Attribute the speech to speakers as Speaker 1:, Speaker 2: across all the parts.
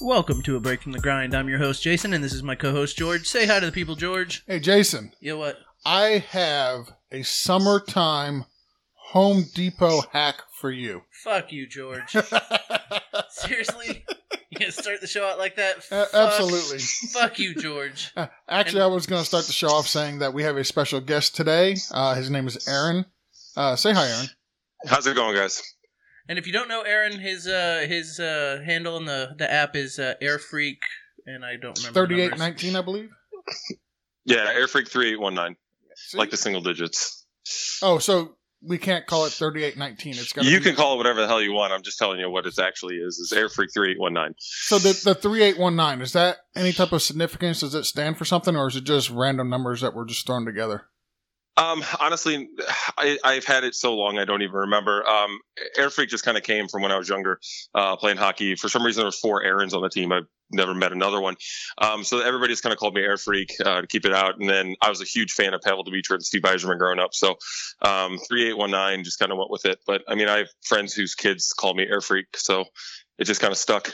Speaker 1: Welcome to a break from the grind. I'm your host Jason, and this is my co-host George. Say hi to the people, George.
Speaker 2: Hey, Jason,
Speaker 1: You know what?
Speaker 2: I have a summertime Home Depot hack for you.
Speaker 1: Fuck you, George. Seriously, you gonna start the show out like that?
Speaker 3: Uh,
Speaker 2: A-
Speaker 1: Fuck-
Speaker 2: Absolutely.
Speaker 1: Fuck you, George.
Speaker 2: Uh, Actually, I was going to start the show off saying that we have a special guest today. Uh, his name is Aaron. Uh, say hi, Aaron.
Speaker 3: How's it going, guys?
Speaker 1: And if you don't know Aaron, his uh his uh handle in the the app is uh, Air Freak, and I don't remember. the
Speaker 2: Thirty-eight
Speaker 1: numbers.
Speaker 2: nineteen, I believe.
Speaker 3: Yeah, Air Freak 3819,
Speaker 2: See?
Speaker 3: like the single digits.
Speaker 2: oh, so we can't call it thirty-eight nineteen. It's got
Speaker 3: You can call it whatever the hell you want. I'm just telling you what it actually is. It's Air Freak 3819.
Speaker 2: So the the three eight one nine is that any type of significance? Does it stand for something, or is it just random numbers that were just thrown together?
Speaker 3: Um, honestly, I, I've had it so long I don't even remember. Um, Air Freak just kind of came from when I was younger, uh, playing hockey. For some reason, there were four Aarons on the team. I've never met another one. Um, so everybody just kind of called me Air Freak uh, to keep it out. And then I was a huge fan of Pavel Dimitra and Steve Eiserman growing up. So um, 3819 just kind of went with it. But I mean, I have friends whose kids call me Air Freak. So it just kind of stuck.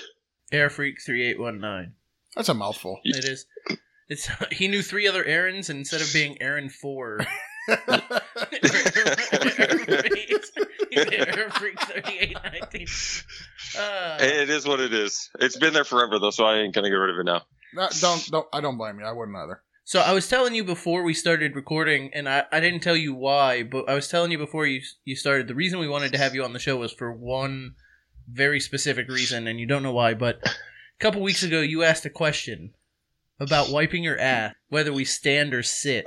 Speaker 1: Air Freak three eight one nine.
Speaker 2: That's a mouthful.
Speaker 1: It is. It's he knew three other errands and instead of being Aaron four. Air Freak thirty eight nineteen. Uh,
Speaker 3: It is what it is. It's been there forever, though, so I ain't going to get rid of it now.
Speaker 2: That, don't don't I don't blame you. I wouldn't either.
Speaker 1: so I was telling you before we started recording, and I, I didn't tell you why, but I was telling you before you you started. The reason we wanted to have you on the show was for one very specific reason, and you don't know why. But a couple weeks ago, you asked a question about wiping your ass, whether we stand or sit.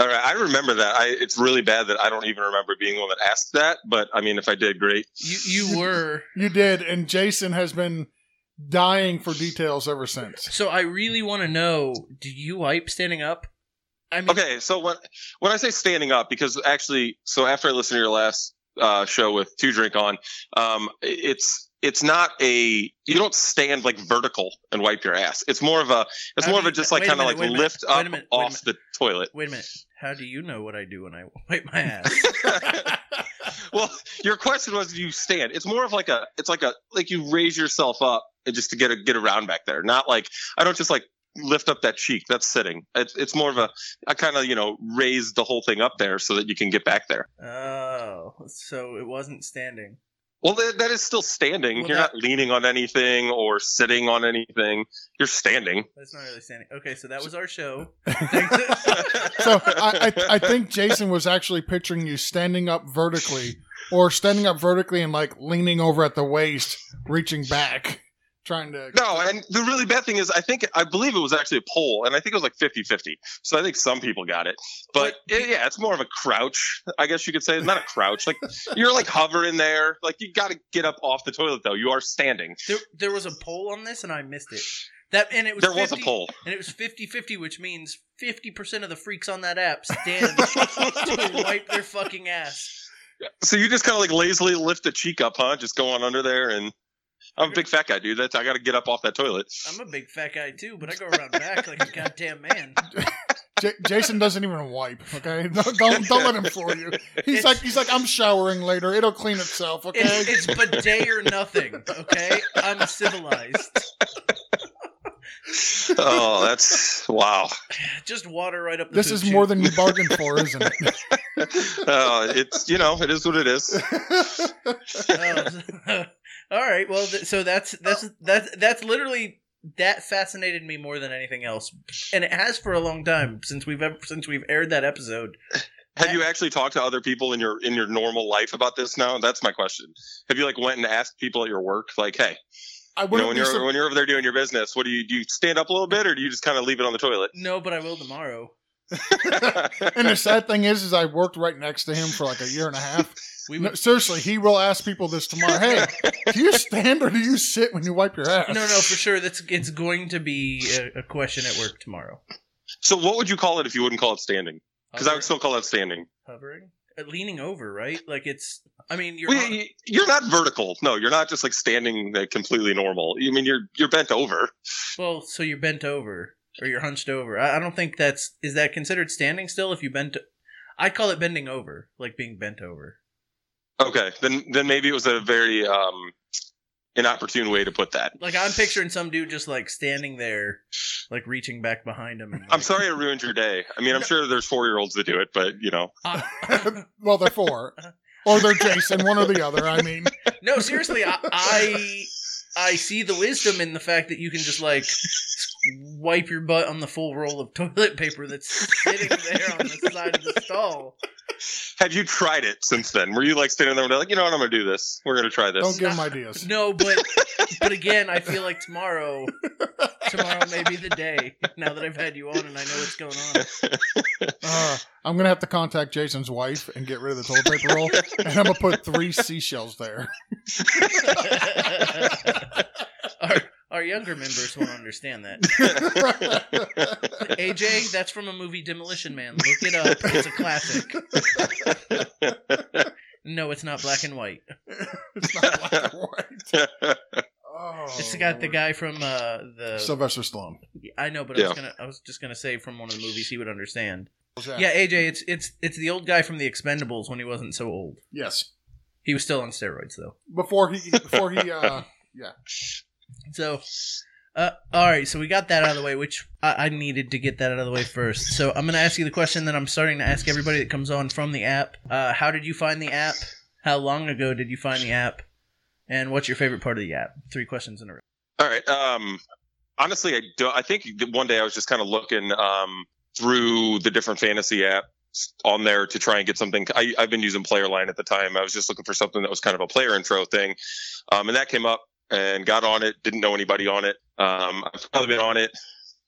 Speaker 3: All right, I remember that. I it's really bad that I don't even remember being the one that asked that, but I mean, if I did, great.
Speaker 1: You you were.
Speaker 2: You did, and Jason has been dying for details ever since.
Speaker 1: So I really want to know: Do you wipe standing up? I mean,
Speaker 3: Okay, so when when I say standing up, because actually, so after I listened to your last uh, show with Two Drink on, um, it's it's not a you don't stand like vertical and wipe your ass. It's more of a it's
Speaker 1: How
Speaker 3: more
Speaker 1: do
Speaker 3: of
Speaker 1: you-
Speaker 3: a just like
Speaker 1: wait a
Speaker 3: kind of
Speaker 1: minute,
Speaker 3: like
Speaker 1: wait a minute,
Speaker 3: lift
Speaker 1: wait
Speaker 3: up
Speaker 1: a minute, wait a
Speaker 3: off the toilet.
Speaker 1: Wait a minute. How do you know what I do when I wipe my ass?
Speaker 3: well, your question was do you stand. It's more of like a it's like a like you raise yourself up and just to get a get around back there. Not like I don't just like lift up that cheek. That's sitting. It's it's more of a I kind of, you know, raise the whole thing up there so that you can get back there.
Speaker 1: oh, so it wasn't standing.
Speaker 3: Well, that, that is still standing.
Speaker 1: Well,
Speaker 3: You're
Speaker 1: that-
Speaker 3: not leaning on anything or sitting on anything. You're standing.
Speaker 1: That's not really standing. Okay, so that was our show.
Speaker 2: So I, I, I think Jason was actually picturing you standing up vertically, or standing up vertically and like leaning over at the waist, reaching back, trying to.
Speaker 3: No, and the really bad thing is, I think I believe it was actually a poll, and I think it was like 50-50. So I think some people got it, but it- yeah, it's more of a crouch, I guess you could say. It's not a crouch, like you're like hovering there, like you got to get up off the toilet though. You are standing.
Speaker 1: There, there was a poll on this, and I missed it. That and it was
Speaker 3: There was
Speaker 1: 50
Speaker 3: a poll.
Speaker 1: and it was 50-50, which means fifty percent of the freaks on that app stand to wipe their fucking ass.
Speaker 3: So you just kind of like lazily lift the cheek up, huh? Just go on under there, and I'm a big fat guy, dude. That's I got to get up off that toilet.
Speaker 1: I'm a big fat guy too, but I go around back like a goddamn man.
Speaker 2: J- Jason doesn't even wipe. Okay, don't, don't don't let him fool you. He's
Speaker 1: It's-
Speaker 2: like he's like I'm showering later. It'll clean itself. Okay.
Speaker 1: It's, it's bidet or nothing. Okay, I'm civilized.
Speaker 3: Oh, that's wow.
Speaker 1: Just water right up. The
Speaker 2: this
Speaker 1: poop
Speaker 2: is
Speaker 1: chute.
Speaker 2: more than you bargained for, isn't it?
Speaker 3: Oh, it's you know, it is what it is.
Speaker 1: Oh. all right. Well, th- so that's that's that's that's literally that fascinated me more than anything else, and it has for a long time since we've ever, since we've aired that episode.
Speaker 3: Have you actually talked to other people in your in your normal life about this now? That's my question. Have you like went and asked people at your work, like, hey,
Speaker 2: I
Speaker 3: you know, when
Speaker 2: wouldn't be
Speaker 3: you're
Speaker 2: sur-
Speaker 3: when you're over there doing your business, what do you do? You stand up a little bit, or do you just kind of leave it on the toilet?
Speaker 1: No, but I will tomorrow.
Speaker 2: And the sad thing is, is I worked right next to him for like a year and a half.
Speaker 1: We
Speaker 2: No,
Speaker 1: would.
Speaker 2: seriously, he will ask people this tomorrow. Hey, do you stand or do you sit when you wipe your ass?
Speaker 1: No, no, for sure. That's it's going to be a, a question at work tomorrow.
Speaker 3: so, what would you call it if you wouldn't call it standing? Because I would still call that standing.
Speaker 1: hovering, Uh, leaning over, right? Like it's. I mean, you're.
Speaker 3: Well,
Speaker 1: on-
Speaker 3: you- You're not vertical. No, you're not just like standing like, completely normal. I mean, you're you're bent over.
Speaker 1: well, so you're bent over or you're hunched over. I, I don't think that's is that considered standing still if you bent. I call it bending over, like being bent over.
Speaker 3: Okay, then then maybe it was a very um, inopportune way to put that.
Speaker 1: Like I'm picturing some dude just like standing there, like reaching back behind him. And, like,
Speaker 3: I'm sorry I ruined your day. I mean, I'm sure there's four year olds that do it, but you know,
Speaker 2: well, they're four, or they're Jason, one or the other. I mean,
Speaker 1: No, seriously, I, I I see the wisdom in the fact that you can just like wipe your butt on the full roll of toilet paper that's sitting there on the side of the stall.
Speaker 3: have you tried it since then? Were you like standing there and like, you know what, I'm going to do this. We're going to try
Speaker 2: don't
Speaker 3: this.
Speaker 2: give them ideas.
Speaker 1: No, but but again, I feel like tomorrow tomorrow may be the day. Now that I've had you on and I know what's going on.
Speaker 2: Uh, I'm gonna have to contact Jason's wife and get rid of the toilet paper roll, and I'm gonna put three seashells there.
Speaker 1: our, our younger members won't understand that. AJ, that's from a movie Demolition Man. Look it up. It's a classic. No, it's not black and white.
Speaker 2: It's not black and white. Oh,
Speaker 1: It's got the guy from uh, the.
Speaker 2: Sylvester Stallone.
Speaker 1: I know, but I
Speaker 3: Yeah.
Speaker 1: was gonna. I was just gonna say from one of the movies he would understand. Yeah, AJ, it's it's it's the old guy from The Expendables when he wasn't so old.
Speaker 2: Yes.
Speaker 1: He was still on steroids though.
Speaker 2: Before he, before he, uh,
Speaker 1: So, uh, all right. So we got that out of the way, which I, I needed to get that out of the way first. So I'm going to ask you the question that I'm starting to ask everybody that comes on from the app. Uh, how did you find the app? How long ago did you find the app? And what's your favorite part of the app? Three questions in a row.
Speaker 3: All right. Um, honestly, I do. I think that one day I was just kind of looking um, through the different fantasy apps on there to try and get something. I, I've been using Playerline at the time. I was just looking for something that was kind of a player intro thing, um, and that came up and got on it. Didn't know anybody on it. Um, I've probably been on it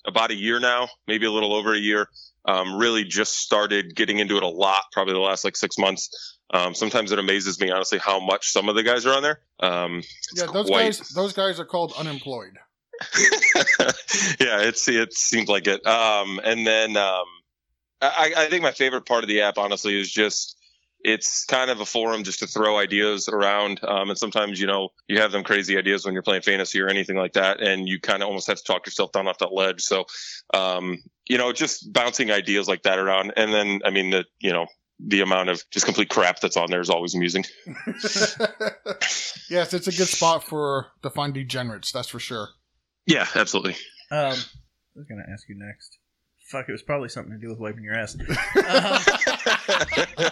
Speaker 3: about a year now, maybe a little over a year. Um, really just started getting into it a lot, probably the last like six months. Um, sometimes it amazes me, honestly, how much some of the guys are on there. Um,
Speaker 2: yeah, those
Speaker 3: quite-
Speaker 2: guys, those guys are called unemployed.
Speaker 3: yeah, it's it seems like it. Um, and then um, I, I think my favorite part of the app, honestly, is just it's kind of a forum just to throw ideas around. Um, and sometimes you know you have them crazy ideas when you're playing fantasy or anything like that, and you kind of almost have to talk yourself down off that ledge. So um, you know, just bouncing ideas like that around. And then I mean the you know the amount of just complete crap that's on there is always amusing.
Speaker 2: yes, it's a good spot for to find degenerates. That's for sure.
Speaker 3: Yeah, absolutely.
Speaker 1: Um, I was going to ask you next. Fuck, it was probably something to do with wiping your ass. Um,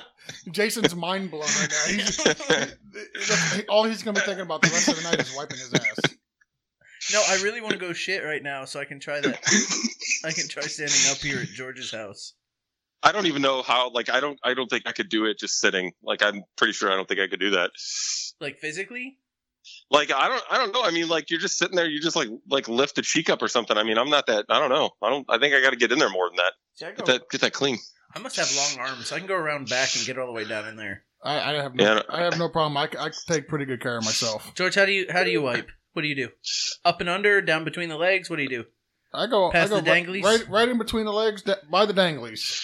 Speaker 2: Jason's mind blown right now. He's, that's- all he's gonna be thinking about the rest of the night is wiping his ass.
Speaker 1: no, I really want to go shit right now, so I can try that. I can try standing up here at George's house.
Speaker 3: I don't even know how. Like, I don't. I don't think I could do it just sitting. Like, I'm pretty sure I don't think I could do that.
Speaker 1: Like physically?
Speaker 3: Like, I don't. I don't know. I mean, like, you're just sitting there. You just like like lift a cheek up or something. I mean, I'm not that. I don't know. I don't. I think I got to get in there more than that.
Speaker 1: See, I, go,
Speaker 3: Get that. Get that clean.
Speaker 1: I must have long arms, so I can go around back and get all the way down in there.
Speaker 2: I, I have no,
Speaker 3: Yeah.
Speaker 2: I have no problem. I, c- I take pretty good care of myself.
Speaker 1: George, how do you how do
Speaker 3: Uh,
Speaker 1: you wipe? What do you do? Up and under, down between the legs. What do you do?
Speaker 2: I go
Speaker 1: Past
Speaker 2: I go
Speaker 1: the
Speaker 2: right-
Speaker 1: danglies?
Speaker 2: Right, right in between the legs da- by the danglies.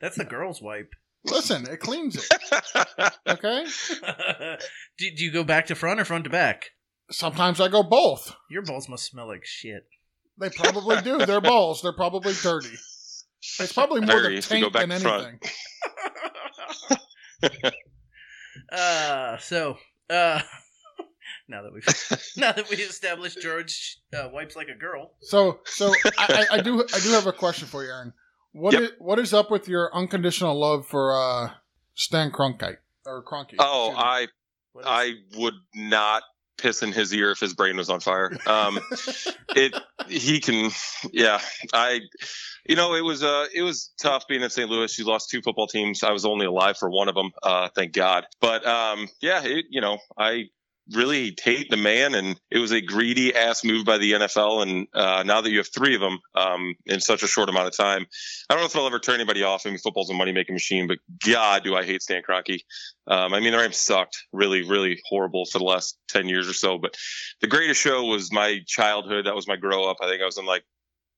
Speaker 1: That's the girls' wipe.
Speaker 2: Listen, it cleans it. Okay.
Speaker 1: do, do you go back to front or front to back?
Speaker 2: Sometimes I go both.
Speaker 1: Your balls must smell like shit.
Speaker 2: They probably do. They're balls. They're probably dirty. It's probably more
Speaker 3: Dirty,
Speaker 2: the
Speaker 3: if you go
Speaker 2: taint than
Speaker 3: back
Speaker 2: anything.
Speaker 3: front.
Speaker 1: uh, so uh, now that we've now that we established George uh, wipes like a girl,
Speaker 2: So, so I, I I do I do have a question for you, Aaron. What
Speaker 3: Yep.
Speaker 2: is, what is up with your unconditional love for uh, Stan Cronkite or Cronky?
Speaker 3: oh,
Speaker 2: Excuse me.
Speaker 3: I
Speaker 1: What is-
Speaker 3: I would not piss in his ear if his brain was on fire. Um, it he can, yeah. I, you know, it was uh, it was tough being in St. Louis. You lost two football teams. I was only alive for one of them. Uh, thank God. But um, yeah, it, you know, I really hate the man, and it was a greedy ass move by the NFL. And uh, now that you have three of them um, in such a short amount of time, I don't know if it'll ever turn anybody off. I mean, football's a money making machine, but God, do I hate Stan Kroenke. Um, I mean, the Rams sucked really, really horrible for the last 10 years or so. But the greatest show was my childhood. That was my grow up. I think I was in like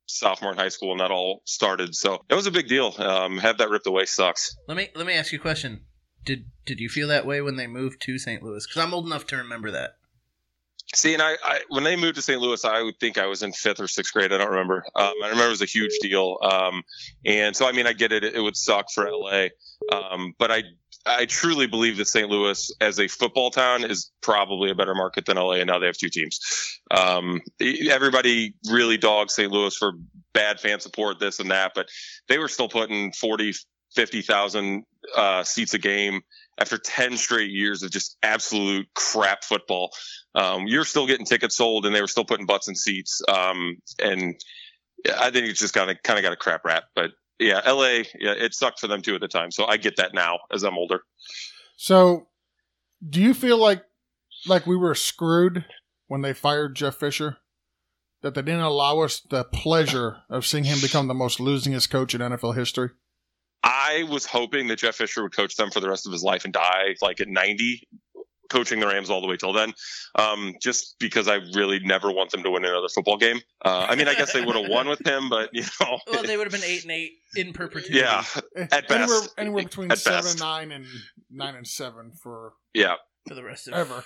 Speaker 3: sophomore in high school and that all started. So it was a big deal. Um, have that ripped away sucks.
Speaker 1: Let me let me ask you a question. Did did you feel that way when they moved to St. Louis? Because I'm old enough to remember that.
Speaker 3: See, and I, I when they moved to St. Louis, I would think I was in fifth or sixth grade. I don't remember. Um, I remember it was a huge deal. Um, and so, I mean, I get it. It would suck for LA, um, but I I truly believe that St. Louis, as a football town, is probably a better market than LA. And now they have two teams. Um, everybody really dogs St. Louis for bad fan support, this and that, but they were still putting 40, 50,000 uh, seats a game after 10 straight years of just absolute crap football. Um, you're still getting tickets sold and they were still putting butts in seats. Um, and I think it's just kind of, kind of got a crap rap, but yeah, LA, yeah, it sucked for them too at the time. So I get that now as I'm older.
Speaker 2: So, do you feel like like we were screwed when they fired Jeff Fisher? That they didn't allow us the pleasure of seeing him become the most losingest coach in NFL history?
Speaker 3: I was hoping that Jeff Fisher would coach them for the rest of his life and die like at 90, coaching the Rams all the way till then, um, just because I really never want them to win another football game. Uh, I mean, I guess they would have won with him, but you know,
Speaker 1: Well, they would have been eight and eight in perpetuity.
Speaker 3: yeah, At best.
Speaker 2: anywhere, anywhere between
Speaker 3: At
Speaker 2: seven
Speaker 3: best.
Speaker 2: and nine and nine and seven for
Speaker 3: yeah.
Speaker 1: for the rest of
Speaker 2: ever.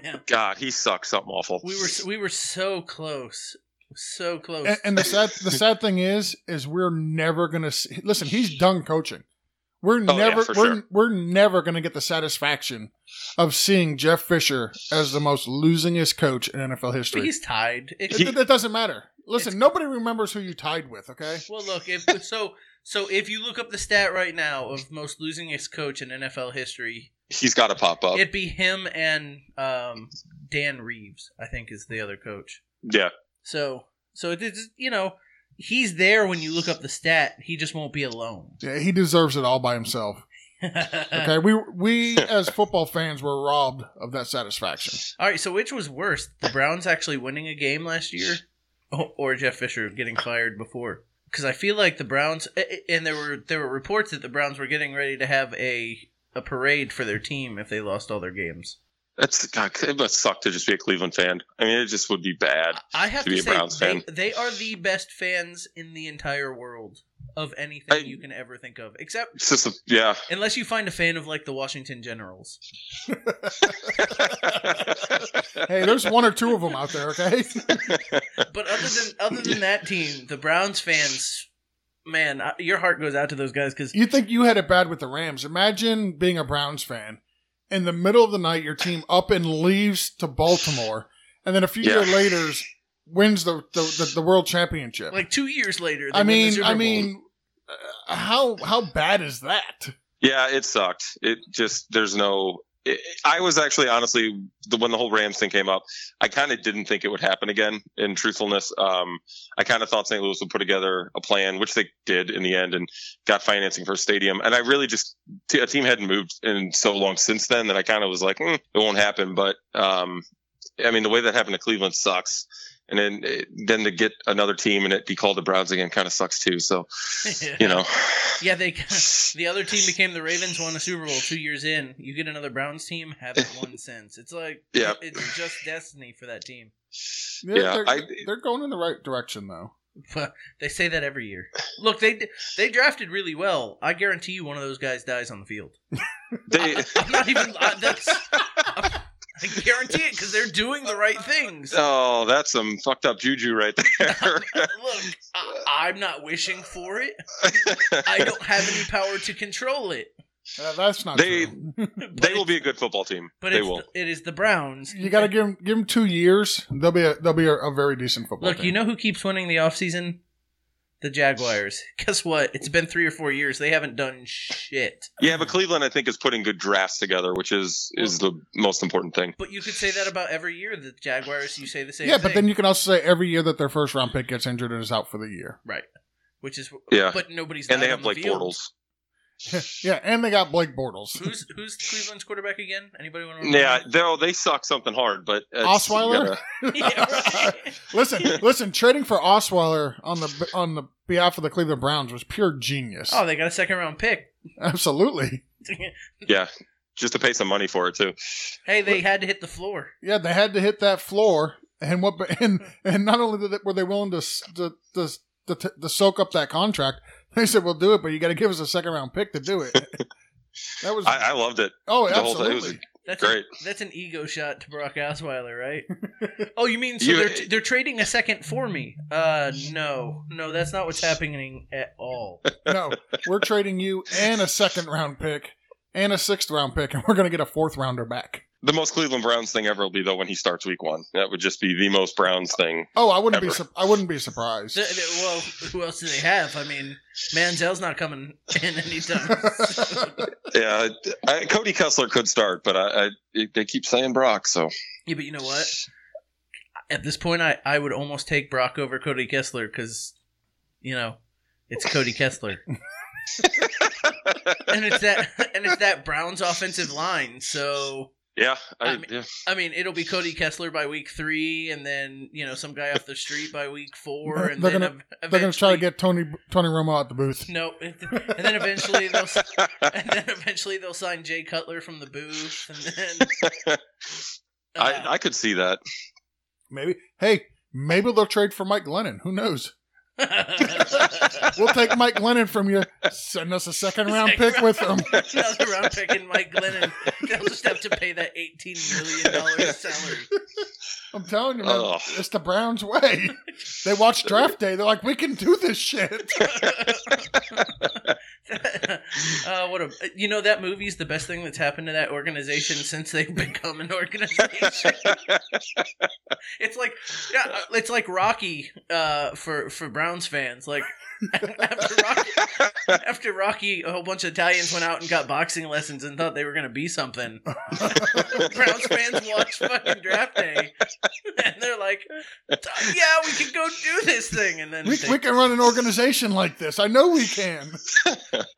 Speaker 1: Yeah.
Speaker 3: God, he sucks something awful.
Speaker 1: We were we were so close, so close.
Speaker 2: and, and the sad the sad thing is is we're never gonna see, listen. He's done coaching. We're
Speaker 3: Oh, yeah,
Speaker 2: never
Speaker 3: for
Speaker 2: we're,
Speaker 3: sure.
Speaker 2: we're never gonna get the satisfaction of seeing Jeff Fisher as the most losingest coach in NFL
Speaker 1: but
Speaker 2: history.
Speaker 1: he's tied. It-
Speaker 2: It,
Speaker 3: He-
Speaker 2: it- it doesn't matter. Listen,
Speaker 1: It's-
Speaker 2: nobody remembers who you tied with. Okay,
Speaker 1: well, look, if so, so if you look up the stat right now of most losingest coach in NFL history,
Speaker 3: He's got to pop up.
Speaker 1: it'd be him and um, Dan Reeves. I think is the other coach.
Speaker 3: yeah,
Speaker 1: So so it's you know he's there when you look up the stat. He just won't be alone.
Speaker 2: yeah, he deserves it all by himself.
Speaker 1: Uh.
Speaker 2: Okay, we we as football fans were robbed of that satisfaction.
Speaker 1: All right. So which was worse, the Browns actually winning a game last year, or, or Jeff Fisher getting fired before? Because I feel like the Browns, a- a- and there were there were reports that the Browns were getting ready to have a a parade for their team if they lost all their games.
Speaker 3: that's God, it must suck to just be a Cleveland fan. I mean, it just would be bad.
Speaker 1: I have
Speaker 3: To
Speaker 1: to,
Speaker 3: be a
Speaker 1: say,
Speaker 3: Browns
Speaker 1: they,
Speaker 3: fan.
Speaker 1: they are the best fans in the entire world of anything
Speaker 3: I-
Speaker 1: you can ever think of, except
Speaker 3: It's just a, yeah.
Speaker 1: unless you find a fan of like the Washington Generals.
Speaker 2: Hey, there's one or two of them out there. Okay,
Speaker 1: But other than other than that team, the Browns fans, man, I, your heart goes out to those guys because
Speaker 2: you think you had it bad with the Rams? Imagine being a Browns fan in the middle of the night, your team up and leaves to Baltimore, and then a few
Speaker 3: Yeah.
Speaker 2: years later wins the the, the, the world championship.
Speaker 1: like two years later, they
Speaker 2: I
Speaker 1: win the
Speaker 2: mean,
Speaker 1: Super
Speaker 2: I
Speaker 1: Bowl.
Speaker 2: mean, uh, how how bad is that?
Speaker 3: Yeah, it sucked. It just there's no. It, I was actually honestly the when the whole Rams thing came up, I kind of didn't think it would happen again. In truthfulness, um, I kind of thought St. Louis would put together a plan, which they did in the end, and got financing for a stadium. And I really just t- a team hadn't moved in so long since then that I kind of was like, "Hmm, it won't happen. But um, I mean, the way that happened to Cleveland sucks. And then, it, then to get another team and it be called the Browns again kind of sucks too. So, you know,
Speaker 1: yeah, they the other team became the Ravens, won a Super Bowl two years in. You get another Browns team, haven't won since. It's like
Speaker 3: Yeah.
Speaker 1: it's just destiny for that team.
Speaker 2: They're,
Speaker 3: Yeah,
Speaker 2: they're,
Speaker 3: I-
Speaker 2: they're going in the right direction though.
Speaker 1: But they say that every year. Look, they d- they drafted really well. I guarantee you, one of those guys dies on the field.
Speaker 3: they.
Speaker 1: I'm not even. I, that's, I guarantee it because they're doing the right things.
Speaker 3: Oh, that's some fucked up juju right there.
Speaker 1: Look, I, I'm not wishing for it. I don't have any power to control it.
Speaker 2: Uh, that's not
Speaker 3: They-
Speaker 2: true.
Speaker 1: But
Speaker 3: they will
Speaker 1: it's-
Speaker 3: be a good football team.
Speaker 1: But
Speaker 3: they
Speaker 1: it's
Speaker 3: will.
Speaker 1: The, it is the Browns.
Speaker 2: You got to give them give them two years. They'll be a, they'll be a, a very decent football.
Speaker 1: Look,
Speaker 2: team.
Speaker 1: you know who keeps winning the offseason? The Jaguars. Guess what? It's been three or four years. They haven't done shit.
Speaker 3: Yeah, but Cleveland, I think, is putting good drafts together, which is is the most important thing.
Speaker 1: But you could say that about every year. The Jaguars, you say the same
Speaker 2: yeah,
Speaker 1: thing.
Speaker 2: but then you can also say every year that their first round pick gets injured and is out for the year.
Speaker 1: Right. Which is.
Speaker 3: Yeah.
Speaker 1: But nobody's.
Speaker 3: And they
Speaker 1: not
Speaker 3: have
Speaker 1: on
Speaker 3: Blake
Speaker 1: the field.
Speaker 3: Bortles.
Speaker 2: yeah, and they got Blake Bortles.
Speaker 1: Who's who's Cleveland's quarterback again? Anybody want to
Speaker 3: Yeah, though they suck something hard, but it's- you
Speaker 2: Osweiler?
Speaker 3: gotta-
Speaker 1: yeah right.
Speaker 2: listen, listen, trading for Osweiler on the on the behalf of the Cleveland Browns was pure genius.
Speaker 1: Oh, they got a second round pick.
Speaker 2: Absolutely.
Speaker 3: yeah, just to pay some money for it too.
Speaker 1: hey, they had to hit the floor.
Speaker 2: Yeah, they had to hit that floor, and what? And and not only did they, were they willing to s- to, to to to soak up that contract, they said we'll do it, but you got to give us a second round pick to do it. that was
Speaker 3: I, I loved it.
Speaker 2: oh,
Speaker 3: the whole thing- it was
Speaker 2: absolutely.
Speaker 1: That's
Speaker 3: Great.
Speaker 1: A, that's an ego shot to Brock Osweiler, right? oh, you mean so
Speaker 3: You-
Speaker 1: they're they're trading a second for me? Uh, no, no, that's not what's happening at all.
Speaker 2: no, we're trading you and a second round pick and a sixth round pick, and we're going to get a fourth rounder back.
Speaker 3: The most Cleveland Browns thing ever will be though when he starts Week One. That would just be the most Browns thing.
Speaker 2: Oh, I wouldn't be
Speaker 3: Ever.
Speaker 2: sur- I wouldn't be surprised.
Speaker 1: Th- th- well, who else do they have? I mean, Manziel's not coming in anytime.
Speaker 3: Yeah, I, Cody Kessler could start, but I, I they keep saying Brock, so
Speaker 1: yeah, but you know what? At this point, I, I would almost take Brock over Cody Kessler because, you know, it's Cody Kessler, and it's that and it's that Browns offensive line. So
Speaker 3: yeah, I,
Speaker 1: I mean-
Speaker 3: yeah.
Speaker 1: I mean, it'll be Cody Kessler by week three, and then you know some guy off the street by week four, and
Speaker 2: They're
Speaker 1: then
Speaker 2: gonna-
Speaker 1: ev-
Speaker 2: They're going to try
Speaker 1: eventually-
Speaker 2: to get Tony Tony Romo out the booth.
Speaker 1: No, and then eventually they'll s- and then eventually they'll sign Jay Cutler from the booth, and then uh,
Speaker 3: I, I could see that.
Speaker 2: Maybe hey, maybe they'll trade for Mike Glennon. Who knows?
Speaker 1: Uh, I
Speaker 2: We'll take Mike Glennon from you. Send us a second round
Speaker 1: Second
Speaker 2: pick with him.
Speaker 1: another round pick and Mike Glennon. They'll just have to pay that eighteen million dollars salary.
Speaker 2: I'm telling you, man,
Speaker 3: Ugh.
Speaker 2: it's the Browns way. They watch draft day. They're like, we can do this shit.
Speaker 1: uh, what a you know that movie's the best thing that's happened to that organization since they've become an organization. it's like yeah, uh, it's like Rocky uh, for for Browns fans. Like after Rocky, after Rocky, a whole bunch of Italians went out and got boxing lessons and thought they were gonna be something. Browns fans watch fucking draft day and they're like, yeah, we can go do this thing. And then
Speaker 2: We,
Speaker 1: they-
Speaker 2: we can run an organization like this. I know we can.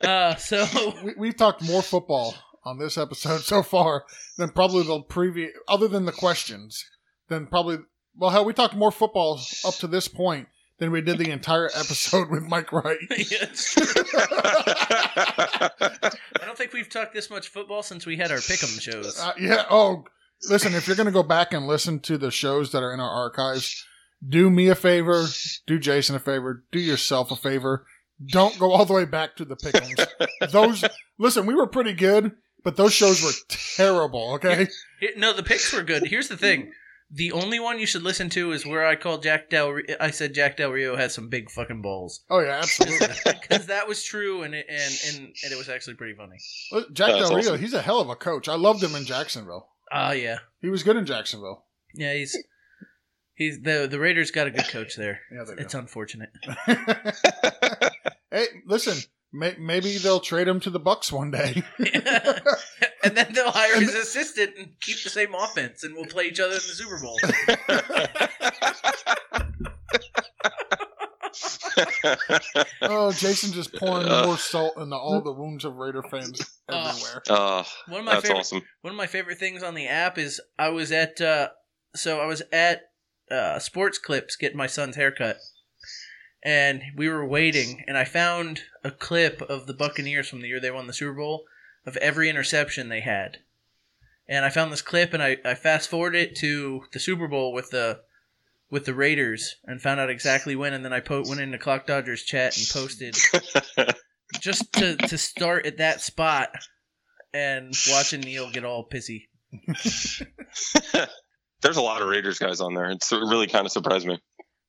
Speaker 1: uh, so
Speaker 2: We, we've talked more football on this episode so far than probably the previous, other than the questions, than probably, well, hell, we talked more football up to this point than we did the entire episode with Mike Wright.
Speaker 1: Yes. I don't think we've talked this much football since we had our pick'em shows.
Speaker 2: Uh, yeah. Oh, listen, if you're going to go back and listen to the shows that are in our archives, do me a favor, do Jason a favor, do yourself a favor. Don't go all the way back to the pickums. Those, listen, we were pretty good, but those shows were terrible. Okay.
Speaker 1: Here- no, the picks were good. Here's the thing: the only one you should listen to is where I called Jack Del. Ri- I said Jack Del Rio has some big fucking balls
Speaker 2: Oh yeah, absolutely.
Speaker 1: because that was true, and it, and and and it was actually pretty funny.
Speaker 2: Look, Jack
Speaker 3: That's
Speaker 2: Del Rio,
Speaker 3: awesome.
Speaker 2: he's a hell of a coach. I loved him in Jacksonville.
Speaker 1: Ah, yeah,
Speaker 2: He was good in Jacksonville.
Speaker 1: yeah. He's he's the the Raiders got a good coach there.
Speaker 2: Yeah, there you
Speaker 1: It's unfortunate.
Speaker 2: go. hey, listen, may- maybe they'll trade him to the Bucks one day.
Speaker 1: and then they'll hire his assistant and keep the same offense, and we'll play each other in the Super Bowl.
Speaker 2: Oh, Jason just pouring
Speaker 3: Uh.
Speaker 2: more salt into all the wounds of Raider fans
Speaker 1: Uh.
Speaker 2: everywhere.
Speaker 3: oh,
Speaker 1: One of my
Speaker 3: that's
Speaker 1: favorite
Speaker 3: awesome.
Speaker 1: one of my favorite things on the app is I was at uh, so I was at uh, Sports Clips getting my son's haircut, and we were waiting, and I found a clip of the Buccaneers from the year they won the Super Bowl of every interception they had, and I found this clip, and I, I fast forwarded it to the Super Bowl with the with the Raiders and found out exactly when, and then I po- went into Clock Dodgers chat and posted just to, to start at that spot and watching Neil get all pissy.
Speaker 3: There's a lot of Raiders guys on there. It's, it really kind of surprised me.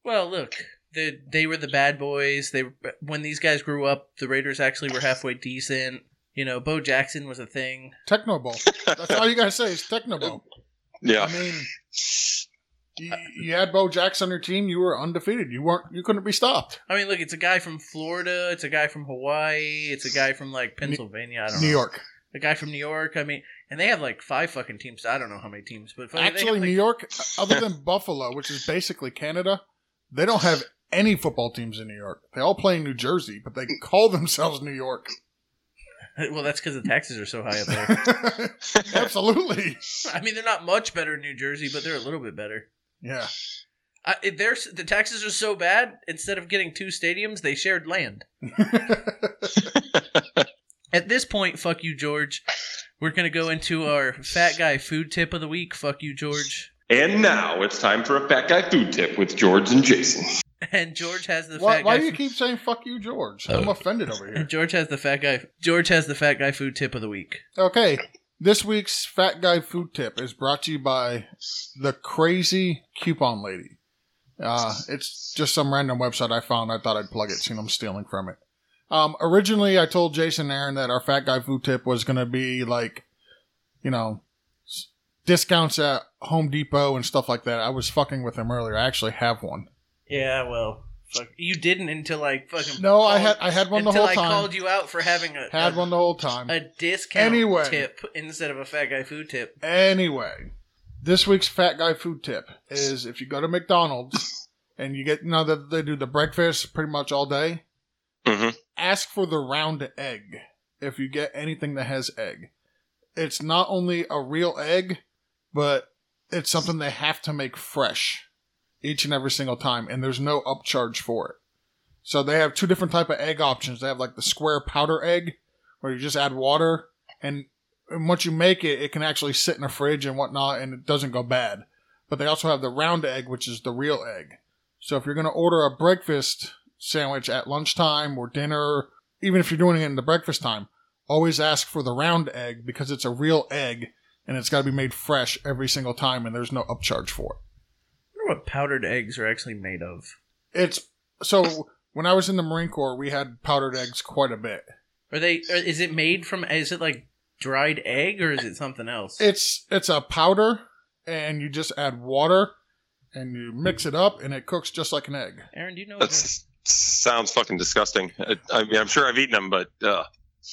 Speaker 1: Well, look, the, they were the bad boys. They when these guys grew up, the Raiders actually were halfway decent. You know, Bo Jackson was a thing.
Speaker 2: Techno Bowl. That's all you gotta say is Techno Bowl. I
Speaker 3: Yeah.
Speaker 2: mean, you, you had Bo Jackson on your team. You were undefeated. You weren't. You couldn't be stopped.
Speaker 1: I mean, look, it's a guy from Florida. It's a guy from Hawaii. It's a guy from like Pennsylvania. I don't
Speaker 2: New
Speaker 1: know.
Speaker 2: York.
Speaker 1: A guy from New York. I mean, and they have like five fucking teams. I don't know how many teams, but fucking- they have,
Speaker 2: Actually,
Speaker 1: like-
Speaker 2: New York, other than Buffalo, which is basically Canada, they don't have any football teams in New York. They all play in New Jersey, but they call themselves New York.
Speaker 1: well, that's because the taxes are so high up there.
Speaker 2: Absolutely.
Speaker 1: I mean, they're not much better in New Jersey, but they're a little bit better.
Speaker 2: Yeah.
Speaker 1: I, if they're, the taxes are so bad. Instead of getting two stadiums, they shared land. At this point, fuck you, George. We're gonna go into our fat guy food tip of the week. Fuck you, George.
Speaker 3: And now it's time for a fat guy food tip with George and Jason.
Speaker 1: And George has the
Speaker 2: Why,
Speaker 1: fat
Speaker 2: why
Speaker 1: guy.
Speaker 2: do you keep saying "fuck you, George"? I'm offended over here.
Speaker 1: and George has the fat guy. George has the fat guy food tip of the week.
Speaker 2: Okay. This week's Fat Guy Food Tip is brought to you by the Crazy Coupon Lady. Uh, it's just some random website I found. I thought I'd plug it, seeing I'm stealing from it. Um, originally, I told Jason and Aaron that our fat guy food tip was going to be like, you know, s- discounts at Home Depot and stuff like that. I was fucking with him earlier. I actually have one.
Speaker 1: Yeah, well, fuck. you didn't until like fucking
Speaker 2: No, I
Speaker 1: called-
Speaker 2: had I had one the
Speaker 1: until
Speaker 2: whole
Speaker 1: I
Speaker 2: time.
Speaker 1: called you out for having a
Speaker 2: Had
Speaker 1: a,
Speaker 2: one the whole time.
Speaker 1: a discount
Speaker 2: Anyway.
Speaker 1: tip instead of a fat guy food tip.
Speaker 2: Anyway, this week's fat guy food tip is if you go to McDonald's and you get you know that they do the breakfast pretty much all day,
Speaker 3: hmm
Speaker 2: ask for the round egg if you get anything that has egg. It's not only a real egg, but it's something they have to make fresh each and every single time, and there's no upcharge for it. So they have two different type of egg options. They have like the square powder egg, where you just add water, and, and once you make it, it can actually sit in a fridge and whatnot, and it doesn't go bad. But they also have the round egg, which is the real egg. So if you're gonna order a breakfast sandwich at lunchtime or dinner, even if you're doing it in the breakfast time, always ask for the round egg because it's a real egg and it's got to be made fresh every single time and there's no upcharge for
Speaker 1: I wonder what powdered eggs are actually made of.
Speaker 2: it. It's so when I was in the Marine Corps, we had powdered eggs quite a bit.
Speaker 1: Are they? Are, is it made from? Is it like dried egg or is it something else?
Speaker 2: It's it's a powder and you just add water and you mix it up and it cooks just like an egg.
Speaker 1: Aaron, do you know?
Speaker 3: That sounds fucking disgusting. I, I mean, I'm sure I've eaten them, but uh,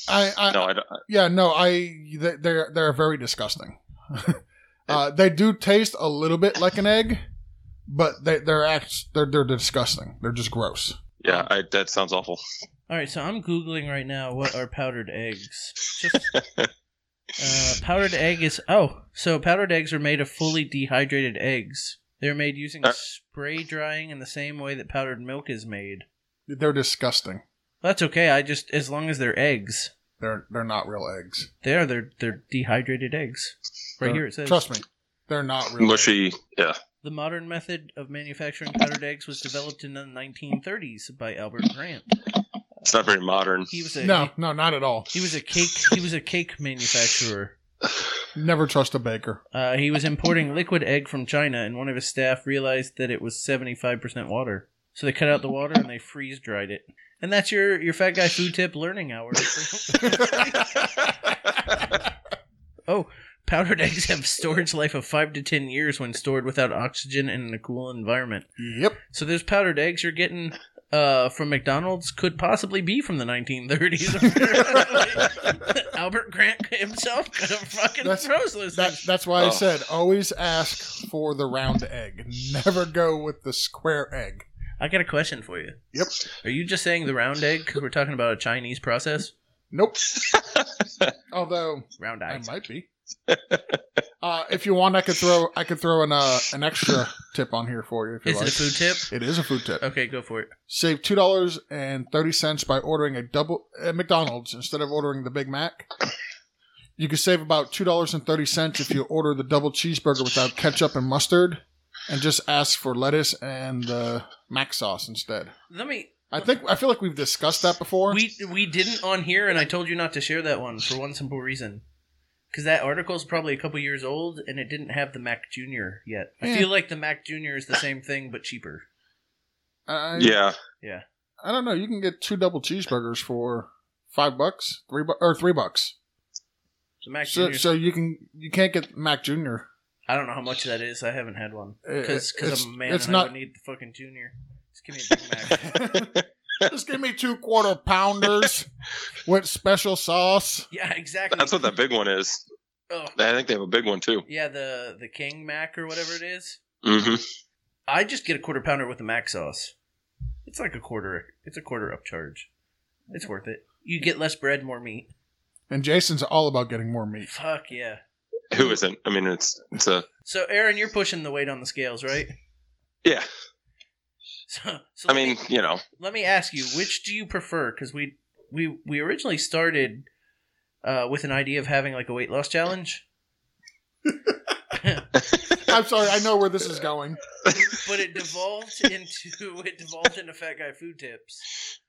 Speaker 2: I, I
Speaker 3: no, I don't.
Speaker 2: Yeah, no, I they- they're they're very disgusting. uh, they do taste a little bit like an egg, but they they're act they're they're disgusting. They're just gross.
Speaker 3: Yeah, I, that sounds awful.
Speaker 1: All right, so I'm googling right now. What are powdered eggs? Just, uh, powdered egg is oh, so powdered eggs are made of fully dehydrated eggs. They're made using
Speaker 3: Uh.
Speaker 1: spray drying in the same way that powdered milk is made.
Speaker 2: They're disgusting.
Speaker 1: That's okay. I just as long as they're eggs,
Speaker 2: They're they're not real eggs.
Speaker 1: they are they're they're dehydrated eggs. Right
Speaker 2: They're-
Speaker 1: here it says
Speaker 2: Trust me, they're not real. eggs.
Speaker 3: Mushy. Yeah.
Speaker 1: the modern method of manufacturing powdered eggs was developed in the 1930s by Albert Grant.
Speaker 3: It's not very modern.
Speaker 1: He was a
Speaker 2: No, no, not at all.
Speaker 1: he was a cake he was a cake manufacturer.
Speaker 2: Never trust a baker.
Speaker 1: Uh, he was importing liquid egg from China, and one of his staff realized that it was 75% water. So they cut out the water and they freeze dried it. And that's your, your fat guy food tip learning hour. Powdered eggs have storage life of 5 to 10 years when stored without oxygen and in a cool environment.
Speaker 2: Yep.
Speaker 1: So those powdered eggs you're getting uh, from McDonald's could possibly be from the 1930s. Albert Grant himself could have fucking
Speaker 2: That's-
Speaker 1: froze those
Speaker 2: That,
Speaker 1: things.
Speaker 2: that's why I
Speaker 3: Oh.
Speaker 2: said always ask for the round egg. Never go with the square egg.
Speaker 1: I got a question for you.
Speaker 2: Yep.
Speaker 1: Are you just saying the round egg because we're talking about a Chinese process?
Speaker 2: Nope. Although
Speaker 1: Round
Speaker 2: I
Speaker 1: eyes.
Speaker 2: might be. uh, if you want, I could throw I could throw an uh, an extra tip on here for you. If you
Speaker 1: Is
Speaker 2: like.
Speaker 1: it a food tip?
Speaker 2: It is a food tip.
Speaker 1: Okay, go for it.
Speaker 2: Save two dollars and thirty cents by ordering a double at McDonald's instead of ordering the Big Mac. You can save about two dollars and thirty cents if you order the double cheeseburger without ketchup and mustard, and just ask for lettuce and uh, mac sauce instead.
Speaker 1: Let me.
Speaker 2: I think I feel like we've discussed that before.
Speaker 1: We we didn't on here, and I told you not to share that one for one simple reason, because that article's probably a couple years old, and it didn't have the Mac Junior yet. I
Speaker 2: Yeah.
Speaker 1: feel like the Mac Junior is the same thing but cheaper.
Speaker 2: I,
Speaker 3: yeah.
Speaker 2: I don't know. You can get two double cheeseburgers for five bucks, three bu- or three bucks.
Speaker 1: The Mac
Speaker 2: So,
Speaker 1: Junior.
Speaker 2: so you can you can't get Mac Junior.
Speaker 1: I don't know how much that is. I haven't had one
Speaker 2: It-
Speaker 1: because
Speaker 2: it's-
Speaker 1: I'm a man
Speaker 2: it's
Speaker 1: and I
Speaker 2: not-
Speaker 1: would need the fucking Junior. Just give me a Big Mac.
Speaker 2: Just give me two quarter pounders with special sauce.
Speaker 1: yeah, exactly.
Speaker 3: That's what that big one is.
Speaker 1: Oh,
Speaker 3: I think they have a big one too.
Speaker 1: yeah, the the King Mac or whatever it is.
Speaker 3: hmm
Speaker 1: I just get a quarter pounder with the mac sauce. It's like a quarter. It's a quarter upcharge. It's worth it. You get less bread, more meat.
Speaker 2: And Jason's all about getting more meat.
Speaker 1: Fuck yeah.
Speaker 3: Who isn't? I mean, it's it's a
Speaker 1: So Aaron, you're pushing the weight on the scales, right?
Speaker 3: yeah.
Speaker 1: So, so
Speaker 3: I
Speaker 1: let
Speaker 3: mean,
Speaker 1: me,
Speaker 3: you know,
Speaker 1: let me ask you, which do you prefer? Because we we we originally started uh, with an idea of having like a weight loss challenge,
Speaker 2: I'm sorry. I know where this is going.
Speaker 1: but it devolved into it devolved into fat guy food tips.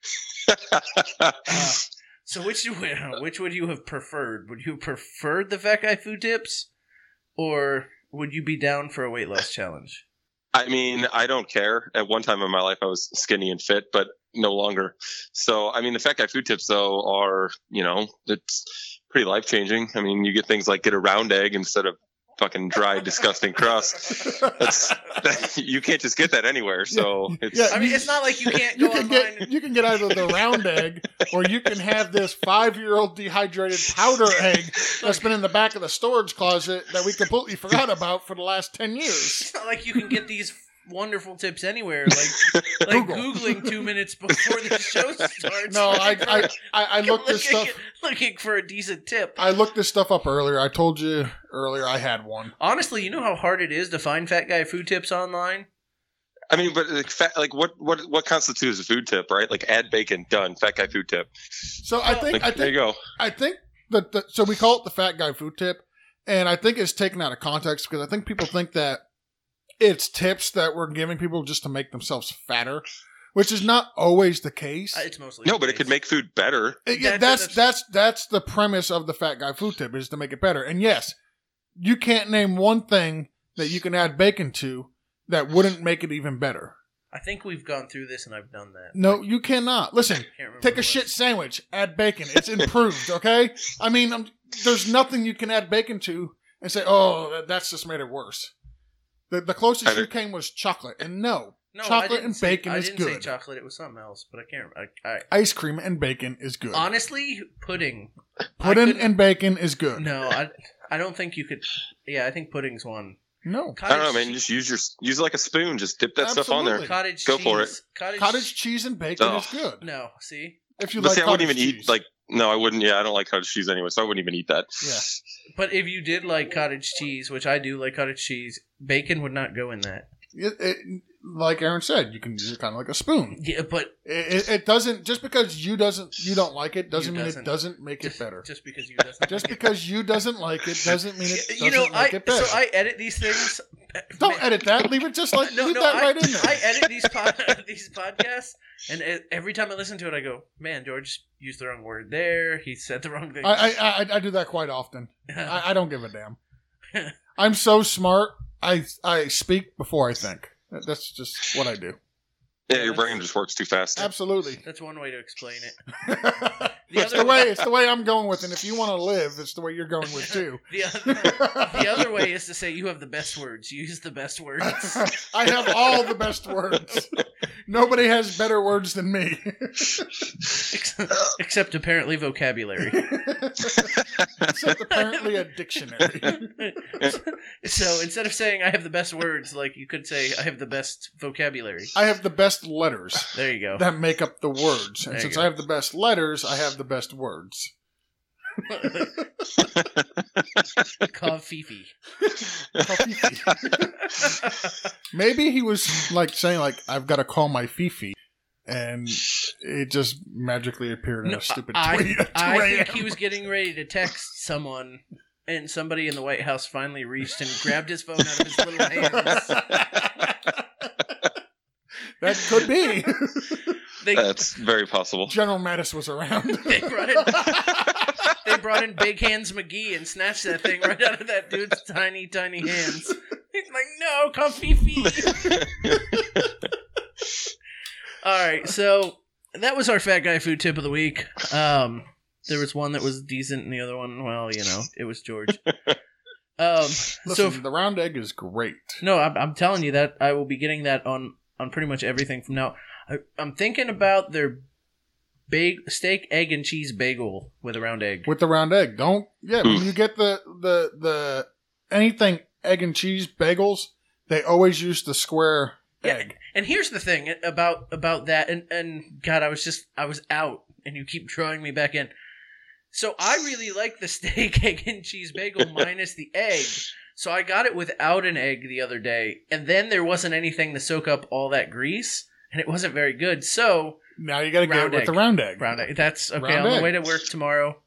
Speaker 1: Uh, so which do which would you have preferred? Would you have preferred the fat guy food tips, or would you be down for a weight loss challenge?
Speaker 3: I mean, I don't care. At one time in my life, I was skinny and fit, but no longer. So, I mean, the Fat Guy food tips though are, you know, it's pretty life changing. I mean, you get things like get a round egg instead of fucking dry, disgusting crust. That's that, you can't just get that anywhere. So it's
Speaker 1: I mean, it's not like you can't go
Speaker 2: You can
Speaker 1: online.
Speaker 2: get you can get either the round egg or you can have this five year old dehydrated powder egg that's been in the back of the storage closet that we completely forgot about for the last ten years.
Speaker 1: It's not like you can get these wonderful tips anywhere. Like, like
Speaker 2: Google.
Speaker 1: googling two minutes before the show starts.
Speaker 2: No, I
Speaker 1: looking for-
Speaker 2: I, I, I looked this
Speaker 1: looking-
Speaker 2: stuff
Speaker 1: Looking for a decent tip.
Speaker 2: I looked this stuff up earlier. I told you earlier I had one.
Speaker 1: Honestly, you know how hard it is to find fat guy food tips online.
Speaker 3: I mean, but like, fat, like what what what constitutes a food tip, right? Like add bacon, done. Fat guy food tip.
Speaker 2: So
Speaker 1: Oh.
Speaker 2: I think
Speaker 3: Like
Speaker 2: I
Speaker 3: there
Speaker 2: think
Speaker 3: you go.
Speaker 2: I think that the, so we call it the fat guy food tip, and I think it's taken out of context because I think people think that it's tips that we're giving people just to make themselves fatter, which is not always the case.
Speaker 1: Uh, It's mostly
Speaker 3: No, but it could make food better.
Speaker 2: Uh, yeah,
Speaker 1: that's-
Speaker 2: that's, that's that's the premise of the fat guy food tip is to make it better. And yes, you can't name one thing that you can add bacon to that wouldn't make it even better.
Speaker 1: I think we've gone through this and I've done that.
Speaker 2: No, you cannot. Listen,
Speaker 1: Can't remember
Speaker 2: Take
Speaker 1: what.
Speaker 2: a shit sandwich, add bacon. It's improved, okay? I mean, i there's nothing you can add bacon to and say, oh, that, that's just made it worse. The, the closest
Speaker 3: Either-
Speaker 2: you came was chocolate, and no,
Speaker 1: No,
Speaker 2: chocolate
Speaker 1: I didn't
Speaker 2: and
Speaker 1: say-
Speaker 2: bacon
Speaker 1: I
Speaker 2: is
Speaker 1: didn't say
Speaker 2: good.
Speaker 1: chocolate. It was something else, but I can't. remember. I,
Speaker 3: Uh.
Speaker 1: I,
Speaker 2: ice cream and bacon is good.
Speaker 1: honestly, pudding. I
Speaker 2: Pudding
Speaker 1: couldn't-
Speaker 2: and bacon is good. No,
Speaker 1: No, I, I don't think you could. Yeah, I think pudding's one.
Speaker 3: I
Speaker 1: Cottage,
Speaker 3: don't know, man. Just use your use like a spoon. Just dip that stuff on there.
Speaker 2: Absolutely.
Speaker 1: Cottage
Speaker 3: Go
Speaker 1: cheese.
Speaker 3: for
Speaker 1: Cottage,
Speaker 2: cottage cheese and bacon
Speaker 3: Oh.
Speaker 2: is good.
Speaker 1: No, see,
Speaker 2: If you
Speaker 3: But
Speaker 2: like,
Speaker 3: see, I wouldn't
Speaker 2: cottage
Speaker 3: even
Speaker 2: cheese.
Speaker 3: eat like. No, I wouldn't. Yeah, I don't like cottage cheese anyway, so I wouldn't even eat that.
Speaker 2: Yeah.
Speaker 1: but if you did like cottage cheese, which I do like cottage cheese, bacon would not go in that.
Speaker 2: It- it- like Aaron said, you can use it kind of like a spoon.
Speaker 1: Yeah, but
Speaker 2: It, it, it doesn't just because you doesn't you don't like it doesn't
Speaker 1: You
Speaker 2: mean
Speaker 1: doesn't.
Speaker 2: it doesn't make it
Speaker 1: just,
Speaker 2: better.
Speaker 1: just because you doesn't
Speaker 2: Just
Speaker 1: like it.
Speaker 2: because you doesn't like it doesn't mean it doesn't
Speaker 1: you know, I
Speaker 2: make it better.
Speaker 1: so I edit these things.
Speaker 2: Don't edit that. Leave it just like
Speaker 1: no,
Speaker 2: leave
Speaker 1: no,
Speaker 2: that
Speaker 1: I,
Speaker 2: right in there.
Speaker 1: I edit these pod, these podcasts, and e- every time I listen to it, I go, "Man, George used the wrong word there. He said the wrong thing."
Speaker 2: I, I, I I do that quite often. I, I don't give a damn. I'm so smart. I I speak before I think. That- That's just what I do.
Speaker 3: Yeah, your brain just works too fast.
Speaker 2: Absolutely.
Speaker 1: That's one way to explain it. The
Speaker 2: it's the
Speaker 1: other-
Speaker 2: way it's the way I'm going with, and if you want to live, it's the way you're going with too.
Speaker 1: The other, the other way is to say you have the best words. Use the best words.
Speaker 2: I have all the best words. Nobody has better words than me.
Speaker 1: Ex- Except apparently vocabulary.
Speaker 2: Except apparently a dictionary.
Speaker 1: so instead of saying I have the best words, like you could say I have the best vocabulary.
Speaker 2: I have the best letters.
Speaker 1: There you go.
Speaker 2: that make up the words.
Speaker 1: There you
Speaker 2: And since
Speaker 1: go.
Speaker 2: I have the best letters, I have the best words.
Speaker 1: Called Fifi.
Speaker 2: Maybe he was like saying like I've got to call my Fifi, and it just magically appeared in
Speaker 1: No,
Speaker 2: a stupid
Speaker 1: I-
Speaker 2: tweet. at
Speaker 1: I
Speaker 2: 2
Speaker 1: think
Speaker 2: a.m..
Speaker 1: he was getting ready to text someone, and somebody in the White House finally reached and grabbed his phone out of his little hands.
Speaker 2: that could be.
Speaker 1: They,
Speaker 3: That's very possible.
Speaker 2: General Mattis was around.
Speaker 1: they brought in they brought in Big Hands McGee and snatched that thing right out of that dude's tiny, tiny hands. He's like, no, call Fifi. All right, so that was our fat guy food tip of the week. Um, there was one that was decent, and the other one, well, you know, it was George. Um, so
Speaker 2: Listen, the round egg is great.
Speaker 1: no, I'm, I'm telling you that I will be getting that on on pretty much everything from now. I, I'm thinking about their big steak, egg, and cheese bagel with a round egg.
Speaker 2: with the round egg. Don't yeah. When
Speaker 3: Oof.
Speaker 2: you get the the the anything egg and cheese bagels, they always use the square
Speaker 1: Yeah.
Speaker 2: egg.
Speaker 1: And here's the thing about about that, and and God, I was just I was out, and you keep drawing me back in. So I really like the steak, egg, and cheese bagel minus the egg. So I got it without an egg the other day, and then there wasn't anything to soak up all that grease, and it wasn't very good. So
Speaker 2: Now you got to get it
Speaker 1: Round
Speaker 2: with
Speaker 1: egg.
Speaker 2: the round egg.
Speaker 1: round egg. That's okay.
Speaker 2: Round
Speaker 1: on the
Speaker 2: egg.
Speaker 1: way to work tomorrow.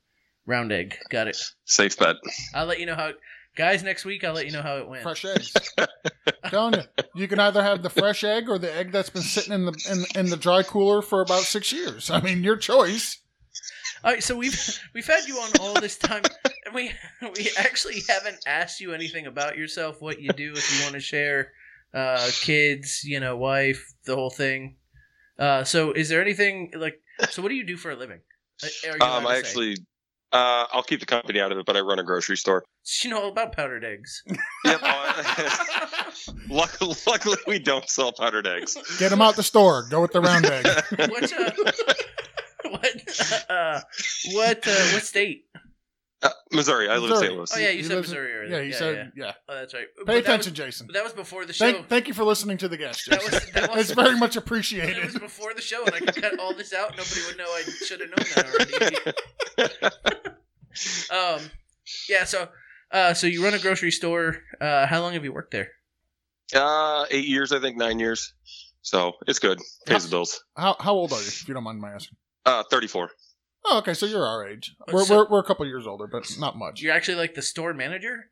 Speaker 1: Round egg. Got it.
Speaker 3: Safe bet.
Speaker 1: I'll let you know how. Guys, next week I'll let you know how it went.
Speaker 2: Fresh eggs. telling you, you can either have the fresh egg or the egg that's been sitting in the in, in the dry cooler for about six years. I mean, your choice.
Speaker 1: All right, so we've we've had you on all this time, and we we actually haven't asked you anything about yourself, what you do, if you want to share, uh, kids, you know, wife, the whole thing. Uh, so is there anything like? So what do you do for a living? Uh, Are you allowed
Speaker 3: Um,
Speaker 1: to
Speaker 3: I
Speaker 1: say?
Speaker 3: actually, uh, I'll keep the company out of it, but I run a grocery store.
Speaker 1: you know about powdered eggs.
Speaker 3: Yep. I- luckily, luckily, we don't sell powdered eggs.
Speaker 2: Get them out the store. Go with the round egg.
Speaker 1: What? Uh, what? Uh, what? Uh, what state?
Speaker 3: Uh, Missouri. I live in
Speaker 2: Missouri.
Speaker 3: St. Louis.
Speaker 1: Oh yeah, you
Speaker 2: He
Speaker 1: said
Speaker 2: lives in-
Speaker 1: Missouri earlier.
Speaker 2: Yeah, he said, yeah.
Speaker 1: Oh, that's right. But
Speaker 2: Pay
Speaker 1: that
Speaker 2: attention, Jason.
Speaker 1: Was, that was before the show.
Speaker 2: Thank, thank you for listening to the guest,
Speaker 1: that
Speaker 2: Jason.
Speaker 1: was, that was,
Speaker 2: It's very much
Speaker 1: that was
Speaker 2: appreciated.
Speaker 1: before the show, and I could cut all this out. Nobody would know. I should have known
Speaker 2: Oh,
Speaker 1: that already. um, yeah. So, uh, so you run a grocery store. Uh, how long have you worked there?
Speaker 3: Uh, eight years, I think, nine years. So it's good. Pays the bills.
Speaker 2: How, how old are you, if you don't mind my asking?
Speaker 3: Uh, 34.
Speaker 2: Oh, okay, so you're our age.
Speaker 1: Uh,
Speaker 2: We're,
Speaker 1: so-
Speaker 2: we're, we're a couple years older, but not much.
Speaker 1: You're actually like the store manager.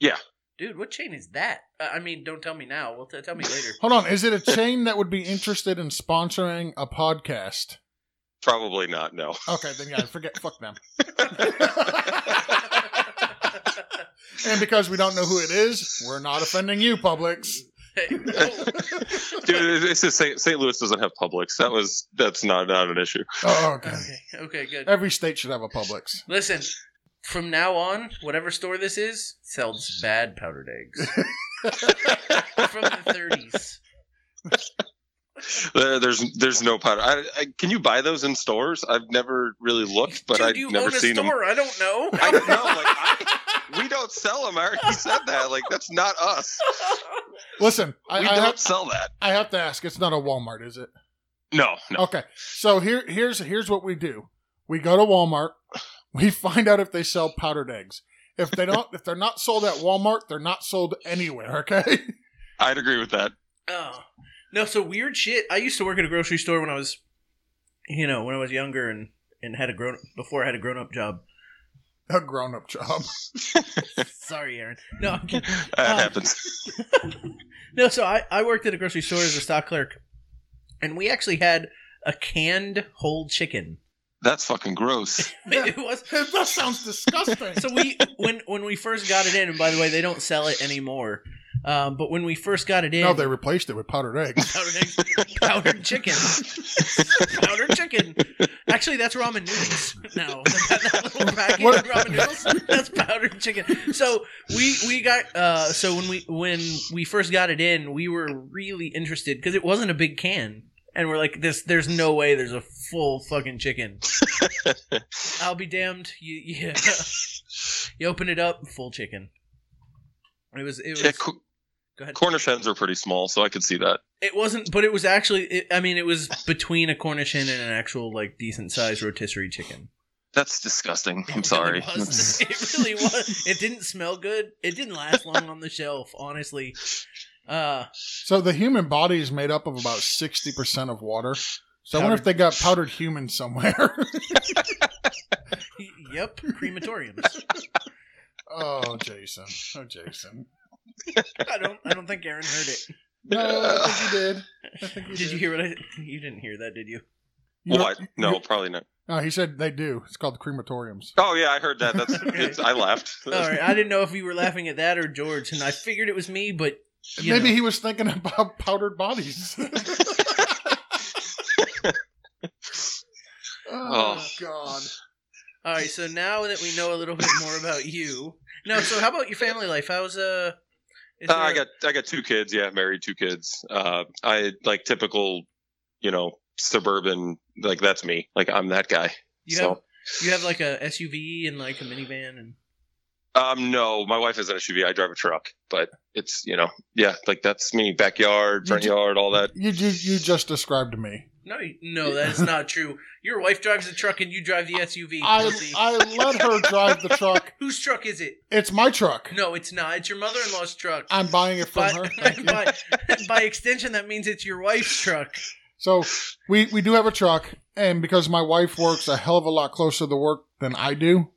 Speaker 3: Yeah.
Speaker 1: Dude, what chain is that? Uh, I mean, don't tell me now. Well, t- tell me later.
Speaker 2: Hold on, is it a chain that would be interested in sponsoring a podcast?
Speaker 3: Probably not. No.
Speaker 2: Okay, then yeah, forget, fuck them. And because we don't know who it is, we're not offending you, Publix.
Speaker 1: Hey, oh, no.
Speaker 3: Dude, it's just St. St. Louis doesn't have Publix. That was that's not not an issue.
Speaker 2: Oh, okay.
Speaker 1: okay. Okay. Good.
Speaker 2: Every state should have a Publix.
Speaker 1: Listen, from now on, whatever store this is sells bad powdered eggs from the 30s.
Speaker 3: There, there's there's no powder. I, I, can you buy those in stores? I've never really looked, but
Speaker 1: Dude,
Speaker 3: I've
Speaker 1: you
Speaker 3: never
Speaker 1: own a
Speaker 3: seen them.
Speaker 1: store. I don't know.
Speaker 3: I don't know. Like I, we don't sell them. I already said that. Like that's not us.
Speaker 2: Listen,
Speaker 3: We
Speaker 2: I, I,
Speaker 3: don't
Speaker 2: have,
Speaker 3: sell that.
Speaker 2: I have to ask. It's not a Walmart, is it?
Speaker 3: No, no.
Speaker 2: Okay. So here, here's here's what we do. We go to Walmart. We find out if they sell powdered eggs. If they don't, if they're not sold at Walmart, they're not sold anywhere. Okay.
Speaker 3: I'd agree with that.
Speaker 1: Oh. No, so weird shit. I used to work at a grocery store when I was, you know, when I was younger and, and had a grown before I had a grown up job.
Speaker 2: A grown up job.
Speaker 1: Sorry, Aaron. No, I'm kidding.
Speaker 3: That
Speaker 1: Uh,
Speaker 3: happens.
Speaker 1: No, so I, I worked at a grocery store as a stock clerk, and we actually had a canned whole chicken.
Speaker 3: That's fucking gross.
Speaker 1: It was
Speaker 2: that sounds disgusting.
Speaker 1: so we when when we first got it in, and by the way, they don't sell it anymore. Um, but when we first got it in,
Speaker 2: No, they replaced it with powdered eggs.
Speaker 1: powdered, eggs, powdered chicken, powdered chicken. Actually, that's ramen noodles. No, that, that little packet
Speaker 2: What-
Speaker 1: of ramen noodles. That's powdered chicken. So we we got uh, so when we when we first got it in, we were really interested because it wasn't a big can. And we're like, this. There's no way. There's a full fucking chicken. I'll be damned. You, you, you open it up, full chicken. It was. It was.
Speaker 3: Yeah, co-
Speaker 1: go ahead.
Speaker 3: Cornish hens are pretty small, so I could see that.
Speaker 1: It wasn't, but it was actually. It, I mean, it was between a Cornish hen and an actual like decent sized rotisserie chicken.
Speaker 3: That's disgusting. I'm
Speaker 1: It
Speaker 3: sorry.
Speaker 1: really was. it really was. It didn't smell good. It didn't last long on the shelf, honestly. Uh,
Speaker 2: So the human body is made up of about sixty percent of water. So I wonder if
Speaker 1: Powdered-
Speaker 2: they got powdered human somewhere.
Speaker 1: yep, crematoriums.
Speaker 2: oh, Jason. Oh, Jason.
Speaker 1: I don't. I don't think Aaron heard it.
Speaker 2: No, I think you did. I think you
Speaker 1: Did you hear what I? You didn't hear that, did you?
Speaker 2: You know-
Speaker 3: what? No, probably not.
Speaker 2: No, he said they do. It's called crematoriums.
Speaker 3: Oh yeah, I heard that. That's it's, I laughed.
Speaker 1: All right. I didn't know if you were laughing at that or George, and I figured it was me, but you
Speaker 2: Maybe
Speaker 1: know.
Speaker 2: he was thinking about powdered bodies. oh,
Speaker 3: Oh.
Speaker 2: God.
Speaker 1: All right, so now that we know a little bit more about you, no. So how about your family life? How's uh? is
Speaker 3: Uh, I
Speaker 1: there-
Speaker 3: got I got two kids. Yeah, married, two kids. Uh, I like typical, you know, suburban. Like that's me. Like I'm that guy.
Speaker 1: you
Speaker 3: so
Speaker 1: have you have like a SUV and like a minivan and
Speaker 3: um, no, my wife is an SUV. I drive a truck, but it's you know, yeah, like that's me. Backyard, front
Speaker 2: You ju-
Speaker 3: yard, all that.
Speaker 2: You, you, you just described me.
Speaker 1: no you- no that is not true. Your wife drives the truck and you drive the SUV.
Speaker 2: I,
Speaker 1: pussy.
Speaker 2: I let her drive the truck.
Speaker 1: Whose truck is it?
Speaker 2: It's my truck.
Speaker 1: No, it's not. It's your mother-in-law's truck.
Speaker 2: I'm buying it from
Speaker 1: by,
Speaker 2: her. Thank you.
Speaker 1: by, by extension, that means it's your wife's truck.
Speaker 2: So we, we do have a truck, and because my wife works a hell of a lot closer to work than I do,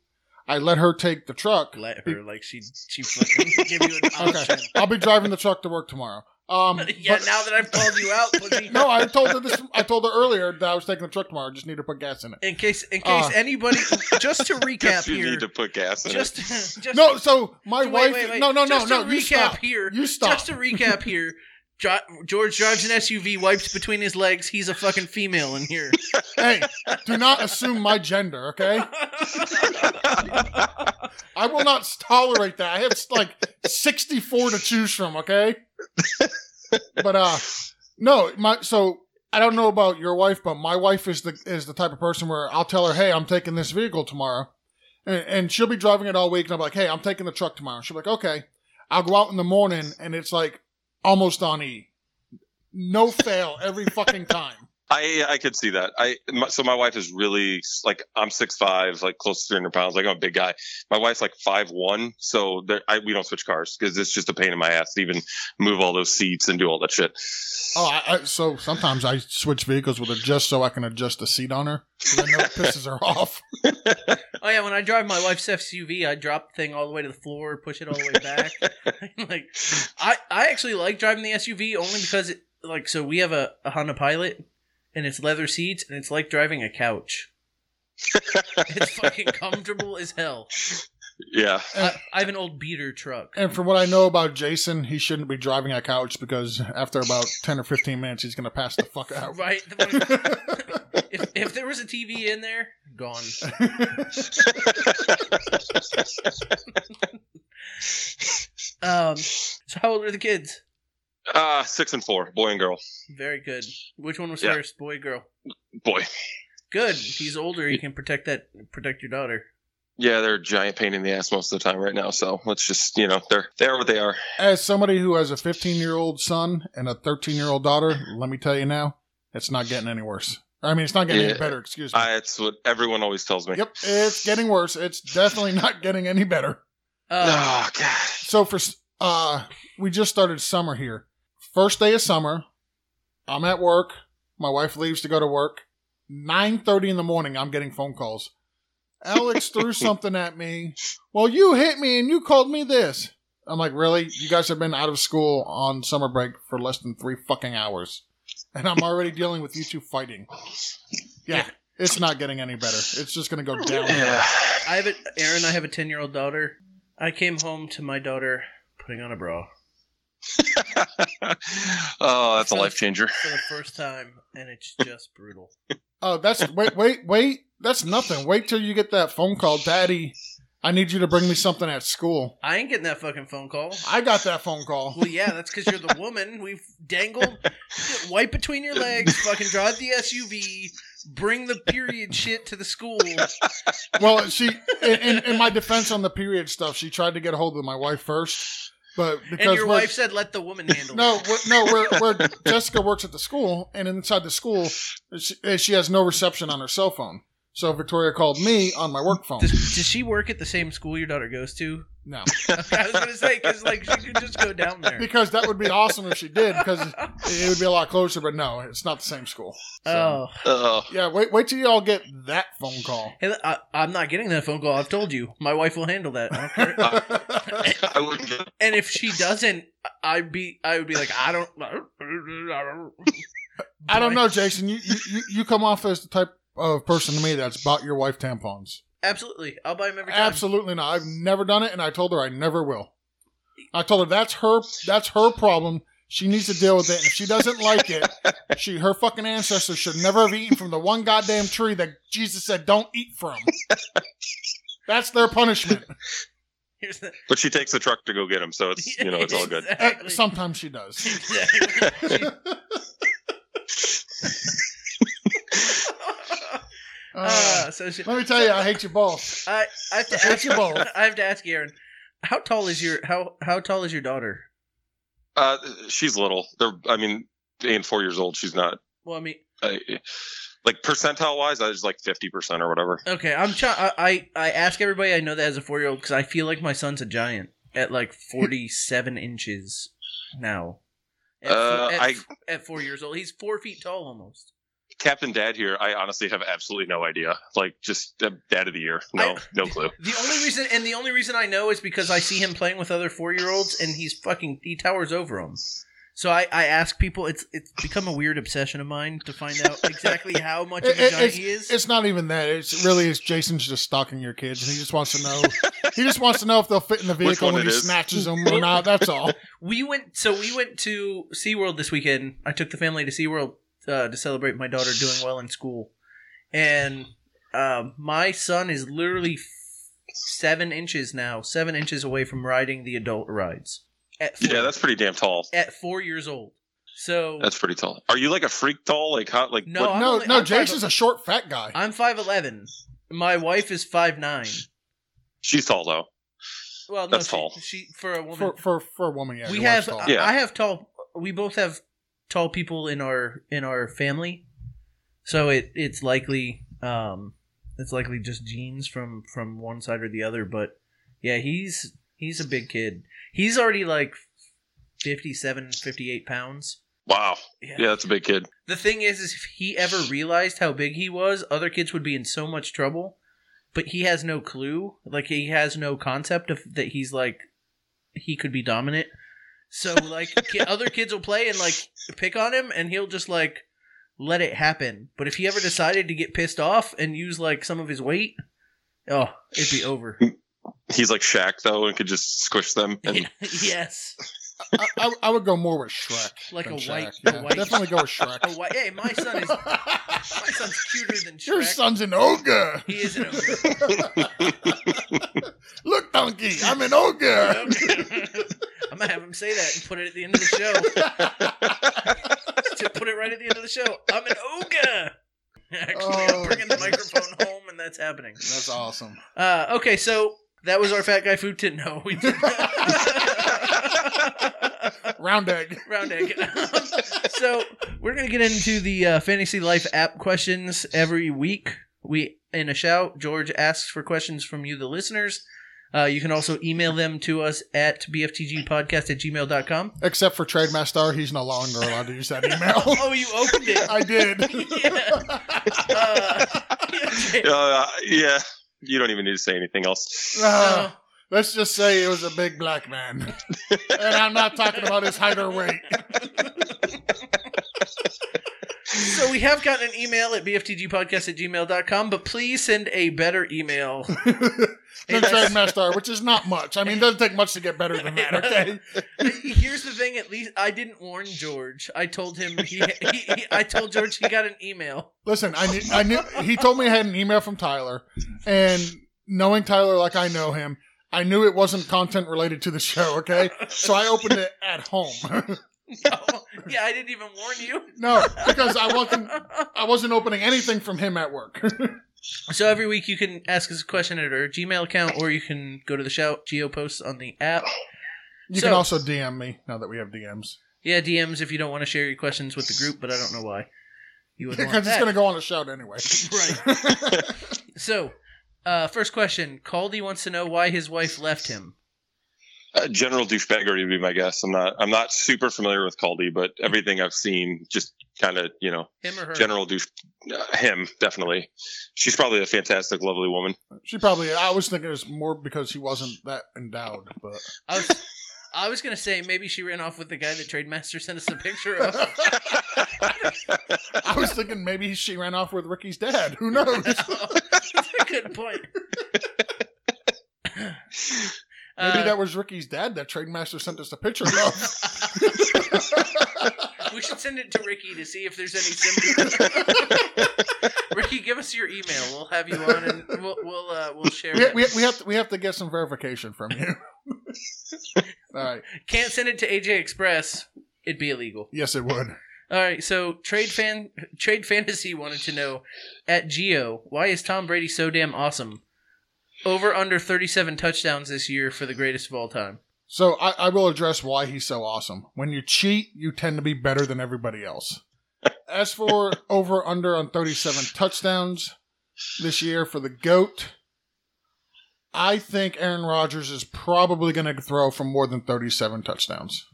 Speaker 2: I let her take the truck.
Speaker 1: Let her like she she fucking give you an option.
Speaker 2: Okay, I'll be driving the truck to work tomorrow. Um,
Speaker 1: Yeah,
Speaker 2: but-
Speaker 1: now that I've called you out, pussy.
Speaker 2: No, I told her this. I told her earlier that I was taking the truck tomorrow. I just need to put gas in it.
Speaker 1: In case, in case
Speaker 2: Ah.
Speaker 1: anybody, just to recap
Speaker 3: Guess you
Speaker 1: here,
Speaker 3: need to put gas in
Speaker 1: just, just
Speaker 2: No, so my
Speaker 1: wait,
Speaker 2: wife.
Speaker 1: wait, wait.
Speaker 2: No, no, no,
Speaker 1: just
Speaker 2: no.
Speaker 1: To
Speaker 2: You
Speaker 1: recap
Speaker 2: stop.
Speaker 1: here,
Speaker 2: You stop.
Speaker 1: Just to recap here, Jo- George drives an SUV, wipes between his legs. He's a fucking female in here.
Speaker 2: Hey, do not assume my gender, okay?
Speaker 1: Oh,
Speaker 2: I will not tolerate that. I have like 64 to choose from, okay? But uh no, my so I don't know about your wife, but my wife is the is the type of person where I'll tell her, "Hey, I'm taking this vehicle tomorrow." And, and she'll be driving it all week and I'm like, "Hey, I'm taking the truck tomorrow." She'll be like, "Okay." I'll go out in the morning and it's like almost on E. No fail every fucking time.
Speaker 3: I I could see that. I my, so my wife is really like I'm six five, like close to three hundred pounds. Like I'm a big guy. My wife's like five one, so there- I, we don't switch cars because it's just a pain in my ass to even move all those seats and do all that shit.
Speaker 2: Oh, I, I, so sometimes I switch vehicles with her just so I can adjust the seat on her. 'cause I know it pisses her off.
Speaker 1: Oh yeah, when I drive my wife's SUV, I drop the thing all the way to the floor, push it all the way back. like, I I actually like driving the SUV only because it like so we have a, a Honda Pilot, and it's leather seats, and it's like driving a couch. it's fucking comfortable as hell.
Speaker 3: Yeah,
Speaker 1: I, I have an old beater truck.
Speaker 2: And from what I know about Jason, he shouldn't be driving a couch because after about 10 or 15 minutes, he's going to pass the fuck out.
Speaker 1: Right. The one- if if there was a TV in there, gone. Um. So how old are the kids?
Speaker 3: uh, six and four, boy and girl,
Speaker 1: Very good. Which one was
Speaker 3: Yeah.
Speaker 1: first, boy, girl?
Speaker 3: boy.
Speaker 1: Good. He's older. He can protect that. Protect your daughter.
Speaker 3: Yeah, they're a giant pain in the ass most of the time right now. So let's just you know they're they are what they are.
Speaker 2: As somebody who has a 15 year old son and a 13 year old daughter, let me tell you now, it's not getting any worse. I mean, it's not getting any
Speaker 3: Yeah.
Speaker 2: better, excuse me.
Speaker 3: I, it's what everyone always tells me.
Speaker 2: Yep, it's getting worse. It's definitely not getting any better.
Speaker 1: Uh,
Speaker 3: Oh god.
Speaker 2: So for s- uh we just started summer here. First day of summer, I'm at work. My wife leaves to go to work. 9:30 in the morning, I'm getting phone calls. Alex threw something at me. Well, you hit me and you called me this. I'm like, "Really? You guys have been out of school on summer break for less than 3 fucking hours." And I'm already dealing with you two fighting. Yeah, it's not getting any better. It's just going to go down.
Speaker 3: Yeah.
Speaker 1: I have a Aaron. I have a ten year old daughter. I came home to my daughter putting on a bra
Speaker 3: oh, that's a life changer.
Speaker 1: for the first time, and it's just brutal.
Speaker 2: Oh, that's wait, wait, wait. That's nothing. Wait till you get that phone call, Daddy. I need you to bring me something at school.
Speaker 1: I ain't getting that fucking phone call.
Speaker 2: I got that phone call.
Speaker 1: Well, yeah, that's because you're the woman. We've dangled, wipe between your legs, fucking drive the SUV, bring the period shit to the school.
Speaker 2: Well, she in, in, in my defense on the period stuff, she tried to get a hold of my wife first, but because
Speaker 1: And your
Speaker 2: we're-
Speaker 1: wife said, "Let the woman handle
Speaker 2: no,
Speaker 1: it."
Speaker 2: we're, no, we're, we're Jessica works at the school, and inside the school, she, eh, she has no reception on her cell phone. So Victoria called me on my work phone.
Speaker 1: Does, does she work at the same school your daughter goes to?
Speaker 2: No,
Speaker 1: I was gonna say because like she could just go down there.
Speaker 2: because that would be awesome if she did, because it would be a lot closer. But no, it's not the same school. So-
Speaker 1: Oh,
Speaker 3: Oh,
Speaker 2: Yeah, wait, wait till y'all get that phone call.
Speaker 1: hey, I, I'm not getting that phone call. I've told you, my wife will handle that. I don't care.
Speaker 3: I wouldn't.
Speaker 1: and if she doesn't, I'd be, I would be like, I don't,
Speaker 2: I don't know, Jason. You, you you- you come off as the type of person to me that's bought your wife tampons.
Speaker 1: Absolutely, I'll buy them every time.
Speaker 2: Absolutely not. I've never done it, and I told her I never will. I told her that's her that's her problem. She needs to deal with it. And if she doesn't like it, she her fucking ancestors should never have eaten from the one goddamn tree that Jesus said don't eat from. That's their punishment.
Speaker 1: Here's the,
Speaker 3: But she takes the truck to go get him, so it's you know it's all good.
Speaker 2: Eh,
Speaker 1: Exactly.
Speaker 2: Sometimes she does.
Speaker 1: Exactly.
Speaker 2: Uh,
Speaker 1: Ah, so she,
Speaker 2: let me tell you, I hate you both.
Speaker 1: I, I have to
Speaker 2: I hate
Speaker 1: ask
Speaker 2: you both.
Speaker 1: I have to ask Aaron, how tall is your how how tall is your daughter?
Speaker 3: Uh, she's little. They're I mean, being four years old, she's not.
Speaker 1: Well, I mean,
Speaker 3: I, like percentile wise, I was like fifty percent or whatever.
Speaker 1: okay, I'm trying. I I ask everybody I know that has a four year old because I feel like my son's a giant at like forty seven inches now. At,
Speaker 3: Uh,
Speaker 1: four, at,
Speaker 3: I-
Speaker 1: at four years old, he's four feet tall almost.
Speaker 3: Captain Dad here, I honestly have absolutely no idea. Like just uh, Dad of the Year, no,
Speaker 1: I-
Speaker 3: no clue.
Speaker 1: The only reason, and the only reason I know is because I see him playing with other four year olds, and he's fucking he towers over them. So I, I ask people. It's it's become a weird obsession of mine to find out exactly how much of
Speaker 2: It-
Speaker 1: a
Speaker 2: it-
Speaker 1: giant he is.
Speaker 2: It's not even that. It's really is Jason's just stalking your kids, and he just wants to know. he just wants to know if they'll fit in the
Speaker 3: Which
Speaker 2: vehicle
Speaker 3: one
Speaker 2: when he
Speaker 3: it is.
Speaker 2: snatches them or not. That's all.
Speaker 1: We went so we went to SeaWorld this weekend. I took the family to SeaWorld uh, to celebrate my daughter doing well in school. And uh, my son is literally f- seven inches now, seven inches away from riding the adult rides. At four,
Speaker 3: Yeah, that's pretty damn tall.
Speaker 1: at four years old. So
Speaker 3: That's pretty tall. Are you like a freak tall? Like how? Like
Speaker 1: No, I'm
Speaker 2: no,
Speaker 1: only-
Speaker 2: no.
Speaker 1: I'm five-
Speaker 2: Jason's a short, fat guy.
Speaker 1: I'm five eleven. My wife is five nine.
Speaker 3: She's tall though.
Speaker 1: Well, no,
Speaker 3: That's
Speaker 1: she,
Speaker 3: tall.
Speaker 1: she for a woman.
Speaker 2: for, for for a woman, yeah.
Speaker 1: we
Speaker 2: your wife's
Speaker 1: have
Speaker 2: tall.
Speaker 1: I,
Speaker 3: Yeah.
Speaker 1: I have tall we both have tall people in our in our family so it it's likely um it's likely just genes from from one side or the other but yeah he's he's a big kid he's already like 57 58 pounds
Speaker 3: Wow. Yeah, that's a big kid.
Speaker 1: the thing is, is if he ever realized how big he was, other kids would be in so much trouble. But he has no clue. Like he has no concept of that he's like he could be dominant. So like ki- other kids will play and like pick on him, and he'll just like let it happen. But if he ever decided to get pissed off and use like some of his weight, oh, it'd be over.
Speaker 3: He's like Shaq though, and could just squish them. And
Speaker 1: yes,
Speaker 2: I, I, I would go more with Shrek.
Speaker 1: like a
Speaker 2: than
Speaker 1: white,
Speaker 2: Shaq,
Speaker 1: a
Speaker 2: yeah.
Speaker 1: white,
Speaker 2: Definitely go with
Speaker 1: a
Speaker 2: Shrek.
Speaker 1: white. Hey, my son is my son's cuter than Shrek.
Speaker 2: Your son's an ogre.
Speaker 1: he is an ogre.
Speaker 2: Look, donkey, I'm an ogre.
Speaker 1: I'm gonna have him say that and put it at the end of the show. Just put it right at the end of the show. I'm an ogre. Actually,
Speaker 2: Oh.
Speaker 1: I'm bringing the microphone home, and that's happening.
Speaker 2: That's awesome.
Speaker 1: Uh, okay, so that was our fat guy food tin. No, we did
Speaker 2: Round egg.
Speaker 1: round egg. Um, so we're gonna get into the uh, fantasy life app questions every week. We in a shout, George asks for questions from you, the listeners. Uh, you can also email them to us at bftgpodcast at gmail.com.
Speaker 2: Except for Trade Master, he's no longer allowed to use that email.
Speaker 1: Oh, you opened it.
Speaker 2: I did.
Speaker 1: yeah. Uh, okay.
Speaker 3: uh, yeah, you don't even need to say anything else.
Speaker 2: Uh, let's just say it was a big black man. and I'm not talking about his height or weight.
Speaker 1: so we have gotten an email at bftgpodcast at gmail.com, but please send a better email.
Speaker 2: Than Trade Master, which is not much. I mean, it doesn't take much to get better than that, okay?
Speaker 1: Here's the thing, at least I didn't warn George. I told him he, he, he I told George he got an email.
Speaker 2: Listen, I knew, I knew he told me I had an email from Tyler, and knowing Tyler like I know him, I knew it wasn't content related to the show. Okay, so I opened it at home.
Speaker 1: Oh, yeah, I didn't even warn you.
Speaker 2: no, because I wasn't I wasn't opening anything from him at work.
Speaker 1: So every week you can ask us a question at our Gmail account or you can go to the shout geo posts on the app.
Speaker 2: You
Speaker 1: So-
Speaker 2: can also DM me now that we have DMs
Speaker 1: Yeah, DMs if you don't want to share your questions with the group, but I don't know why. You would want
Speaker 2: because it's
Speaker 1: that.
Speaker 2: going to go on a shout anyway.
Speaker 1: Right. so, uh, first question. Caldy wants to know why his wife left him.
Speaker 3: Uh, General douchebaggery would be my guess. I'm not. I'm not super familiar with Caldy, but everything I've seen, just kind of you know,
Speaker 1: Him or her?
Speaker 3: general douche. Uh, him definitely. She's probably a fantastic, lovely woman.
Speaker 2: She probably I was thinking it was more because he wasn't that endowed, but
Speaker 1: I was, I was going to say maybe she ran off with the guy that Trade Master sent us a picture of.
Speaker 2: I was thinking maybe she ran off with Ricky's dad. Who knows?
Speaker 1: Good point.
Speaker 2: Maybe
Speaker 1: Uh,
Speaker 2: that was Ricky's dad that Trade Master sent us a picture of.
Speaker 1: we should send it to Ricky to see if there's any symbols. Ricky, give us your email. We'll have you on and we'll we'll, uh, we'll share.
Speaker 2: we,
Speaker 1: it.
Speaker 2: we, we have to we have to get some verification from you. All right.
Speaker 1: Can't send it to AJ Express. It'd be illegal.
Speaker 2: Yes, it would.
Speaker 1: All right, so trade fan trade fantasy wanted to know at Geo why is Tom Brady so damn awesome? Over under thirty seven touchdowns this year for the greatest of all time.
Speaker 2: So I, I will address why he's so awesome. When you cheat, you tend to be better than everybody else. As for over under on 37 touchdowns this year for the GOAT, I think Aaron Rodgers is probably going to throw for more than 37 touchdowns.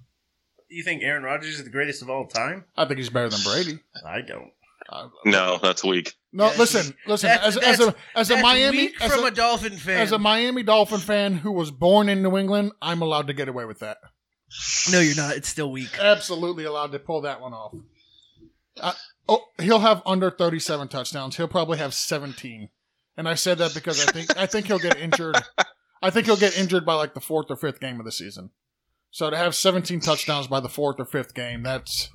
Speaker 1: You think Aaron Rodgers is the greatest of all time?
Speaker 2: I think he's better than Brady.
Speaker 1: I don't.
Speaker 2: I-
Speaker 3: no, that's weak.
Speaker 2: no,
Speaker 1: That's-
Speaker 2: listen, listen.
Speaker 1: that's-
Speaker 2: as, as a as a
Speaker 1: That's
Speaker 2: Miami
Speaker 1: weak
Speaker 2: as
Speaker 1: from
Speaker 2: a-
Speaker 1: a, Dolphin fan.
Speaker 2: As a Miami Dolphin fan who was born in New England, I'm allowed to get away with that.
Speaker 1: No, you're not. It's still weak.
Speaker 2: Absolutely allowed to pull that one off. Uh, oh, he'll have under 37 touchdowns. He'll probably have 17. And I said that because I think I think he'll get injured. I think he'll get injured by like the fourth or fifth game of the season. So to have 17 touchdowns by the fourth or fifth game, that's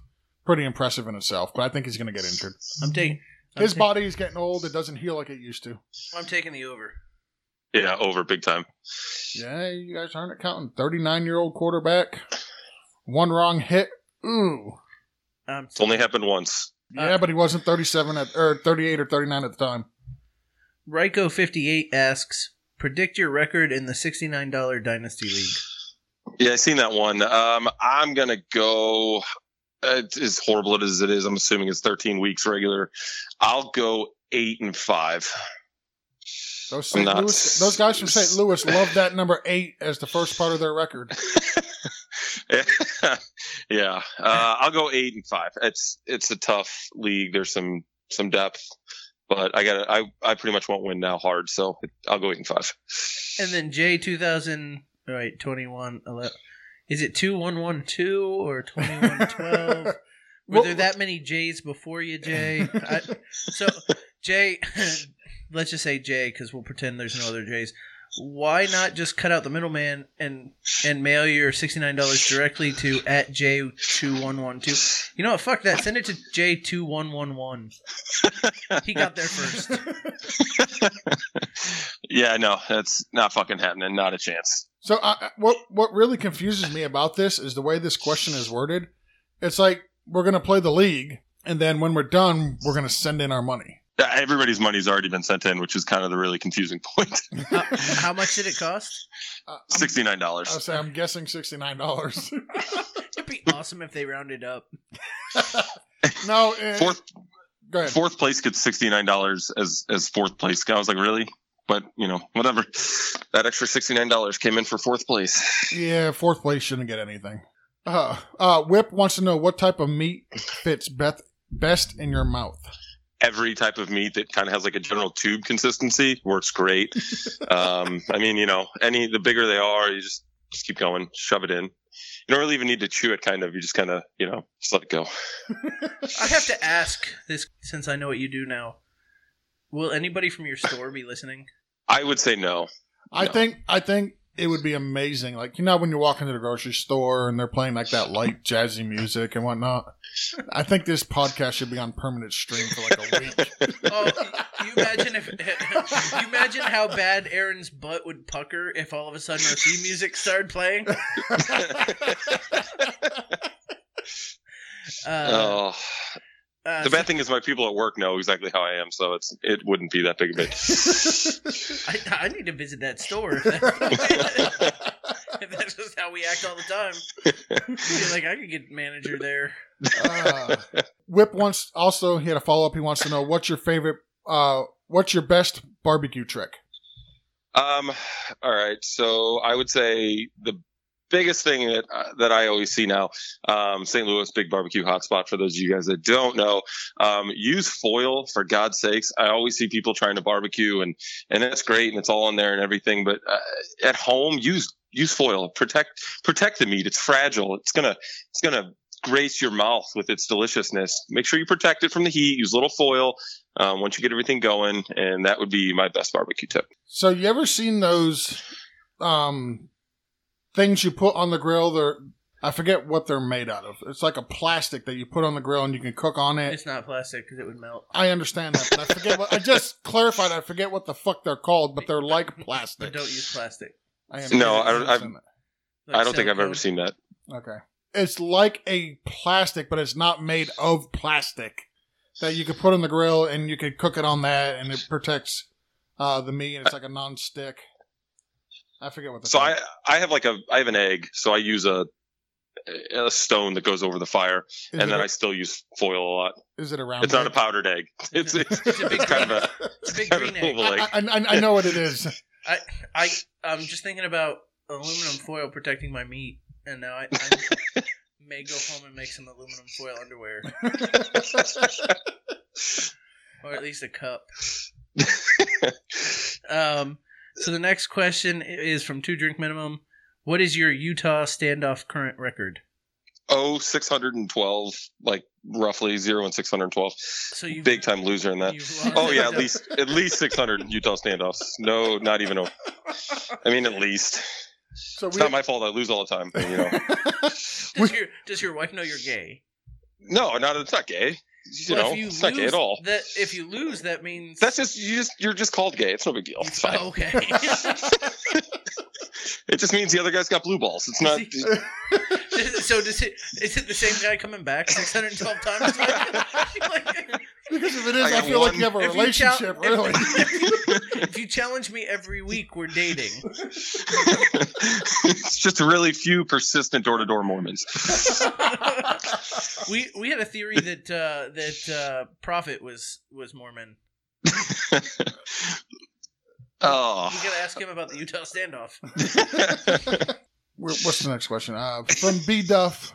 Speaker 2: pretty impressive in itself. But I think he's going to get injured.
Speaker 1: I'm taking. I'm
Speaker 2: His
Speaker 1: ta-
Speaker 2: body is getting old. It doesn't heal like it used to.
Speaker 1: I'm taking the over.
Speaker 3: Yeah, over big time.
Speaker 2: Yeah, you guys aren't accounting. 39 year old quarterback. One wrong hit. Ooh.
Speaker 1: Um,
Speaker 3: It's only happened once.
Speaker 2: Yeah, but he wasn't 37 at, or 38 or 39 at the time.
Speaker 1: Ryko58 asks, predict your record in the $69 Dynasty League.
Speaker 3: Yeah, I seen that one. Um, I'm gonna go. uh, As horrible as it is, I'm assuming it's 13 weeks regular. I'll go eight and five.
Speaker 2: Those,
Speaker 3: I'm
Speaker 2: St.
Speaker 3: not-
Speaker 2: Louis, those guys from St. Louis love that number eight as the first part of their record.
Speaker 3: yeah, uh, I'll go eight and five. It's it's a tough league. There's some some depth, but I got I I pretty much won't win now hard. So I'll go eight and five.
Speaker 1: And then J2000, all right, 21, 11. Is it 2112 or 2112? Were
Speaker 2: Well-
Speaker 1: there that many J's before you, Jay? I, so, Jay, let's just say Jay because we'll pretend there's no other J's. Why not just cut out the middleman and and mail your sixty nine dollars directly to at J two one one two? You know what? Fuck that. Send it to J two one one one. He got there first.
Speaker 3: yeah, no, that's not fucking happening. Not a chance.
Speaker 2: So I, I- what what really confuses me about this is the way this question is worded. It's like we're going to play the league, and then when we're done, we're going to send in our money.
Speaker 3: Uh, Everybody's money's already been sent in, which is kind of the really confusing point.
Speaker 1: How, how much did it cost?
Speaker 2: Uh, I'm-
Speaker 3: Sixty nine
Speaker 2: I
Speaker 3: dollars.
Speaker 2: say I'm guessing sixty nine dollars.
Speaker 1: It'd be awesome if they rounded up.
Speaker 2: no, eh,
Speaker 3: Fourth
Speaker 2: go ahead.
Speaker 3: fourth place gets sixty nine dollars as as fourth place. I was like, really? But you know, whatever. That extra sixty nine dollars came in for fourth place.
Speaker 2: Yeah, fourth place shouldn't get anything. Uh, uh, Whip wants to know what type of meat fits best best in your mouth.
Speaker 3: Every type of meat that kind of has like a general tube consistency works great. um, I mean, you know, any the bigger they are, you just just keep going, shove it in. You don't really even need to chew it. Kind of, you just kind of, you know, just let it go.
Speaker 1: I have to ask this since I know what you do now. Will anybody from your store be listening?
Speaker 3: I would say no.
Speaker 2: I
Speaker 3: No.
Speaker 2: think I think it would be amazing. Like you know when you walk into the grocery store and they're playing like that light jazzy music and whatnot. I think this podcast should be on permanent stream for like a week.
Speaker 1: Oh, you imagine if you imagine how bad Aaron's butt would pucker if all of a sudden our theme music started playing. Uh,
Speaker 3: oh.
Speaker 1: uh,
Speaker 3: the bad thing is my people at work know exactly how I am, so it's it wouldn't be that big of a
Speaker 1: I, I need to visit that store. If that's, if that's just how we act all the time, Be like I could get manager there.
Speaker 2: Uh, Whip wants also he had a follow up. He wants to know what's your favorite, uh, what's your best barbecue trick?
Speaker 3: um, all right. So I would say the biggest thing that uh, that I always see now, um, St. Louis big barbecue hotspot. For those of you guys that don't know, um, use foil for God's sakes. I always see people trying to barbecue, and and that's great, and it's all in there and everything. But uh, at home, use use foil. Protect protect the meat. It's fragile. It's gonna it's gonna grace your mouth with its deliciousness. Make sure you protect it from the heat. Use a little foil. Um, once you get everything going, and that would be my best barbecue tip.
Speaker 2: So you ever seen those um things you put on the grill? They're I forget what they're made out of. It's like a plastic that you put on the grill and you can cook on it.
Speaker 1: It's not plastic because it would melt.
Speaker 2: I understand that, but I forget what I just clarified. I forget what the fuck they're called, but they're like
Speaker 1: But
Speaker 2: plastic.
Speaker 1: don't use plastic.
Speaker 2: I
Speaker 3: No, I
Speaker 2: understand
Speaker 3: don't- I've-
Speaker 2: that.
Speaker 1: Like
Speaker 3: I don't think I've
Speaker 1: silicone.
Speaker 3: ever seen that.
Speaker 2: Okay, it's like a plastic, but it's not made of plastic that you could put on the grill and you could cook it on that, and it protects uh, the meat. And it's like a non-stick. I forget what the.
Speaker 3: So I I have like a I have an egg, so I use a a stone that goes over the fire, and
Speaker 1: Mm-hmm.
Speaker 3: then I still use foil a lot.
Speaker 2: is it a round?
Speaker 3: It's not a
Speaker 2: egg?
Speaker 3: powdered egg. It's it's,
Speaker 1: It's a big
Speaker 3: it's kind of a
Speaker 1: It's a big
Speaker 3: kind of
Speaker 1: green
Speaker 3: an
Speaker 1: egg.
Speaker 3: oval egg.
Speaker 2: I, I, I know what it is.
Speaker 1: I I'm just thinking about aluminum foil protecting my meat, and now I, I may go home and make some aluminum foil underwear, or at least a cup. Um, so the next question is from Two Drink Minimum. What is your Utah standoff current record?
Speaker 3: Oh, 612, like roughly zero and 612.
Speaker 1: So you
Speaker 3: Big time loser in that. Oh yeah, at least at least 600 Utah standoffs. No, not even over. I mean, at least
Speaker 2: So
Speaker 3: it's not my fault. I lose all the time. You know,
Speaker 1: Does your, does your wife know you're gay?
Speaker 3: no, not it's not gay. You
Speaker 1: Well,
Speaker 3: know, it's not gay at all.
Speaker 1: That if you lose, that means
Speaker 3: That's just you just you're just called gay. It's no big deal. It's fine.
Speaker 1: Oh, okay.
Speaker 3: It just means the other guy's got blue balls. It's not.
Speaker 1: so does it? Is it the same guy coming back 612 times? Like,
Speaker 2: because if it is,
Speaker 3: I
Speaker 2: I,
Speaker 3: got
Speaker 2: feel like you have a
Speaker 1: if you chal-
Speaker 2: relationship.
Speaker 1: if-
Speaker 2: really,
Speaker 1: if you challenge me every week, we're dating.
Speaker 3: it's just really few persistent door to door Mormons.
Speaker 1: we we had a theory that uh, that uh, Prophet was was Mormon.
Speaker 3: oh.
Speaker 1: You gotta ask him about the Utah standoff.
Speaker 2: Where- what's the next question? Uh, from B Duff.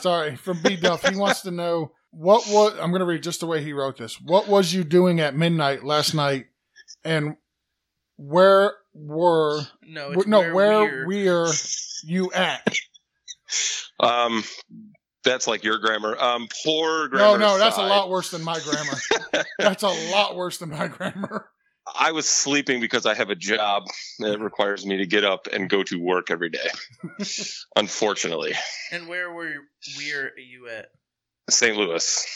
Speaker 2: Sorry, from B Duff. He wants to know what was. I'm going to read just the way he wrote this. What was you doing at midnight last night, and where were
Speaker 1: No,
Speaker 2: w-
Speaker 1: Oh, it's
Speaker 2: no
Speaker 1: where
Speaker 2: where
Speaker 1: we're-
Speaker 2: were you at?
Speaker 3: Um, that's like your grammar. Um, poor
Speaker 2: No,
Speaker 3: grammar.
Speaker 2: no, that's a
Speaker 3: aside,
Speaker 2: lot worse than my grammar. that's a lot worse than my grammar.
Speaker 3: I was sleeping because I have a job that requires me to get up and go to work every day. Unfortunately,
Speaker 1: and where were we're you at?
Speaker 3: St. Louis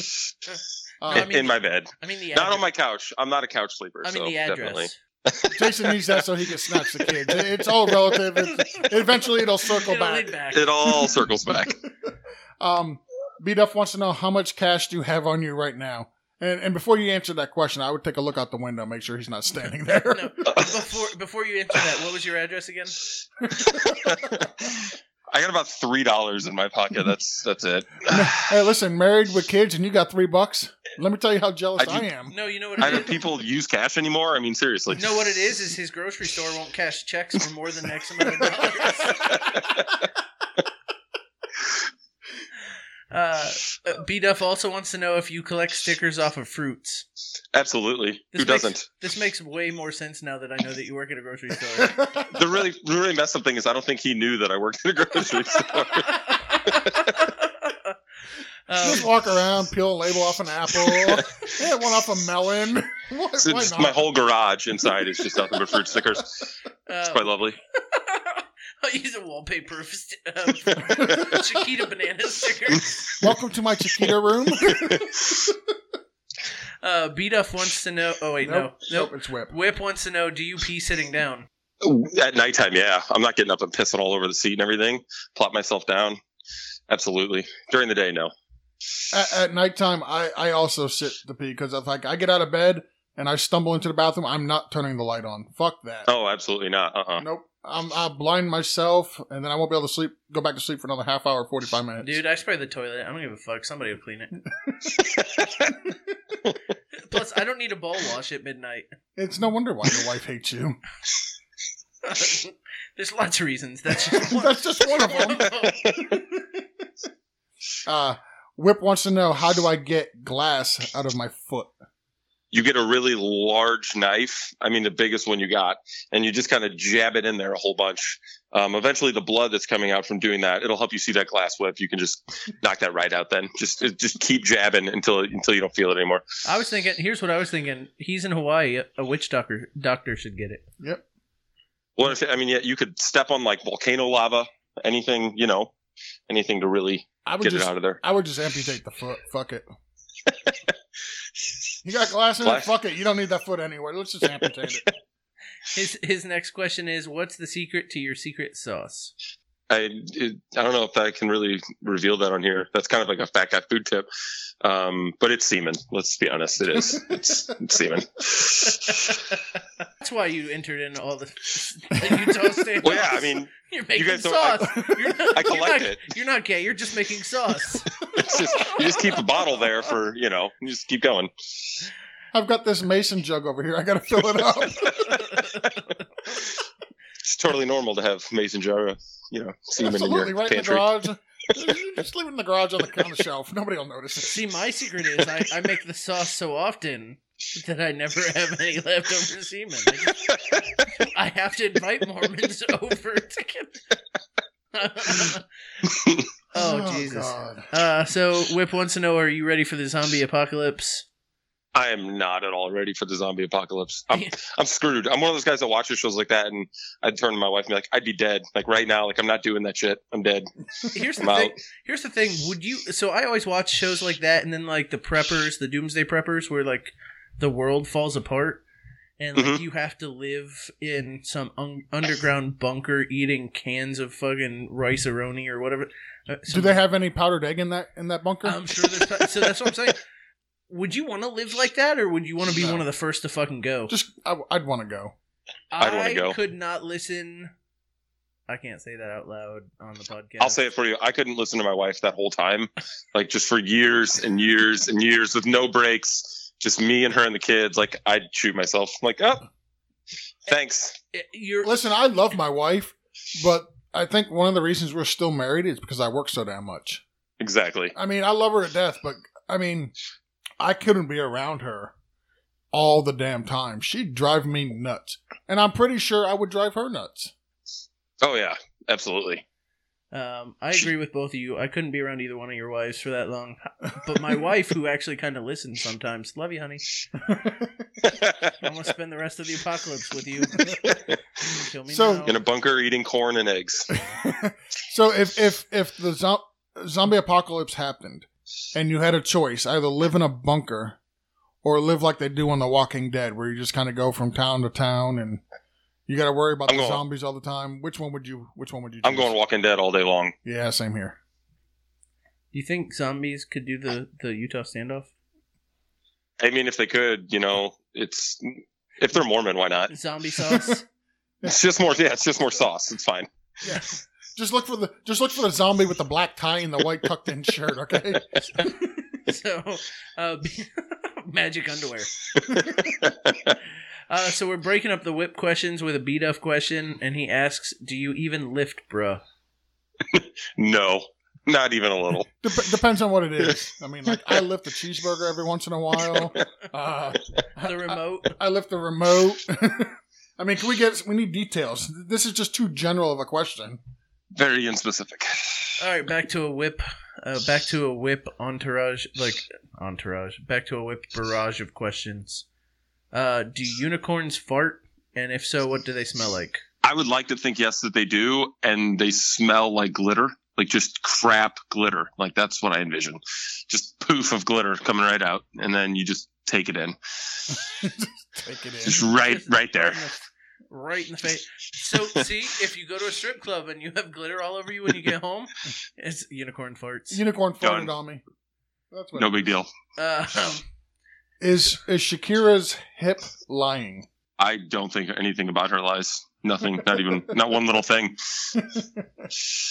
Speaker 2: Uh,
Speaker 1: No, I mean-
Speaker 3: in my bed,
Speaker 1: I mean the
Speaker 3: not on
Speaker 1: address.
Speaker 3: my couch. I'm not a couch sleeper.
Speaker 1: I mean
Speaker 3: so
Speaker 1: the address.
Speaker 3: definitely.
Speaker 2: Uh, Jason needs that so he can snatch the kids. It- It's all relative. It's, eventually, it'll circle
Speaker 1: It'll
Speaker 2: back.
Speaker 1: lead back.
Speaker 3: It all circles back.
Speaker 2: Um, B Duff wants to know how much cash do you have on you right now? And and before you answer that question, I would take a look out the window, make sure he's not standing there.
Speaker 1: No, before before you answer that, what was your address again?
Speaker 3: I got about three dollars in my pocket. That's that's it.
Speaker 2: hey, listen, married with kids, and you got three bucks. Let me tell you how jealous
Speaker 3: I
Speaker 2: I,
Speaker 3: do-
Speaker 2: am.
Speaker 1: No, you know what
Speaker 3: I
Speaker 1: it
Speaker 3: don't
Speaker 1: is.
Speaker 3: people use cash anymore. I mean, seriously.
Speaker 1: You know what it is? Is his grocery store won't cash checks for more than X amount of dollars. Uh, B Duff also wants to know if you collect stickers off of fruits.
Speaker 3: Absolutely.
Speaker 1: This
Speaker 3: Who
Speaker 1: makes-
Speaker 3: doesn't?
Speaker 1: This makes way more sense now that I know that you work at a grocery store.
Speaker 3: The really really messed up thing is I don't think he knew that I worked at a grocery store.
Speaker 2: Just
Speaker 1: um,
Speaker 2: walk around, peel a label off an apple, yeah, one off a melon. Why,
Speaker 3: It's
Speaker 2: why
Speaker 3: just-
Speaker 2: not?
Speaker 3: my whole garage inside is just nothing but fruit stickers. It's quite
Speaker 1: uh,
Speaker 3: lovely.
Speaker 1: I use a wallpaper of st- uh, Chiquita banana stickers.
Speaker 2: Welcome to my Chiquita room.
Speaker 1: Uh, B Duff wants to know. Oh wait,
Speaker 2: nope,
Speaker 1: no, nope.
Speaker 2: nope, it's whip.
Speaker 1: Whip wants to know: Do you pee sitting down?
Speaker 3: At nighttime, yeah, I'm not getting up and pissing all over the seat and everything. Plop myself down. Absolutely. During the day, no.
Speaker 2: At, at nighttime, I I also sit to pee because if like I get out of bed and I stumble into the bathroom, I'm not turning the light on. Fuck that.
Speaker 3: Oh, absolutely not. Uh uh
Speaker 2: Nope. I'm, I'll blind myself, and then I won't be able to sleep. Go back to sleep for another half hour, forty five minutes.
Speaker 1: Dude, I spray the toilet. I don't give a fuck. Somebody will clean it. Plus, I don't need a ball wash at midnight.
Speaker 2: it's no wonder why your wife hates you.
Speaker 1: There's lots of reasons. That's just one.
Speaker 2: That's just one of them. Uh, Whip wants to know how do I get glass out of my foot?
Speaker 3: You get a really large knife. I mean, the biggest one you got, and you just kind of jab it in there a whole bunch. Um, eventually, the blood that's coming out from doing that, it'll help you see that glass whip. You can just knock that right out. Then just just keep jabbing until until you don't feel it anymore.
Speaker 1: I was thinking. Here's what I was thinking. He's in Hawaii. A witch doctor doctor should get it.
Speaker 3: What if I mean, yeah, you could step on like volcano lava, anything, you know, anything to really
Speaker 2: I would
Speaker 3: get
Speaker 2: just
Speaker 3: it out of there.
Speaker 2: I would just amputate the foot. Fuck it. you got glass in it.
Speaker 3: Glass.
Speaker 2: Fuck it. You don't need that foot anyway. Let's just amputate it.
Speaker 1: His his next question is, what's the secret to your secret sauce?
Speaker 3: I it, I don't know if I can really reveal that on here. That's kind of like a fat guy food tip, um, but it's semen. Let's be honest, it is. It's, it's semen.
Speaker 1: That's why you entered in all the, the Utah state.
Speaker 3: Well, yeah, I mean,
Speaker 1: you're making
Speaker 3: guys don't- I-
Speaker 1: sauce. you're not,
Speaker 3: I collect
Speaker 1: you're not,
Speaker 3: it.
Speaker 1: You're not gay. You're just making sauce.
Speaker 3: it's just you just keep a bottle there for you know, you just keep going.
Speaker 2: I've got this mason jug over here. I gotta fill it up.
Speaker 3: It's totally normal to have mason jar, of, you know, semen
Speaker 2: Absolutely,
Speaker 3: in your
Speaker 2: right in the
Speaker 3: pantry.
Speaker 2: garage. just leave it in the garage on the, on the shelf. Nobody will notice it.
Speaker 1: See, my secret is I, I make the sauce so often that I never have any leftover semen. I, just- I have to invite Mormons over to get. oh, Jesus.
Speaker 2: God.
Speaker 1: Uh, so Whip wants to know: Are you ready for the zombie apocalypse?
Speaker 3: I am not at all ready for the zombie apocalypse. I'm, I'm screwed. I'm one of those guys that watches shows like that, and I'd turn to my wife and be like, "I'd be dead. Like right now. Like I'm not doing that shit. I'm dead.
Speaker 1: Here's the
Speaker 3: I'm out."
Speaker 1: thing. Here's the thing. Would you? So I always watch shows like that, and then like the preppers, the doomsday preppers, where like the world falls apart, and like
Speaker 3: Mm-hmm.
Speaker 1: you have to live in some un- underground bunker eating cans of fucking rice aroni or whatever. Uh,
Speaker 2: Do
Speaker 1: some-
Speaker 2: they have any powdered egg in that in that bunker?
Speaker 1: I'm sure. There's, so that's what I'm saying. Would you want to live like that, or would you want to be
Speaker 2: No.
Speaker 1: one of the first to fucking go?
Speaker 2: Just I, would want to go.
Speaker 3: I'd wanna
Speaker 1: I
Speaker 3: go.
Speaker 1: could not listen. I can't say that out loud on the podcast.
Speaker 3: I'll say it for you. I couldn't listen to my wife that whole time, like just for years and years and years with no breaks, just me and her and the kids. Like I'd shoot myself. I'm like, oh, thanks.
Speaker 1: Eh, You're
Speaker 2: Listen, I love my wife, but I think one of the reasons we're still married is because I work so damn much.
Speaker 3: Exactly.
Speaker 2: I mean, I love her to death, but I mean, I couldn't be around her all the damn time. She'd drive me nuts, and I'm pretty sure I would drive her nuts.
Speaker 3: Oh yeah, absolutely.
Speaker 1: Um, I agree with both of you. I couldn't be around either one of your wives for that long, but my wife, who actually kind of listens sometimes, love you, honey. I want to spend the rest of the apocalypse with you. Kill me
Speaker 2: So-
Speaker 1: now.
Speaker 3: in a bunker eating corn and eggs.
Speaker 2: so if if if the zo- zombie apocalypse happened and you had a choice, either live in a bunker or live like they do on The Walking Dead, where you just kind of go from town to town and you got to worry about
Speaker 3: I'm
Speaker 2: the
Speaker 3: going-
Speaker 2: zombies all the time. Which one would you? Which one would you?
Speaker 3: I'm
Speaker 2: choose?
Speaker 3: going Walking Dead all day long.
Speaker 2: Yeah, same here.
Speaker 1: do you think zombies could do the the Utah standoff?
Speaker 3: I mean, if they could, you know, it's if they're Mormon, why not?
Speaker 1: Zombie sauce.
Speaker 3: It's just more. Yeah, it's just more sauce. It's fine.
Speaker 2: Just look for the just look for the zombie with the black tie and the white tucked in shirt. Okay,
Speaker 1: so, uh, magic underwear. Uh, so we're breaking up the whip questions with a beat up question, and he asks, "Do you even lift, bruh?"
Speaker 3: no, not even a little.
Speaker 2: Dep- depends on what it is. I mean, like I lift a cheeseburger every once in a while. Uh,
Speaker 1: The remote.
Speaker 2: I left the remote. I mean, can we get? We need details. This is just too general of a question.
Speaker 3: Very inspecific.
Speaker 1: All right, back to a whip. Uh, back to a whip entourage, like entourage. Back to a whip barrage of questions. Uh, do unicorns fart? And if so, what do they smell like?
Speaker 3: I would like to think yes that they do, and they smell like glitter, like just crap glitter. Like that's what I envision, just poof of glitter coming right out, and then you just take it in,
Speaker 2: Take it
Speaker 3: just
Speaker 2: in.
Speaker 3: right,
Speaker 1: Just
Speaker 3: right there.
Speaker 1: in the- Right in the face. So, see, if you go to a strip club and you have glitter all over you when you get home, it's unicorn farts.
Speaker 2: Unicorn
Speaker 3: Done.
Speaker 2: farted on me. That's what
Speaker 3: No big deal.
Speaker 1: Uh,
Speaker 2: is. Is Shakira's hip lying?
Speaker 3: I don't think anything about her lies. Nothing. Not even. not one little thing.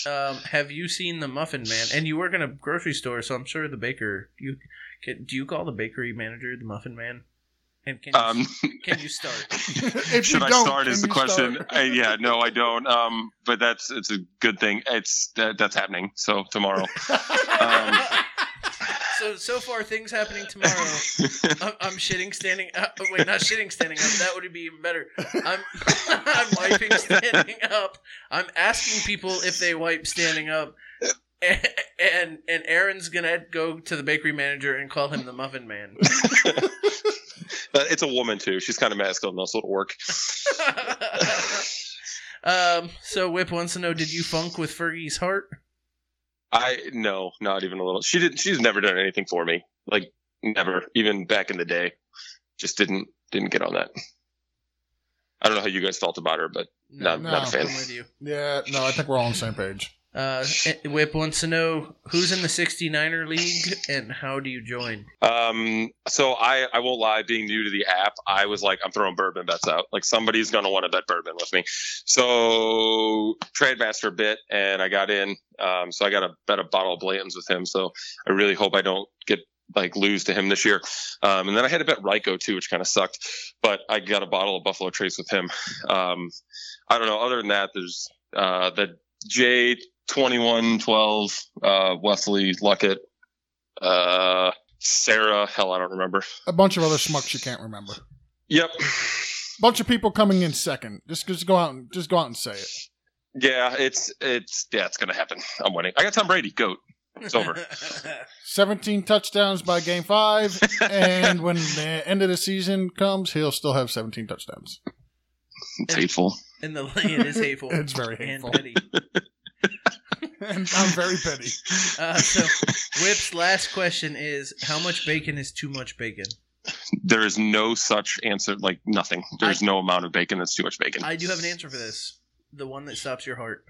Speaker 1: um, have you seen the Muffin Man? And you work in a grocery store, so I'm sure the baker. You can, do you call the bakery manager the Muffin Man? And can you,
Speaker 3: Um,
Speaker 1: can you start?
Speaker 2: If
Speaker 3: should
Speaker 2: you
Speaker 3: I
Speaker 2: don't,
Speaker 3: start? Is
Speaker 2: can
Speaker 3: the
Speaker 2: you
Speaker 3: question?
Speaker 2: start?
Speaker 3: I, yeah, no, I don't. Um, but that's it's a good thing. It's that, that's happening. So tomorrow. Um,
Speaker 1: so so far, things happening tomorrow. I'm, I'm shitting standing up. Oh, wait, not shitting standing up. That would be even better. I'm I'm wiping standing up. I'm asking people if they wipe standing up. And, and and Aaron's gonna go to the bakery manager and call him the Muffin Man.
Speaker 3: Uh, it's a woman too. She's kind of masculine, though, so it'll work.
Speaker 1: um. So Whip wants to know: Did you funk with Fergie's heart?
Speaker 3: I no, not even a little. She didn't. She's never done anything for me. Like never, even back in the day. Just didn't didn't get on that. I don't know how you guys felt about her, but Not-
Speaker 2: not a fan.
Speaker 1: I'm with you.
Speaker 2: Yeah, no, I think we're all on the same page.
Speaker 1: Uh, Whip wants to know who's in the 69er league and how do you join?
Speaker 3: Um, so I, I won't lie, being new to the app, I was like, I'm throwing bourbon bets out. Like somebody's gonna want to bet bourbon with me. So Trademaster bit and I got in. Um, so I got a bet a bottle of Blanton's with him. So I really hope I don't get like lose to him this year. Um, and then I had to bet Ryko too, which kind of sucked, but I got a bottle of Buffalo Trace with him. Um, I don't know. Other than that, there's, uh, the J2112, uh, Wesley Luckett, uh, Sarah. Hell, I don't remember.
Speaker 2: A bunch of other schmucks you can't remember.
Speaker 3: Yep.
Speaker 2: Bunch of people coming in second. Just just go out and just go out and say it.
Speaker 3: Yeah, it's it's yeah, it's gonna happen. I'm winning. I got Tom Brady. Goat. It's over.
Speaker 2: 17 touchdowns by game five, and when the end of the season comes, he'll still have 17 touchdowns.
Speaker 3: It's hateful.
Speaker 1: and the it is hateful.
Speaker 2: It's very
Speaker 1: and
Speaker 2: hateful.
Speaker 1: petty.
Speaker 2: and I'm very petty.
Speaker 1: Uh, so Whip's last question is: How much bacon is too much bacon?
Speaker 3: There is no such answer. Like nothing. There's no amount of bacon that's too much bacon.
Speaker 1: I do have an answer for this. The one that stops your heart.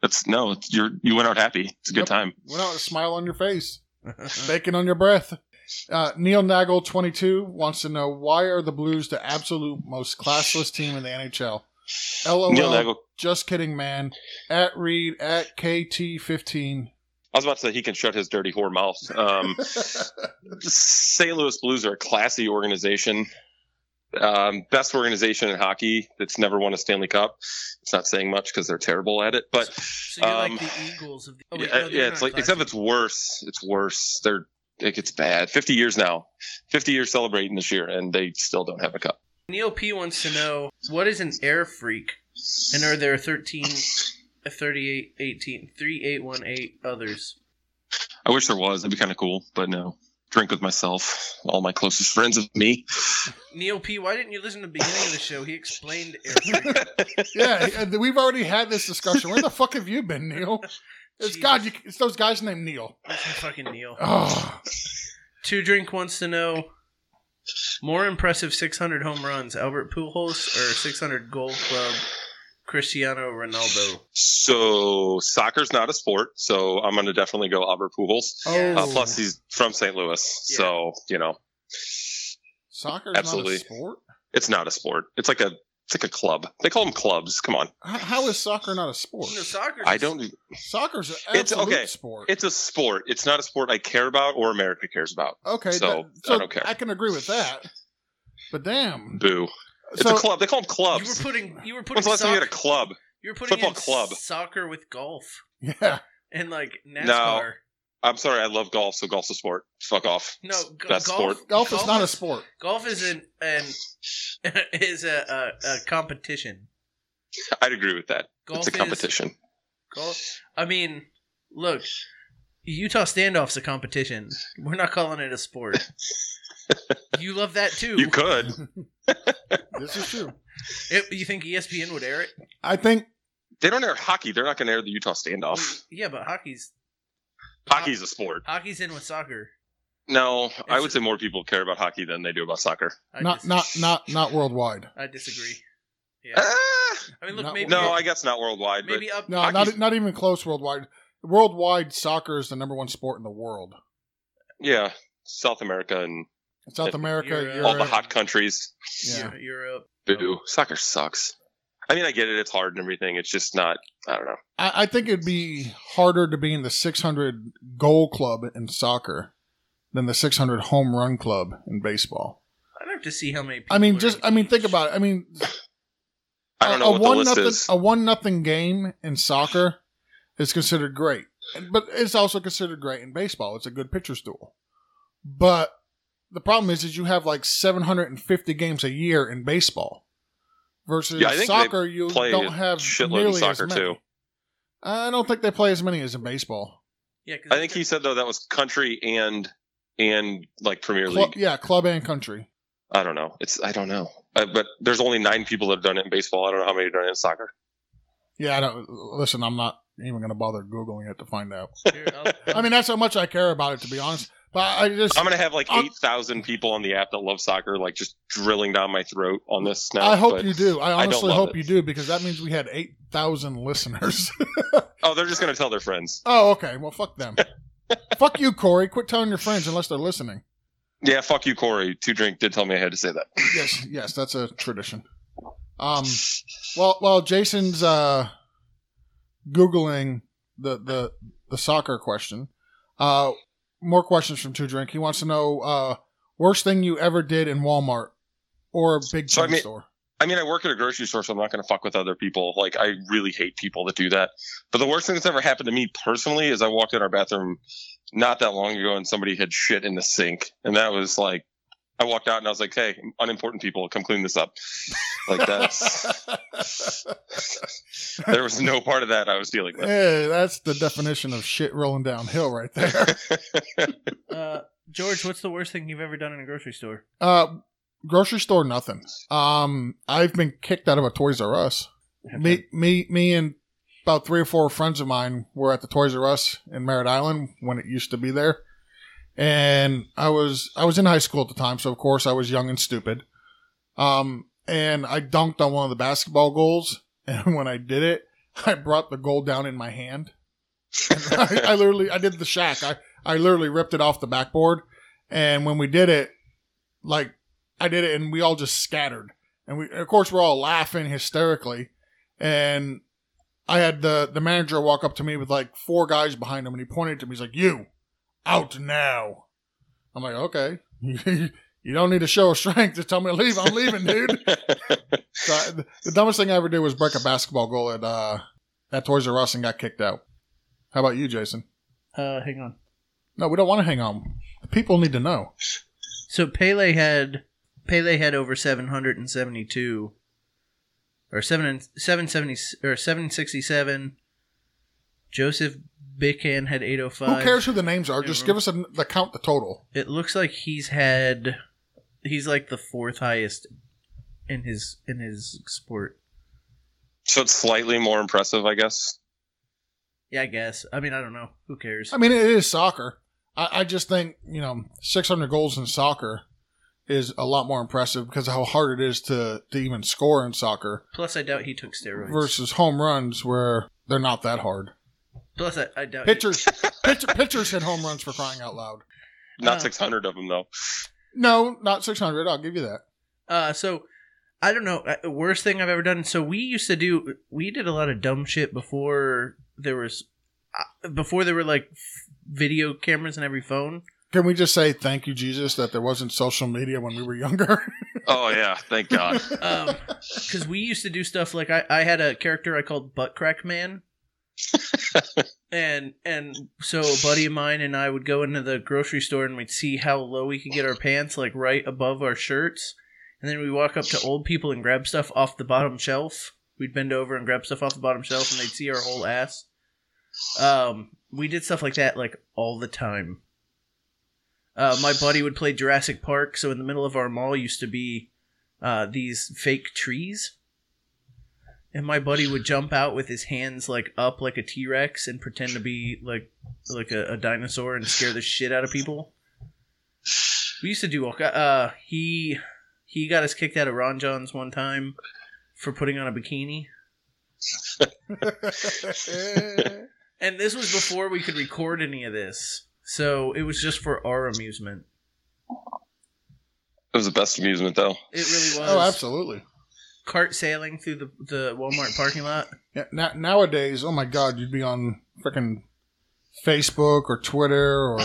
Speaker 3: That's no. It's, you're you went out happy. It's a good
Speaker 2: Yep.
Speaker 3: time.
Speaker 2: Without a smile on your face, bacon on your breath. Uh, Neil Nagel, 22, wants to know why are the Blues the absolute most classless team in the NHL? LOL.
Speaker 3: Neil Nagel.
Speaker 2: Just kidding, man. At Reed, at KT15.
Speaker 3: I was about to say he can shut his dirty whore mouth. Um, St. Louis Blues are a classy organization. Um, best organization in hockey that's never won a Stanley Cup. It's not saying much because they're terrible at it, but
Speaker 1: So you're
Speaker 3: Um,
Speaker 1: like the Eagles of the. Oh, wait,
Speaker 3: yeah, uh,
Speaker 1: no, they're
Speaker 3: yeah,
Speaker 1: not
Speaker 3: it's like
Speaker 1: classy.
Speaker 3: except it's worse. It's worse. They're like it's bad. Fifty years now. Fifty years celebrating this year, and they still don't have a cup.
Speaker 1: Neil P wants to know what is an air freak, and are there 13, 38, 18, 3818 others?
Speaker 3: I wish there was. That'd be kind of cool, but no. Drink with myself. All my closest friends of me.
Speaker 1: Neil P, why didn't you listen to the beginning of the show? He explained air freak.
Speaker 2: Yeah, uh, we've already had this discussion. Where the fuck have you been, Neil? It's
Speaker 1: Jesus.
Speaker 2: God. You, it's those guys named Neil.
Speaker 1: Fucking Neil.
Speaker 2: Oh,
Speaker 1: Two Drink wants to know more impressive 600 home runs, Albert Pujols or 600 Gold Club, Cristiano Ronaldo.
Speaker 3: So soccer's not a sport, so I'm gonna definitely go Albert Pujols.
Speaker 2: oh.
Speaker 3: Uh, plus, he's from St. Louis,
Speaker 1: Yeah.
Speaker 3: so you know
Speaker 2: Soccer's
Speaker 3: absolutely.
Speaker 2: not a sport.
Speaker 3: it's not a sport. It's like a it's like a club. They call them clubs. Come on,
Speaker 2: How, how is soccer not a sport?
Speaker 1: No, soccer.
Speaker 3: I don't.
Speaker 2: Soccer's an
Speaker 3: It's-
Speaker 2: absolute
Speaker 3: okay.
Speaker 2: sport.
Speaker 3: It's a sport. It's not a sport I care about or America cares about.
Speaker 2: okay,
Speaker 3: so,
Speaker 2: that-
Speaker 3: I don't care.
Speaker 2: I can agree with that. But damn,
Speaker 3: Boo! It's
Speaker 2: so
Speaker 3: a club. They call them
Speaker 1: You were
Speaker 3: clubs.
Speaker 1: putting. You were putting.
Speaker 3: When's the last time you
Speaker 1: soccer,
Speaker 3: had a club?
Speaker 1: you were putting
Speaker 3: football
Speaker 1: in
Speaker 3: club?
Speaker 1: Soccer with golf
Speaker 2: yeah,
Speaker 1: and like NASCAR.
Speaker 3: I'm sorry, I love golf, so golf's a sport. Fuck off.
Speaker 1: No, go-
Speaker 3: Best
Speaker 1: golf.
Speaker 3: sport.
Speaker 2: golf is not a sport.
Speaker 1: Golf is an, an is a, a, a competition.
Speaker 3: I'd agree with that.
Speaker 1: Golf
Speaker 3: it's a competition.
Speaker 1: Is, golf. I mean, look, Utah standoff's a competition. We're not calling it a sport. you love that too.
Speaker 3: You could.
Speaker 2: This is true.
Speaker 1: It- you think E ESPN would air it?
Speaker 2: I think
Speaker 3: They don't air hockey. They're not going to air the Utah standoff.
Speaker 1: Yeah, but hockey's
Speaker 3: Hockey's a sport.
Speaker 1: hockey's in with soccer.
Speaker 3: No, I
Speaker 1: It's-
Speaker 3: would say more people care about hockey than they do about soccer.
Speaker 1: I
Speaker 2: not
Speaker 1: dis-
Speaker 2: not not not worldwide.
Speaker 1: I disagree. Yeah,
Speaker 3: Ah!
Speaker 1: I mean, look,
Speaker 2: Not-
Speaker 1: maybe
Speaker 3: no, I guess not worldwide. But
Speaker 1: maybe up.
Speaker 2: No,
Speaker 3: Hockey's-
Speaker 2: not not even close worldwide. Worldwide, soccer is the number one sport in the world.
Speaker 3: yeah, South America and
Speaker 2: South
Speaker 3: Yeah.
Speaker 2: America,
Speaker 1: You're, uh,
Speaker 2: Europe.
Speaker 3: all the hot countries.
Speaker 2: yeah.
Speaker 1: Eu- Europe.
Speaker 3: Boo. Soccer sucks. I mean, I get it. It's hard and everything. It's just not. I don't know.
Speaker 2: I, I think it'd be harder to be in the 600 goal club in soccer than the 600 home run club in baseball.
Speaker 1: I'd have to see how many. People
Speaker 2: I mean,
Speaker 1: are-
Speaker 2: just I mean, think about it. I mean,
Speaker 3: I
Speaker 1: Uh,
Speaker 3: don't know what the
Speaker 2: one
Speaker 3: list
Speaker 2: nothing
Speaker 3: is.
Speaker 2: a one nothing game in soccer is considered great, but it's also considered great in baseball. It's a good pitcher's duel, but the problem is is you have like 750 games a year in baseball versus
Speaker 3: Yeah, I think they
Speaker 2: soccer. You
Speaker 3: play a
Speaker 2: don't have
Speaker 3: shitload in
Speaker 2: nearly
Speaker 3: soccer,
Speaker 2: as many.
Speaker 3: too.
Speaker 2: I don't think they play as many as in baseball.
Speaker 1: yeah, 'cause
Speaker 3: I think he said though that was country and and like Premier
Speaker 2: Club,
Speaker 3: League.
Speaker 2: yeah, club and country.
Speaker 3: I don't know. It's I don't know. Uh, but there's only nine people that have done it in baseball. I don't know how many have done it in soccer.
Speaker 2: Yeah, I don't listen. I'm not even going to bother googling it to find out.
Speaker 1: Here, I'll-
Speaker 2: I mean, that's how much I care about it, to be honest. But I just
Speaker 3: I'm gonna have like
Speaker 2: Uh,
Speaker 3: eight thousand people on the app that love soccer, like just drilling down my throat on this now.
Speaker 2: I hope
Speaker 3: but-
Speaker 2: you do. I
Speaker 3: I don't
Speaker 2: honestly
Speaker 3: love
Speaker 2: hope
Speaker 3: it.
Speaker 2: you do because that means we had 8,000 listeners.
Speaker 3: Oh, they're just gonna tell their friends.
Speaker 2: oh, okay. Well, fuck them. fuck you, Corey. Quit telling your friends unless they're listening.
Speaker 3: Yeah, fuck you, Corey. Two drink did tell me I had to say that.
Speaker 2: Yes, yes, that's a tradition. Um, well, while Jason's uh, googling the, the the soccer question, uh, more questions from Two Drink. He wants to know uh, worst thing you ever did in Walmart or a big
Speaker 3: So, I
Speaker 2: chain
Speaker 3: mean-
Speaker 2: store.
Speaker 3: I mean, I work at a grocery store, so I'm not going to fuck with other people. Like, I really hate people that do that. But the worst thing that's ever happened to me personally is I walked in our bathroom not that long ago and somebody had shit in the sink. And that was like, I walked out and I was like, hey, unimportant people, come clean this up. Like, that's. there was no part of that I was dealing with.
Speaker 2: Hey, that's the definition of shit rolling downhill right there.
Speaker 1: Uh, George, what's the worst thing you've ever done in a grocery store?
Speaker 2: Uh, grocery store, nothing. Um, I've been kicked out of a Toys R Us. Me, me, me, and about three or four friends of mine were at the Toys R Us in Merritt Island when it used to be there, and I was I was in high school at the time, so of course I was young and stupid. Um, and I dunked on one of the basketball goals, and when I did it, I brought the goal down in my hand. And I, I literally, I did the shack. I I literally ripped it off the backboard, and when we did it, like I did it, and we all just scattered. And we, of course, we're all laughing hysterically. And I had the the manager walk up to me with like four guys behind him, and he pointed to me. He's like, "You, out now." I'm like, "Okay, you don't need to show a strength to tell me to leave. I'm leaving, dude." so I, the dumbest thing I ever did was break a basketball goal at uh at Toys R Us and got kicked out. How about you, Jason?
Speaker 1: Uh, hang on.
Speaker 2: No, we don't want to hang on. The people need to know.
Speaker 1: So Pele had Pele had over 772 or 7 770 or 767 Joseph Bican had 805
Speaker 2: Who cares who the names are? Just give us a, the count, the total.
Speaker 1: It looks like he's had he's like the fourth highest in his in his sport.
Speaker 3: So it's slightly more impressive, I guess.
Speaker 1: Yeah, I guess. I mean, I don't know. Who cares?
Speaker 2: I mean, it is soccer. I, I just think you know, 600 goals in soccer is a lot more impressive because of how hard it is to to even score in soccer
Speaker 1: Plus I doubt he took steroids.
Speaker 2: versus home runs where they're not that hard.
Speaker 1: Plus I, I doubt he-
Speaker 2: Pitchers, pitcher, pitchers hit home runs for crying out loud.
Speaker 3: Not
Speaker 1: Uh.
Speaker 3: 600 of them, though.
Speaker 2: No, not 600. I'll give you that.
Speaker 1: Uh, so I don't know. uh, Worst thing I've ever done. So we used to do. We did a lot of dumb shit before there was, uh, before there were like f- video cameras in every phone.
Speaker 2: Can we just say thank you, Jesus, that there wasn't social media when we were younger?
Speaker 3: Oh, yeah. Thank God.
Speaker 1: Because Um, we used to do stuff like I, I had a character I called Butt Crack Man. and and so a buddy of mine and I would go into the grocery store and we'd see how low we could get our pants, like right above our shirts. And then we walk up to old people and grab stuff off the bottom shelf. We'd bend over and grab stuff off the bottom shelf, and they'd see our whole ass. Um, we did stuff like that like all the time. Uh, my buddy would play Jurassic Park, so in the middle of our mall used to be uh, these fake trees. And my buddy would jump out with his hands like up like a T Rex and pretend to be like like a, a dinosaur and scare the shit out of people. We used to do all ki- uh he he got us kicked out of Ron John's one time for putting on a bikini. And this was before we could record any of this. So it was just for our amusement.
Speaker 3: It was the best amusement, though.
Speaker 1: It really was.
Speaker 2: oh, absolutely.
Speaker 1: Cart sailing through the, the Walmart parking lot.
Speaker 2: Yeah, na- nowadays, oh my God, you'd be on freaking Facebook or Twitter or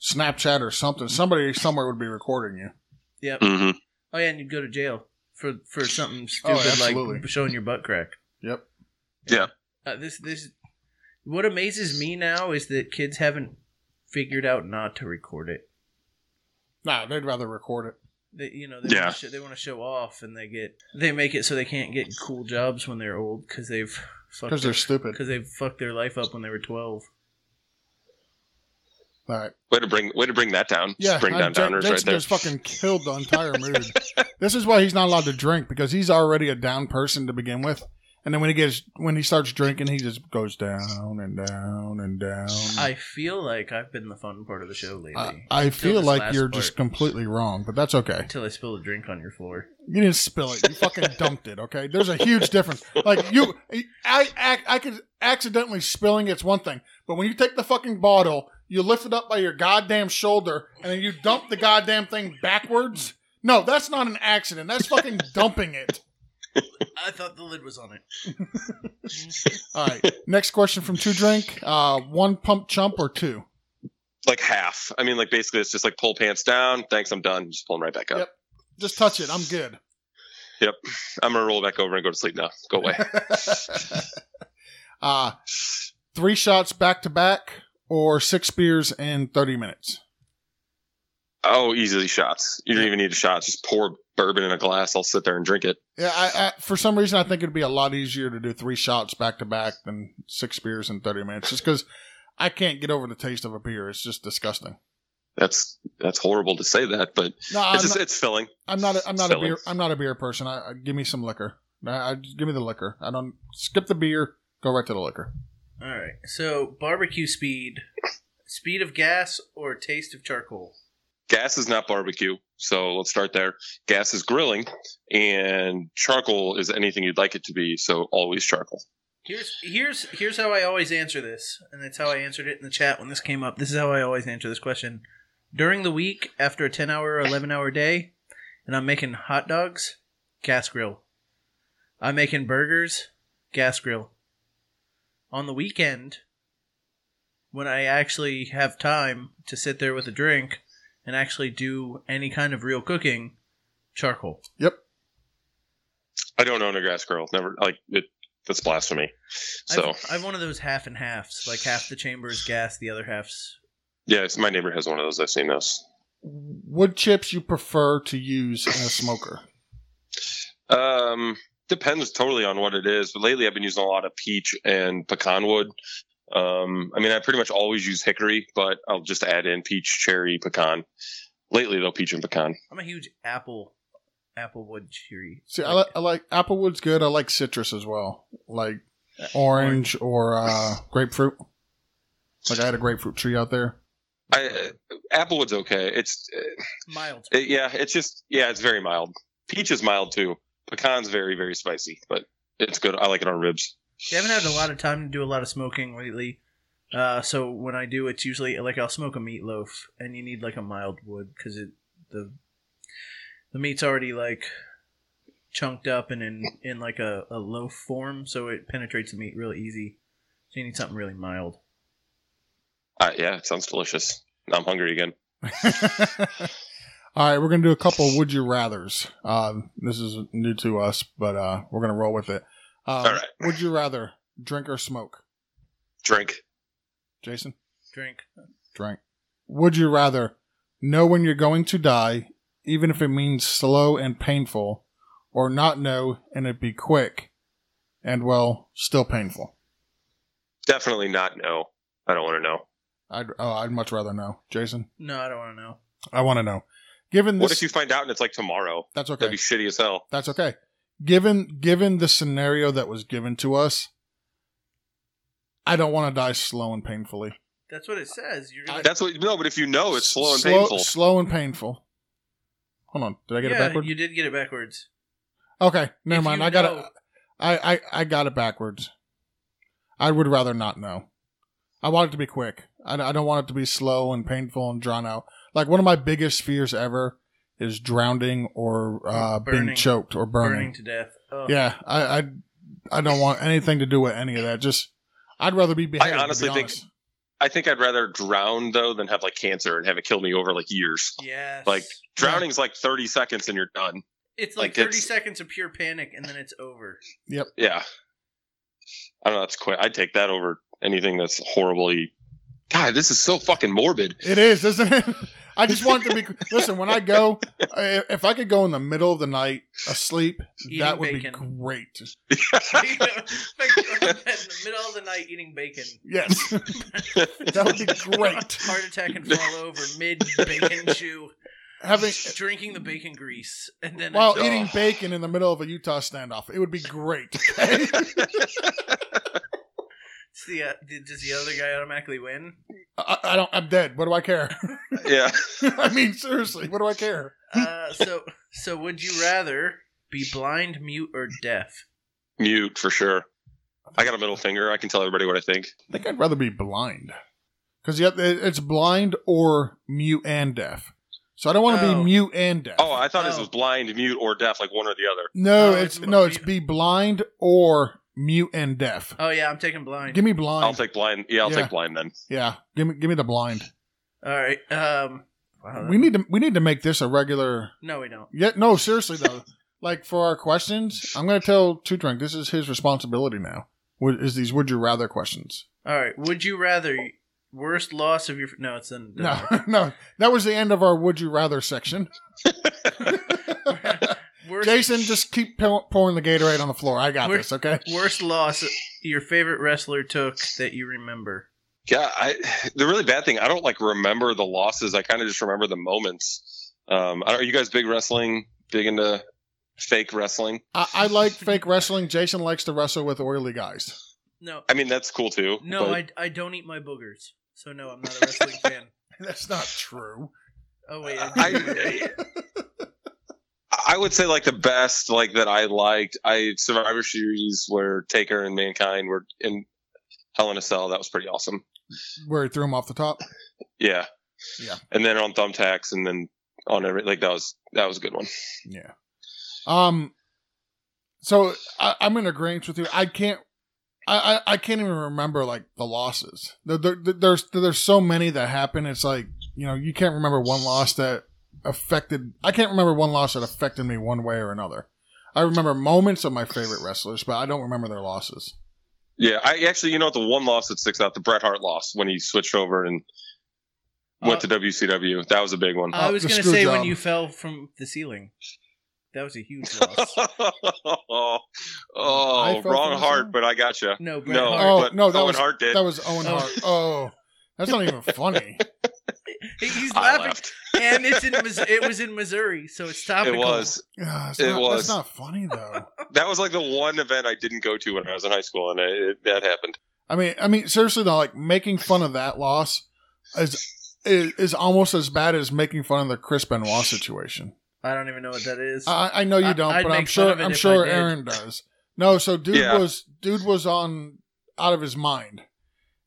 Speaker 2: Snapchat or something. Somebody somewhere would be recording you.
Speaker 1: Yep.
Speaker 3: hmm
Speaker 1: Oh yeah, and you'd go to jail for for something stupid
Speaker 2: absolutely.
Speaker 1: like showing your butt crack.
Speaker 2: Yep.
Speaker 3: Yeah.
Speaker 1: Uh, this this what amazes me now is that kids haven't figured out not to record it.
Speaker 2: Nah, they'd rather record it.
Speaker 1: They, you know, they
Speaker 3: Yeah.
Speaker 1: want to show, they want to show off, and they get they make it so they can't get cool jobs when they're old because they've fucked
Speaker 2: Because
Speaker 1: their-
Speaker 2: they're stupid.
Speaker 1: 'cause they've fucked their life up when they were twelve.
Speaker 2: All right.
Speaker 3: Way to bring way to bring that down.
Speaker 2: Yeah.
Speaker 3: bring
Speaker 2: uh,
Speaker 3: down
Speaker 2: Ja-
Speaker 3: downers
Speaker 2: Jason
Speaker 3: right there.
Speaker 2: just fucking killed the entire mood. this is why he's not allowed to drink because he's already a down person to begin with. And then when he gets when he starts drinking, he just goes down and down and down.
Speaker 3: Mm.
Speaker 1: I feel like I've been the fun part of the show lately.
Speaker 2: I, I
Speaker 1: Until
Speaker 2: feel
Speaker 1: this
Speaker 2: like
Speaker 1: last
Speaker 2: you're
Speaker 1: part.
Speaker 2: just completely wrong, but that's okay.
Speaker 1: until I spill a drink on your floor.
Speaker 2: You didn't spill it. You fucking dumped it. Okay, there's a huge difference. Like you, I, I, I could accidentally spilling it's one thing, but when you take the fucking bottle, you lift it up by your goddamn shoulder, and then you dump the goddamn thing backwards. No, that's not an accident. That's fucking dumping it.
Speaker 1: I thought the lid was on it.
Speaker 2: All right. Next question from Two Drink. Uh, one pump chump or two?
Speaker 3: Like half. I mean, like basically, it's just like pull pants down. Thanks, I'm done. Just pull them right back up.
Speaker 2: Yep. Just touch it. I'm good.
Speaker 3: Yep. I'm gonna roll back over and go to sleep now. Go away.
Speaker 2: uh, three shots back to back or six beers in 30 minutes.
Speaker 3: Oh, easily shots. You don't even need a shot. Just pour bourbon in a glass. I'll sit there and drink it.
Speaker 2: Yeah, I, I, for some reason, I think it'd be a lot easier to do three shots back to back than six beers in 30 minutes just because I can't get over the taste of a beer. It's just disgusting.
Speaker 3: That's that's horrible to say that, but
Speaker 2: No, I'm
Speaker 3: it's just
Speaker 2: not,
Speaker 3: it's filling.
Speaker 2: I'm not, a, I'm not a
Speaker 3: Silly.
Speaker 2: beer, I'm not a beer person. I, I, give me some liquor. I, I, give me the liquor. I don't skip the beer, go right to the liquor.
Speaker 1: All right. So barbecue speed, speed of gas or taste of charcoal.
Speaker 3: Gas is not barbecue, so let's start there. Gas is grilling, and charcoal is anything you'd like it to be. So always charcoal.
Speaker 1: Here's here's here's how I always answer this, and that's how I answered it in the chat when this came up. This is how I always answer this question. During the week, after a ten hour or eleven hour day, and I'm making hot dogs, gas grill. I'm making burgers, gas grill. On the weekend, when I actually have time to sit there with a drink and actually do any kind of real cooking, charcoal.
Speaker 3: I don't own a gas grill. Never like it. That's blasphemy. So
Speaker 1: I've, I've one of those half and halves, like half the chamber is gas, the other half's
Speaker 3: yeah, it's, my neighbor has one of those. I've seen those.
Speaker 2: Wood chips you prefer to use in a smoker?
Speaker 3: Um, depends totally on what it is. But lately, I've been using a lot of peach and pecan wood. Um, I mean, I pretty much always use hickory, but I'll just add in peach, cherry, pecan. Lately, though, peach and pecan.
Speaker 1: I'm a huge apple apple wood cherry.
Speaker 2: See, I, li- I like applewood's good. I like citrus as well, like orange or uh, grapefruit. Like I had a grapefruit tree out there.
Speaker 3: I, applewood's okay. It's uh,
Speaker 1: mild.
Speaker 3: it- yeah, it's just yeah, it's very mild. Peach is mild too. Pecan's very very spicy, but it's good. I like it on ribs.
Speaker 1: I haven't had a lot of time to do a lot of smoking lately. Uh, so when I do, it's usually like I'll smoke a meatloaf, and you need like a mild wood because it the the meat's already like chunked up and in in like a, a loaf form, so it penetrates the meat real easy. So you need something really mild.
Speaker 3: Uh, yeah, it sounds delicious. I'm hungry again.
Speaker 2: All right, we're gonna do a couple of would you rather's. Uh, this is new to us, but uh, we're gonna roll with it. Um,
Speaker 3: All right.
Speaker 2: Would you rather drink or smoke,
Speaker 3: Drink.
Speaker 2: Jason?
Speaker 1: Drink.
Speaker 2: Drink. Would you rather know when you're going to die, even if it means slow and painful, or not know and it be quick, and well, still painful?
Speaker 3: Definitely not. No, I don't want to know.
Speaker 2: I'd oh, I'd much rather know, Jason.
Speaker 1: No, I don't want to know.
Speaker 2: I want to know. Given this,
Speaker 3: What if you find out and it's like tomorrow?
Speaker 2: that's okay.
Speaker 3: That'd be shitty as hell.
Speaker 2: That's okay. Given given the scenario that was given to us, I don't want to die slow and painfully.
Speaker 1: That's what it says. You're gonna.
Speaker 3: That's what no, but if you know Oh, it's slow and
Speaker 2: slow,
Speaker 3: painful.
Speaker 2: Slow and painful. Hold on, did I get
Speaker 1: yeah,
Speaker 2: it backwards?
Speaker 1: you did get it backwards.
Speaker 2: okay, never
Speaker 1: If
Speaker 2: mind.
Speaker 1: you
Speaker 2: I got it.
Speaker 1: know-
Speaker 2: I, I I got it backwards. I would rather not know. I want it to be quick. I, I don't want it to be slow and painful and drawn out. Like one of my biggest fears ever is drowning or uh, being
Speaker 1: Burning.
Speaker 2: choked or
Speaker 1: burning.
Speaker 2: burning.
Speaker 1: to death. Oh.
Speaker 2: Yeah, I, I I don't want anything to do with any of that. Just I'd rather be beheaded.
Speaker 3: I honestly
Speaker 2: to be
Speaker 3: think-
Speaker 2: honest.
Speaker 3: I think I'd rather drown though than have like cancer and have it kill me over like years.
Speaker 1: Yes.
Speaker 3: Like drowning's like 30 seconds and you're done.
Speaker 1: it's like,
Speaker 3: like,
Speaker 1: 30
Speaker 3: it's-
Speaker 1: seconds of pure panic and then it's over.
Speaker 3: Yeah. I don't know. That's quick. I'd take that over anything that's horribly. God, this is so fucking morbid.
Speaker 2: it is, isn't it? I just want it to be. listen, when I go, I- if I could go in the middle of the night asleep,
Speaker 1: Eating
Speaker 2: that would
Speaker 1: bacon.
Speaker 2: be great.
Speaker 1: like you're in the middle of the night eating bacon.
Speaker 2: Yes, that would be great.
Speaker 1: Heart attack and fall over mid bacon chew,
Speaker 2: Having
Speaker 1: drinking the bacon grease, and then
Speaker 2: while
Speaker 1: it's-
Speaker 2: eating bacon in the middle of a Utah standoff, it would be great.
Speaker 1: it's the, uh, d- does the other guy automatically win?
Speaker 2: I, I don't. I'm dead. What do I care?
Speaker 3: yeah.
Speaker 2: I mean, seriously, what do I care?
Speaker 1: Uh, so so would you rather be blind, mute, or deaf?
Speaker 3: Mute for sure. I got a middle finger. I can tell everybody what I think.
Speaker 2: I think I'd rather be blind because yep, it- it's blind or mute and deaf. So I don't want to
Speaker 1: Oh.
Speaker 2: be mute and deaf.
Speaker 3: Oh, I thought this
Speaker 1: Oh.
Speaker 3: was blind, mute, or deaf, like one or the other.
Speaker 2: no,
Speaker 1: Oh,
Speaker 2: it's
Speaker 1: it's
Speaker 2: no,
Speaker 1: mu-
Speaker 2: it's be blind or mute and deaf.
Speaker 1: Oh yeah, I'm taking blind.
Speaker 2: Give me
Speaker 3: I'll
Speaker 2: blind.
Speaker 3: take blind. Yeah, I'll
Speaker 2: Yeah.
Speaker 3: take blind then.
Speaker 2: yeah, give me give me the blind.
Speaker 1: All right. Um. Wow,
Speaker 2: We need to we need to make this a regular.
Speaker 1: No, we don't.
Speaker 2: Yeah, no, seriously though, like for our questions, I'm going to tell Two Drunk this is his responsibility now. Would- Is these would you rather questions?
Speaker 1: All right. Would you rather worst loss of your no? It's in,
Speaker 2: No, no, that was the end of our would you rather section.
Speaker 1: Worst
Speaker 2: Jason, just keep pou- pouring the Gatorade on the floor. I got
Speaker 1: We're-
Speaker 2: this. Okay.
Speaker 1: worst loss your favorite wrestler took that you remember.
Speaker 3: Yeah, I, the really bad thing, I don't like remember the losses. I kind of just remember the moments. Um, I don't, are you guys big wrestling? Big into fake wrestling?
Speaker 2: I, I like fake wrestling. Jason likes to wrestle with oily guys.
Speaker 1: No,
Speaker 3: I mean, that's cool too.
Speaker 1: no,
Speaker 3: but-
Speaker 1: I, I don't eat my boogers, so no, I'm not a wrestling fan.
Speaker 2: That's not true.
Speaker 1: Oh wait, I,
Speaker 3: I, I would say like the best like that I liked. I Survivor Series where Taker and Mankind were in Hell in a Cell. That was pretty awesome.
Speaker 2: Where he threw him off the top.
Speaker 3: Yeah.
Speaker 2: Yeah.
Speaker 3: And then on Thumbtacks, and then on every like that was that was a good one.
Speaker 2: Yeah. Um. So I, I'm in agreement with you. I can't. I, I I can't even remember like the losses. There, there, there's there's so many that happen. It's like you know you can't remember one loss that affected. I can't remember one loss that affected me one way or another. I remember moments of my favorite wrestlers, but I don't remember their losses.
Speaker 3: Yeah. I actually, you know, what, the one loss that sticks out, the Bret Hart loss when he switched over and went
Speaker 1: Uh,
Speaker 3: to WCW. That was a big one.
Speaker 1: I
Speaker 2: Oh,
Speaker 1: was
Speaker 2: the
Speaker 1: gonna
Speaker 2: screw
Speaker 1: say
Speaker 2: job.
Speaker 1: when you fell from the ceiling, that was a huge loss.
Speaker 3: oh,
Speaker 2: I felt for
Speaker 3: wrong
Speaker 2: this
Speaker 3: heart,
Speaker 2: one.
Speaker 3: but I got you.
Speaker 1: No, Bret
Speaker 3: No,
Speaker 1: Hart.
Speaker 2: Oh,
Speaker 3: but
Speaker 2: no, that
Speaker 3: Owen
Speaker 2: was-
Speaker 3: Hart did.
Speaker 2: That was Owen
Speaker 1: Oh.
Speaker 2: Hart. Oh, that's not even funny. Oh.
Speaker 1: He- He's
Speaker 3: I
Speaker 1: laughing,
Speaker 3: laughed.
Speaker 1: and it's in Mis- it was in Missouri, so it's
Speaker 3: It
Speaker 1: topical.
Speaker 3: was.
Speaker 2: Yeah, it's
Speaker 3: It
Speaker 2: not,
Speaker 3: was.
Speaker 2: That's not funny though.
Speaker 3: That was like the one event I didn't go to when I was in high school, and it, it, that happened.
Speaker 2: I mean, I mean, seriously though, like making fun of that loss is is, is almost as bad as making fun of the Chris Benoit situation.
Speaker 1: I don't even know what that is.
Speaker 2: I, I know you
Speaker 1: I-
Speaker 2: don't,
Speaker 1: I'd
Speaker 2: but I'm
Speaker 1: make fun
Speaker 2: sure
Speaker 1: of it
Speaker 2: I'm
Speaker 1: if
Speaker 2: sure
Speaker 1: I did.
Speaker 2: Aaron does. No, so dude
Speaker 3: Yeah.
Speaker 2: was dude was on out of his mind,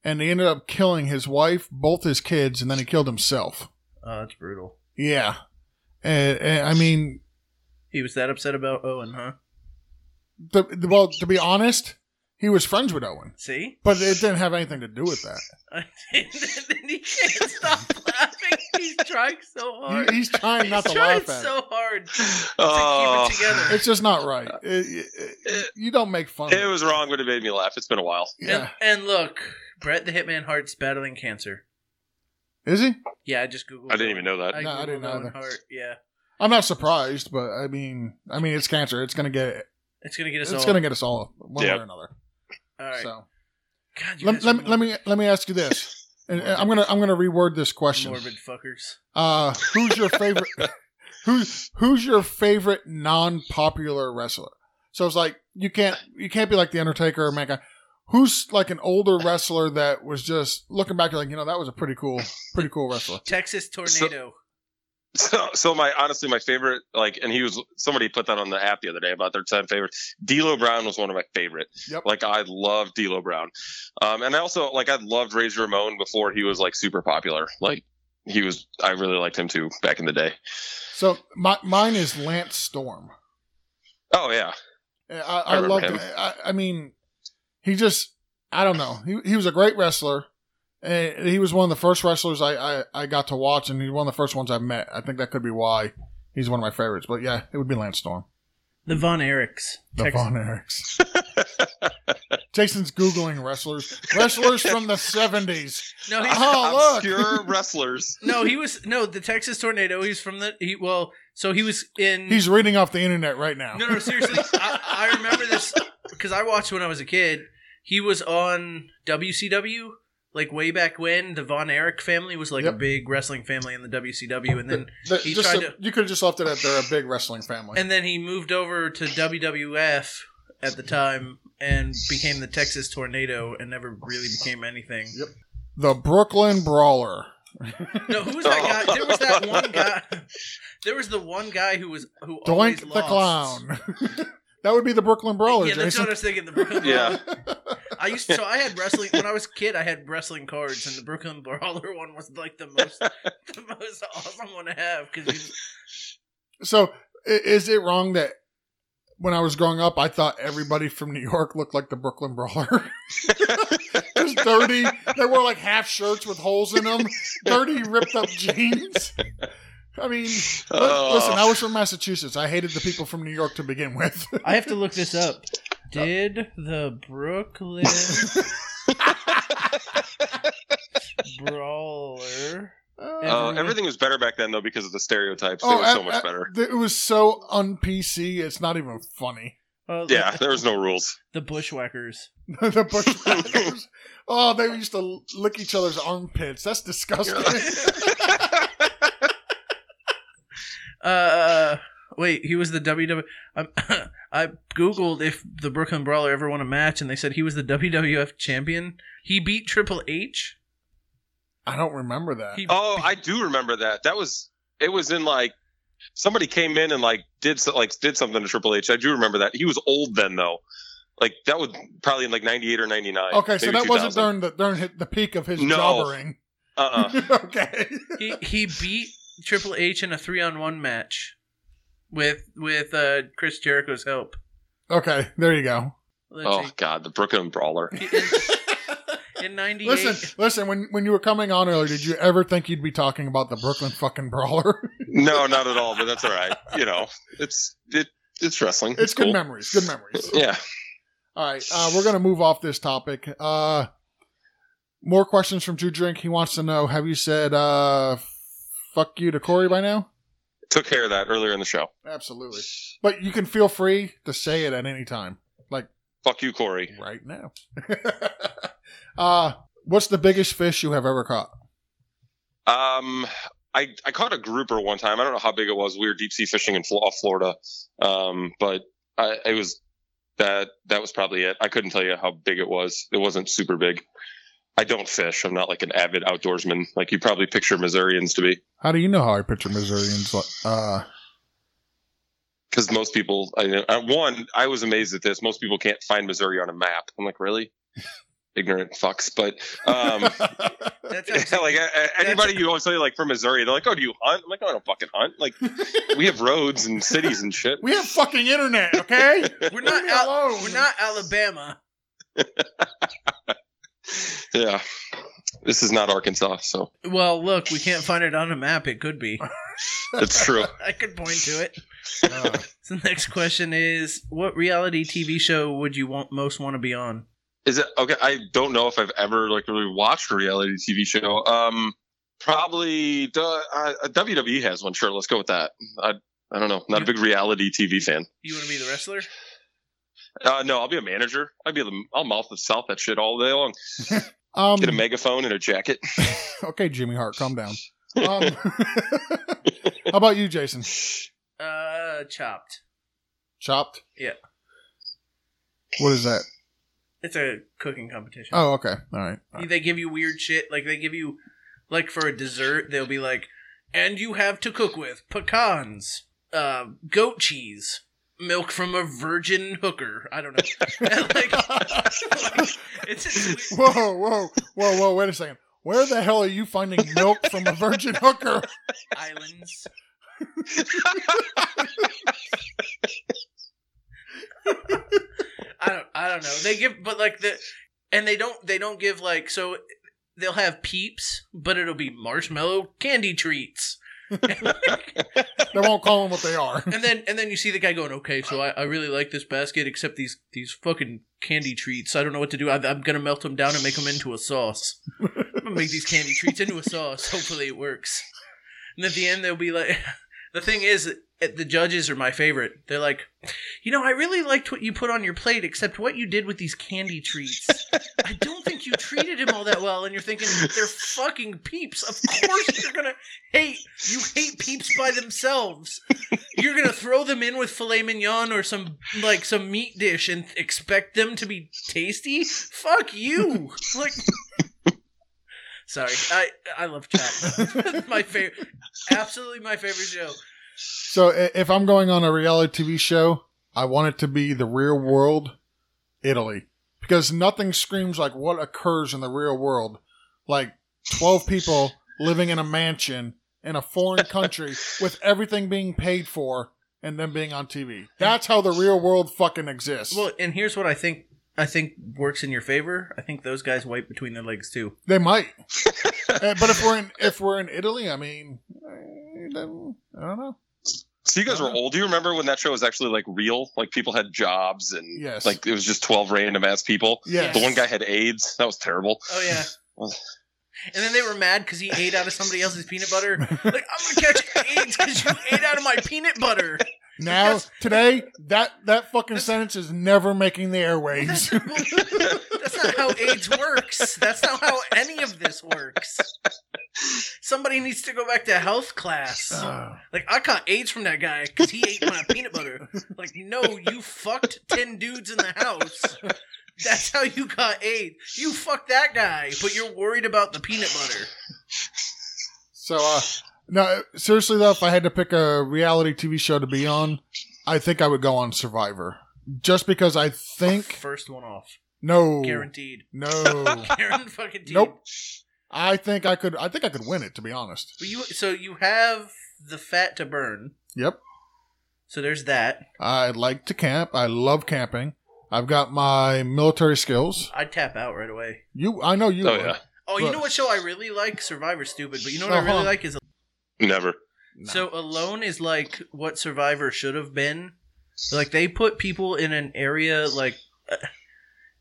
Speaker 2: and he ended up killing his wife, both his kids, and then he killed himself.
Speaker 1: oh, that's brutal.
Speaker 2: Yeah, and, and I mean,
Speaker 1: He was that upset about Owen, huh?
Speaker 2: the, the, well, to be honest, he was friends with Owen,
Speaker 1: See,
Speaker 2: but it didn't have anything to do with that.
Speaker 1: he can't stop laughing. He's trying so hard.
Speaker 2: He, he's trying not
Speaker 1: He's
Speaker 2: to
Speaker 1: trying
Speaker 2: laugh at. it.
Speaker 1: so hard to
Speaker 3: Oh,
Speaker 1: keep it together.
Speaker 2: It's just not right. It- it- it- you don't make fun.
Speaker 3: it
Speaker 2: of
Speaker 3: was wrong, but it made me laugh. It's been a while.
Speaker 2: Yeah,
Speaker 1: And, and look, Brett the Hitman Hart's battling cancer.
Speaker 2: is he?
Speaker 1: Yeah, I just googled.
Speaker 3: I didn't even know that.
Speaker 2: No, I
Speaker 1: googled
Speaker 2: didn't
Speaker 1: Owen
Speaker 2: either.
Speaker 1: Hart. Yeah,
Speaker 2: I'm not surprised, but I mean, I mean, it's cancer. It's gonna get.
Speaker 1: it's gonna get us
Speaker 2: It's,
Speaker 1: all.
Speaker 2: gonna get us all one
Speaker 3: Yeah.
Speaker 2: way or another.
Speaker 1: all right.
Speaker 2: So
Speaker 1: God, you
Speaker 2: let,
Speaker 1: guys
Speaker 2: let
Speaker 1: are
Speaker 2: me let me let me ask you this, and and I'm gonna I'm gonna reword this question.
Speaker 1: morbid fuckers.
Speaker 2: Uh, who's your favorite? who's who's your favorite non-popular wrestler? So it's like you can't you can't be like the Undertaker or Mankind. Who's like an older wrestler that was just looking back, you're like you know that was a pretty cool pretty cool wrestler.
Speaker 1: Texas tornado.
Speaker 3: So, so my honestly, my favorite, like, and he was somebody put that on the app the other day about their ten favorites. D'Lo Brown was one of my favorite.
Speaker 2: Yep.
Speaker 3: Like, I loved D'Lo Brown, um, and I also like I loved Razor Ramon before he was like super popular. Like, he was, I really liked him too back in the day.
Speaker 2: So my, mine is Lance Storm.
Speaker 3: Oh yeah,
Speaker 2: I, I,
Speaker 3: I
Speaker 2: I loved.
Speaker 3: remember him.
Speaker 2: I, I mean, he just. I don't know. He he was a great wrestler, and he was one of the first wrestlers I, I, I got to watch, and he's one of the first ones I met. I think that could be why he's one of my favorites. But yeah, it would be Lance Storm,
Speaker 1: The Von Erichs.
Speaker 2: the
Speaker 1: Texas-
Speaker 2: Von Erichs. Jason's googling wrestlers, wrestlers from the seventies.
Speaker 1: No, he's,
Speaker 2: Oh look,
Speaker 3: obscure wrestlers.
Speaker 1: no, he was no the Texas tornado. He's from the he. Well, so he was in.
Speaker 2: he's reading off the internet right now.
Speaker 1: No, no, seriously. I, I remember this because I watched when I was a kid. He was on WCW, like way back when the Von Erich family was like a
Speaker 2: Yep.
Speaker 1: big wrestling family in the WCW, and then
Speaker 2: The-
Speaker 1: he
Speaker 2: just
Speaker 1: tried
Speaker 2: a-
Speaker 1: to-
Speaker 2: you could have just left it at they're a big wrestling family.
Speaker 1: and then he moved over to WWF at the time and became the Texas Tornado, and never really became anything.
Speaker 2: Yep. the Brooklyn Brawler.
Speaker 1: No, who was that guy? There was that one guy. There was the one guy who was who always
Speaker 2: Doink the
Speaker 1: lost.
Speaker 2: clown. that would be the Brooklyn Brawler,
Speaker 1: yeah, that's
Speaker 2: Jason.
Speaker 1: what I was thinking. The Brooklyn
Speaker 3: Yeah.
Speaker 1: I used so I had wrestling when I was a kid. I had wrestling cards, and the Brooklyn Brawler one was like the most the most awesome one to have because
Speaker 2: So, i- is it wrong that when I was growing up, I thought everybody from New York looked like the Brooklyn Brawler? Just dirty. They wore like half shirts with holes in them. Dirty, ripped up jeans. I mean,
Speaker 3: Oh.
Speaker 2: li- listen, I was from Massachusetts. I hated the people from New York to begin with.
Speaker 1: I have to look this up. Did the Brooklyn Brawler?
Speaker 3: Uh, everything was better back then, though, because of the stereotypes.
Speaker 2: Oh,
Speaker 3: they were so
Speaker 2: I-
Speaker 3: much
Speaker 2: I-
Speaker 3: better.
Speaker 2: th- it was so un PC. It's not even funny.
Speaker 1: Uh, the-
Speaker 3: Yeah, there was no rules.
Speaker 1: The Bushwhackers.
Speaker 2: the bushwhackers. oh, they used to lick each other's armpits. That's disgusting.
Speaker 1: Uh, wait, he was the WW. Um, I googled if the Brooklyn Brawler ever won a match, and they said he was the WWF champion. He beat Triple H.
Speaker 2: I don't remember that.
Speaker 1: He
Speaker 3: Oh,
Speaker 1: beat-
Speaker 3: I do remember that. That was it was in like somebody came in and like did so, like did something to Triple H. I do remember that. He was old then though. Like that was probably in like 98 or 99.
Speaker 2: okay, so
Speaker 3: maybe
Speaker 2: that wasn't
Speaker 3: 2000.
Speaker 2: during the during hi- the peak of his
Speaker 3: No.
Speaker 2: jobbering.
Speaker 3: Uh-uh.
Speaker 2: okay.
Speaker 1: he he beat Triple H in a three on one match with with uh, Chris Jericho's help.
Speaker 2: Okay, there you go.
Speaker 1: Let's
Speaker 3: Oh
Speaker 1: see.
Speaker 3: god, the Brooklyn Brawler.
Speaker 1: In ninety eight,
Speaker 2: Listen, listen. When when you were coming on earlier, did you ever think you'd be talking about the Brooklyn fucking brawler?
Speaker 3: No, not at all, but that's all right. You know, it's it it's wrestling.
Speaker 2: it's good
Speaker 3: cool.
Speaker 2: memories. Good memories.
Speaker 3: Yeah.
Speaker 2: All right, uh, we're gonna move off this topic. Uh, more questions from Drew Drink. He wants to know: Have you said uh, "fuck you" to Corey by now?
Speaker 3: Took care of that earlier in the show.
Speaker 2: Absolutely. But you can feel free to say it at any time,
Speaker 3: Fuck you, Corey.
Speaker 2: right now. uh, what's the biggest fish you have ever caught?
Speaker 3: Um, I, I caught a grouper one time. I don't know how big it was. We were deep sea fishing in Fl- off Florida, um, but I, it was that that was probably it. I couldn't tell you how big it was. It wasn't super big. I don't fish. I'm not like an avid outdoorsman like you probably picture Missourians to be,
Speaker 2: How do you know how I picture Missourians? like- Uh,
Speaker 1: Um,
Speaker 3: because most people. I, I, one, I was amazed at this. Most people can't find Missouri on a map. I'm like, really, ignorant fucks. But um,
Speaker 2: uh,
Speaker 1: that's
Speaker 3: Yeah, like a- a- anybody you always say like from Missouri, they're like, "Oh, do you hunt?" I'm like, "I don't fucking hunt. Like, we have roads and cities and shit."
Speaker 2: we have fucking internet, okay?
Speaker 1: we're
Speaker 2: Leave
Speaker 1: not
Speaker 2: me
Speaker 1: Al-
Speaker 2: alone.
Speaker 1: we're not Alabama.
Speaker 3: Yeah, this is not Arkansas, so
Speaker 1: Well, look, we can't find it on a map. It could be.
Speaker 3: it's true.
Speaker 1: I could point to it.
Speaker 2: Uh,
Speaker 1: So the next question is, what reality TV show would you want most want to be on?
Speaker 3: Is it okay? I don't know if I've ever like really watched a reality TV show. Um, probably duh, uh, WWE has one. Sure, let's go with that. I I don't know. Not a big reality TV fan.
Speaker 1: You want to be the wrestler?
Speaker 3: Uh, no, I'll be a manager. I'll be the I'll mouth the south that shit all day long.
Speaker 2: um,
Speaker 3: Get a megaphone and a jacket.
Speaker 2: okay, Jimmy Hart, calm down. Um, how about you, Jason?
Speaker 1: Uh, Chopped.
Speaker 2: Chopped.
Speaker 1: Yeah.
Speaker 2: What is that?
Speaker 1: It's a cooking competition.
Speaker 2: Oh, okay. All right.
Speaker 1: They give you weird shit. Like they give you, like for a dessert, they'll be like, and you have to cook with pecans, uh, goat cheese, milk from a virgin hooker. I don't know. like, like, it's, it's weird.
Speaker 2: Whoa, whoa, whoa, whoa! Wait a second. Where the hell are you finding milk from a virgin hooker?
Speaker 1: islands. I don't I don't know. They give but like the and they don't they don't give like so they'll have peeps, but it'll be marshmallow candy treats.
Speaker 2: They won't call them what they are.
Speaker 1: And then and then you see the guy going, Okay, so I, I really like this basket except these these fucking candy treats. I don't know what to do. I, I'm gonna melt them down and make them into a sauce. I'm gonna make these candy treats into a sauce. Hopefully it works. And at the end they'll be like the thing is at- the judges are my favorite. They're like, you know, I really liked what you put on your plate, except what you did with these candy treats. I don't think you treated him all that well, and you're thinking they're fucking peeps. Of course you're gonna hate you hate peeps by themselves. You're gonna throw them in with filet mignon or some like some meat dish and expect them to be tasty? Fuck you. Like Sorry, I I love Chopped. my favorite, absolutely my favorite show.
Speaker 2: So i- if I'm going on a reality TV show, I want it to be the real world, Italy, because nothing screams like what occurs in the real world, like 12 people living in a mansion in a foreign country with everything being paid for and them being on TV. That's how the real world fucking exists.
Speaker 1: Well, and here's what I think I think works in your favor. I think those guys wipe between their legs too.
Speaker 2: They might, Uh, but if we're in if we're in Italy, I mean, eh, then I don't know.
Speaker 3: So you guys
Speaker 2: Uh-huh.
Speaker 3: were old. Do you remember when that show was actually like real? Like people had jobs and
Speaker 2: Yes.
Speaker 3: like it was just twelve random ass people.
Speaker 2: Yes.
Speaker 3: The one guy had AIDS. That was terrible.
Speaker 1: Oh yeah. And then they were mad because he ate out of somebody else's peanut butter. Like I'm gonna catch AIDS because you ate out of my peanut butter.
Speaker 2: Now
Speaker 1: Yes.
Speaker 2: today that that fucking
Speaker 1: That's-
Speaker 2: sentence is never making the airwaves.
Speaker 1: That's, that's not how AIDS works. That's not how any of this works. Somebody needs to go back to health class.
Speaker 2: Ah.
Speaker 1: Like I caught AIDS from that guy because he ate my peanut butter. Like no, you fucked ten dudes in the house. That's how you got AIDS. You fucked that guy, but you're worried about the peanut butter.
Speaker 2: So, uh, no, seriously though, if I had to pick a reality TV show to be on, I think I would go on Survivor. Just because I think
Speaker 1: First one off,
Speaker 2: no,
Speaker 1: guaranteed.
Speaker 2: no,
Speaker 1: Guaranteed. fucking teed.
Speaker 2: nope. I think I could. I think I could win it. To be honest.
Speaker 1: But you, so you have the fat to burn.
Speaker 2: Yep.
Speaker 1: So there's that.
Speaker 2: I like to camp. I love camping. I've got my military skills.
Speaker 1: I'd tap out right away.
Speaker 2: You, I know you.
Speaker 3: Oh
Speaker 2: would.
Speaker 3: yeah,
Speaker 1: Oh, you
Speaker 2: Look.
Speaker 1: know what show I really like? Survivor, stupid. But you know what I
Speaker 2: Uh-huh.
Speaker 1: really like is
Speaker 3: never.
Speaker 2: No.
Speaker 1: so Alone is like what Survivor should have been. Like they put people in an area like uh,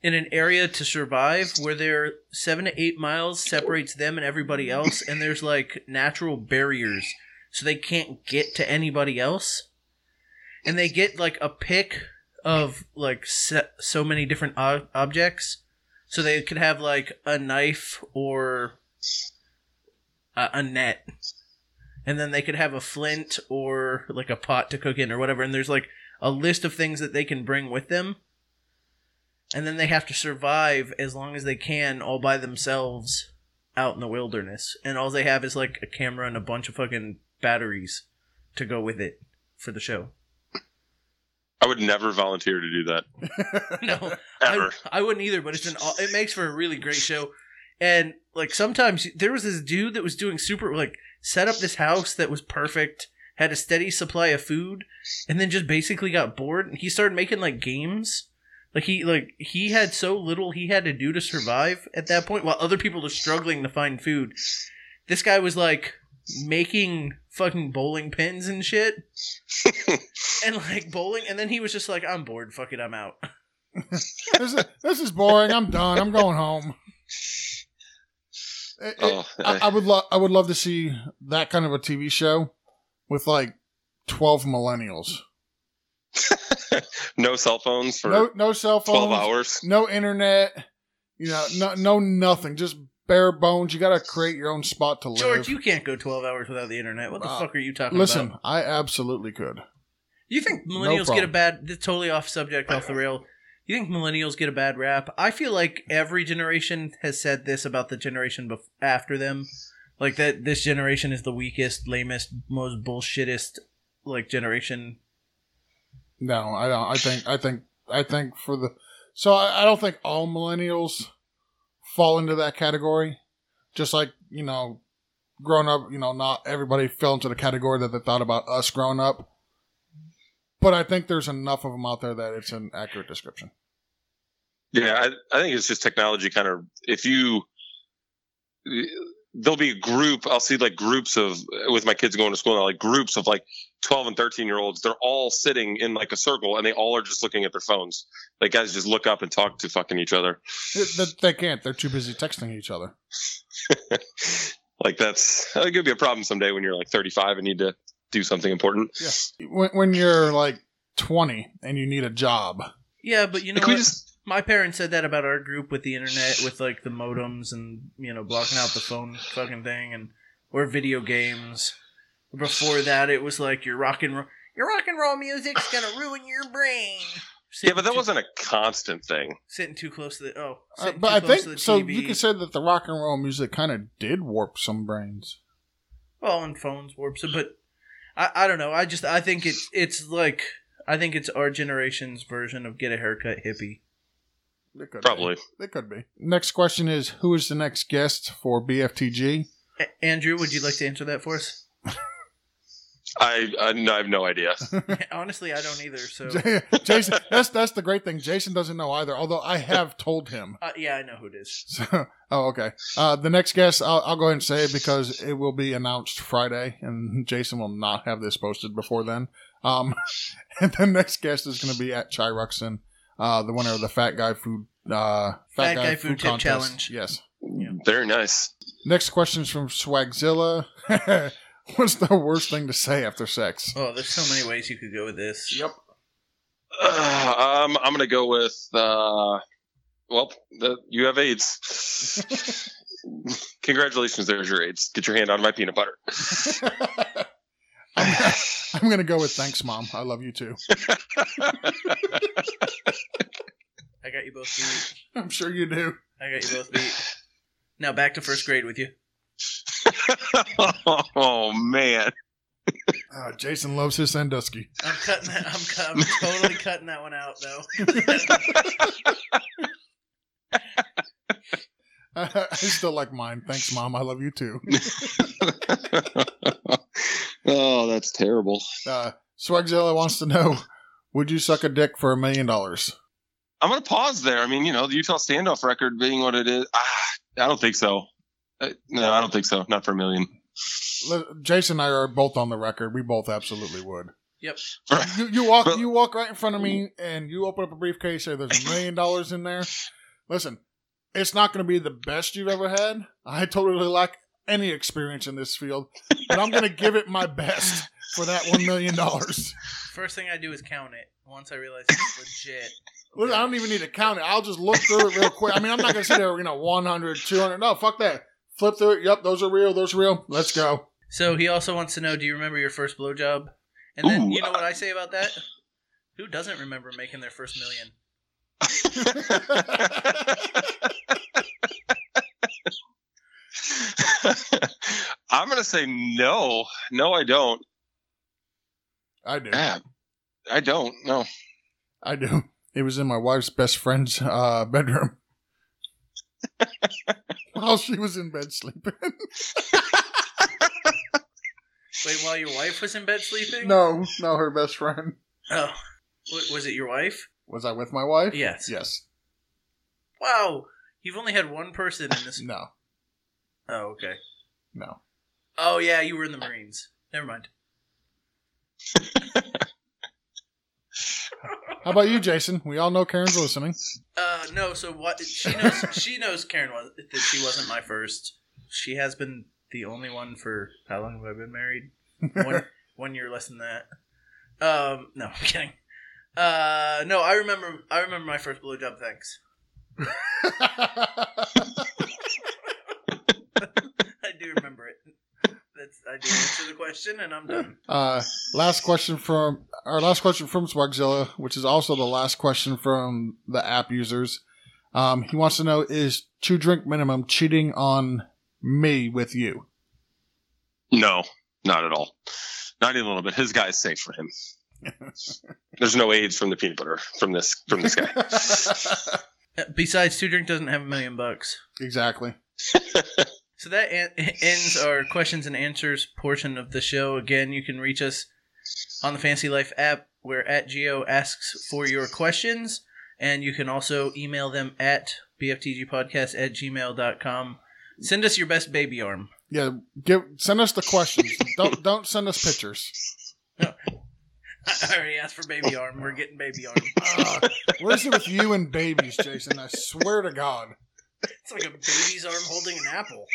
Speaker 1: in an area to survive where they're seven to eight miles separates them and everybody else, and there's like natural barriers, so they can't get to anybody else. And they get like a pick of like se- so many different ob- objects, so they could have like a knife or a, a net and then they could have a flint or like a pot to cook in or whatever and there's like a list of things that they can bring with them and then they have to survive as long as they can all by themselves out in the wilderness and all they have is like a camera and a bunch of fucking batteries to go with it for the show
Speaker 3: I would never volunteer to do that
Speaker 1: no I,
Speaker 3: ever.
Speaker 1: I wouldn't either but it's an aw- it makes for a really great show and like sometimes there was this dude that was doing super like set up this house that was perfect had a steady supply of food and then just basically got bored and he started making like games like he like he had so little he had to do to survive at that point while other people were struggling to find food this guy was like making fucking bowling pins and shit and like bowling and then he was just like i'm bored fuck it i'm out
Speaker 2: this is this is boring. I'm done. I'm going home. It- it-
Speaker 3: oh,
Speaker 2: I, I would love I would love to see that kind of a TV show with like twelve millennials.
Speaker 3: no cell phones for
Speaker 2: No no cell phones,
Speaker 3: twelve hours.
Speaker 2: no internet, you know, no no nothing, just bare bones. You got to create your own spot to live.
Speaker 1: George, you can't go 12 hours without the internet. What the
Speaker 2: Wow.
Speaker 1: fuck are you talking about?
Speaker 2: Listen, I absolutely could.
Speaker 1: You think
Speaker 2: No
Speaker 1: millennials get a
Speaker 2: problem.
Speaker 1: bad, th- totally off subject, off the rail. You think millennials get a bad rap? I feel like every generation has said this about the generation bef- after them. Like that this generation is the weakest, lamest, most bullshittest like generation.
Speaker 2: No, I don't. I think I think I think for the so I, I don't think all millennials fall into that category. Just like you know, growing up, you know, not everybody fell into the category that they thought about us growing up. But I think there's enough of them out there that it's an accurate description.
Speaker 3: Yeah, I, I think it's just technology. Kind of, if you there'll be a group. I'll see like groups of with my kids going to school now, like groups of like twelve and thirteen year olds. They're all sitting in like a circle, and they all are just looking at their phones. Like guys just look up and talk to fucking each other.
Speaker 2: They, they can't. They're too busy texting each other.
Speaker 3: like that's that could be a problem someday when you're like thirty five and need to do something important.
Speaker 2: When, when you're like 20 and you need a job, uh,
Speaker 1: Yeah, but you know
Speaker 3: like we
Speaker 1: what?
Speaker 3: just
Speaker 1: my parents said that about our group with the internet with like the modems and you know blocking out the phone fucking thing and or video games before that it was like your rock and roll your rock and roll music's gonna ruin your brain
Speaker 3: yeah, but
Speaker 1: Sitting
Speaker 3: that
Speaker 1: too-
Speaker 3: wasn't a constant thing.
Speaker 1: sitting too close to the oh
Speaker 2: Uh,
Speaker 1: sitting
Speaker 2: but
Speaker 1: too
Speaker 2: I
Speaker 1: close to
Speaker 2: think
Speaker 1: the
Speaker 2: so.
Speaker 1: TV.
Speaker 2: You could say that the rock and roll music kind of did warp some brains.
Speaker 1: well and phones warps it but I, I don't know i just i think it's it's like i think it's our generation's version of get a haircut hippie
Speaker 2: It could be.
Speaker 3: Probably.
Speaker 2: It could be. Next question is Who is the next guest for BFTG?
Speaker 1: A- andrew would you like to answer that for us
Speaker 3: I uh, no, I have no idea.
Speaker 1: Honestly, I don't either. So
Speaker 2: Jason, that's that's the great thing. Jason doesn't know either, although I have told him.
Speaker 1: uh, yeah, I know who it is.
Speaker 2: So, oh, okay. Uh, the next guest, I'll, I'll go ahead and say it because it will be announced Friday, and Jason will not have this posted before then. Um, and the next guest is going to be at Chiruxin, uh, the winner of the Fat Guy Food uh,
Speaker 1: Fat Guy Food Tip
Speaker 2: Contest.
Speaker 1: Challenge.
Speaker 2: Yes.
Speaker 3: Very nice.
Speaker 2: Next question is from Swagzilla. What's the worst thing to say after sex?
Speaker 1: Oh, there's so many ways you could go with this.
Speaker 2: Yep.
Speaker 3: Uh, um, I'm gonna go with. Uh, well, the, you have AIDS. Congratulations, there's your AIDS. Get your hand on my peanut butter.
Speaker 2: I'm, I'm going to go with thanks, mom. I love you too.
Speaker 1: I got you both beat.
Speaker 2: I'm sure you do.
Speaker 1: I got you both beat. Now back to first grade with you.
Speaker 3: oh man.
Speaker 2: Uh, Jason loves his Sandusky.
Speaker 1: I'm cutting that. I'm, cut- I'm totally cutting that one out though.
Speaker 2: I still like mine. Thanks, mom. I love you too.
Speaker 3: oh, that's terrible.
Speaker 2: Uh, Swagzilla wants to know: Would you suck a dick for a million dollars?
Speaker 3: I'm gonna pause there. I mean, you know, the Utah standoff record being what it is. Ah, I don't think so. Uh, no, I don't think so. Not for a million.
Speaker 2: Le- Jason and I are both on the record. We both absolutely would.
Speaker 1: Yep.
Speaker 2: You, you walk,
Speaker 3: But-
Speaker 2: you walk right in front of me, and you open up a briefcase. Say, "There's a million dollars in there." Listen, it's not going to be the best you've ever had. I totally lack any experience in this field, but I'm going to give it my best for that one million dollars.
Speaker 1: First thing I do is count it. Once I realize it's legit.
Speaker 2: Look, I don't even need to count it. I'll just look through it real quick. I mean, I'm not going to sit there, you know, 100, 200. No, fuck that. Flip through it. Yep, those are real. Those are real. Let's go.
Speaker 1: So he also wants to know, do you remember your first blowjob? And then
Speaker 3: Ooh,
Speaker 1: you know what I say about that? Who doesn't remember making their first million?
Speaker 3: I'm gonna say no. No, I don't.
Speaker 2: I do.
Speaker 3: Ah, I don't. No.
Speaker 2: I do. It was in my wife's best friend's uh, bedroom while she was in bed sleeping.
Speaker 1: Wait, while your wife was in bed sleeping?
Speaker 2: no, no, her best friend.
Speaker 1: Oh, Wa- was it your wife?
Speaker 2: Was I with my wife?
Speaker 1: Yes.
Speaker 2: Yes.
Speaker 1: Wow, you've only had one person in this.
Speaker 2: No,
Speaker 1: Oh, okay.
Speaker 2: no.
Speaker 1: Oh yeah, you were in the Marines. Never mind.
Speaker 2: How about you, Jason? We all know Karen's listening.
Speaker 1: Uh, no. So what? She knows. she knows Karen was that she wasn't my first. She has been the only one for how long have I been married? One one year less than that. Um, no, I'm kidding. Uh, no, I remember. I remember my first blowjob. Thanks. I do remember it. That's I do answer the question, and I'm done.
Speaker 2: Uh, last question from our last question from Sparkzilla, which is also the last question from the app users. Um, he wants to know: Is two drink minimum cheating on me with you?
Speaker 3: No, not at all. Not even a little bit. His guy is safe for him. There's no AIDS from the peanut butter from this from this guy.
Speaker 1: Uh, Besides, Two Drink doesn't have a million bucks.
Speaker 2: exactly.
Speaker 1: So that en- ends our questions and answers portion of the show. Again, you can reach us on the Fancy Life app where at Geo asks for your questions. And you can also email them at bftgpodcast at gmail.com. Send us your best baby arm.
Speaker 2: Yeah. Give send us the questions. don't don't send us pictures.
Speaker 1: I already asked for baby arm. We're getting baby arm.
Speaker 2: Uh, where's it with you and babies, Jason? I swear to God.
Speaker 1: It's like a baby's arm holding an apple.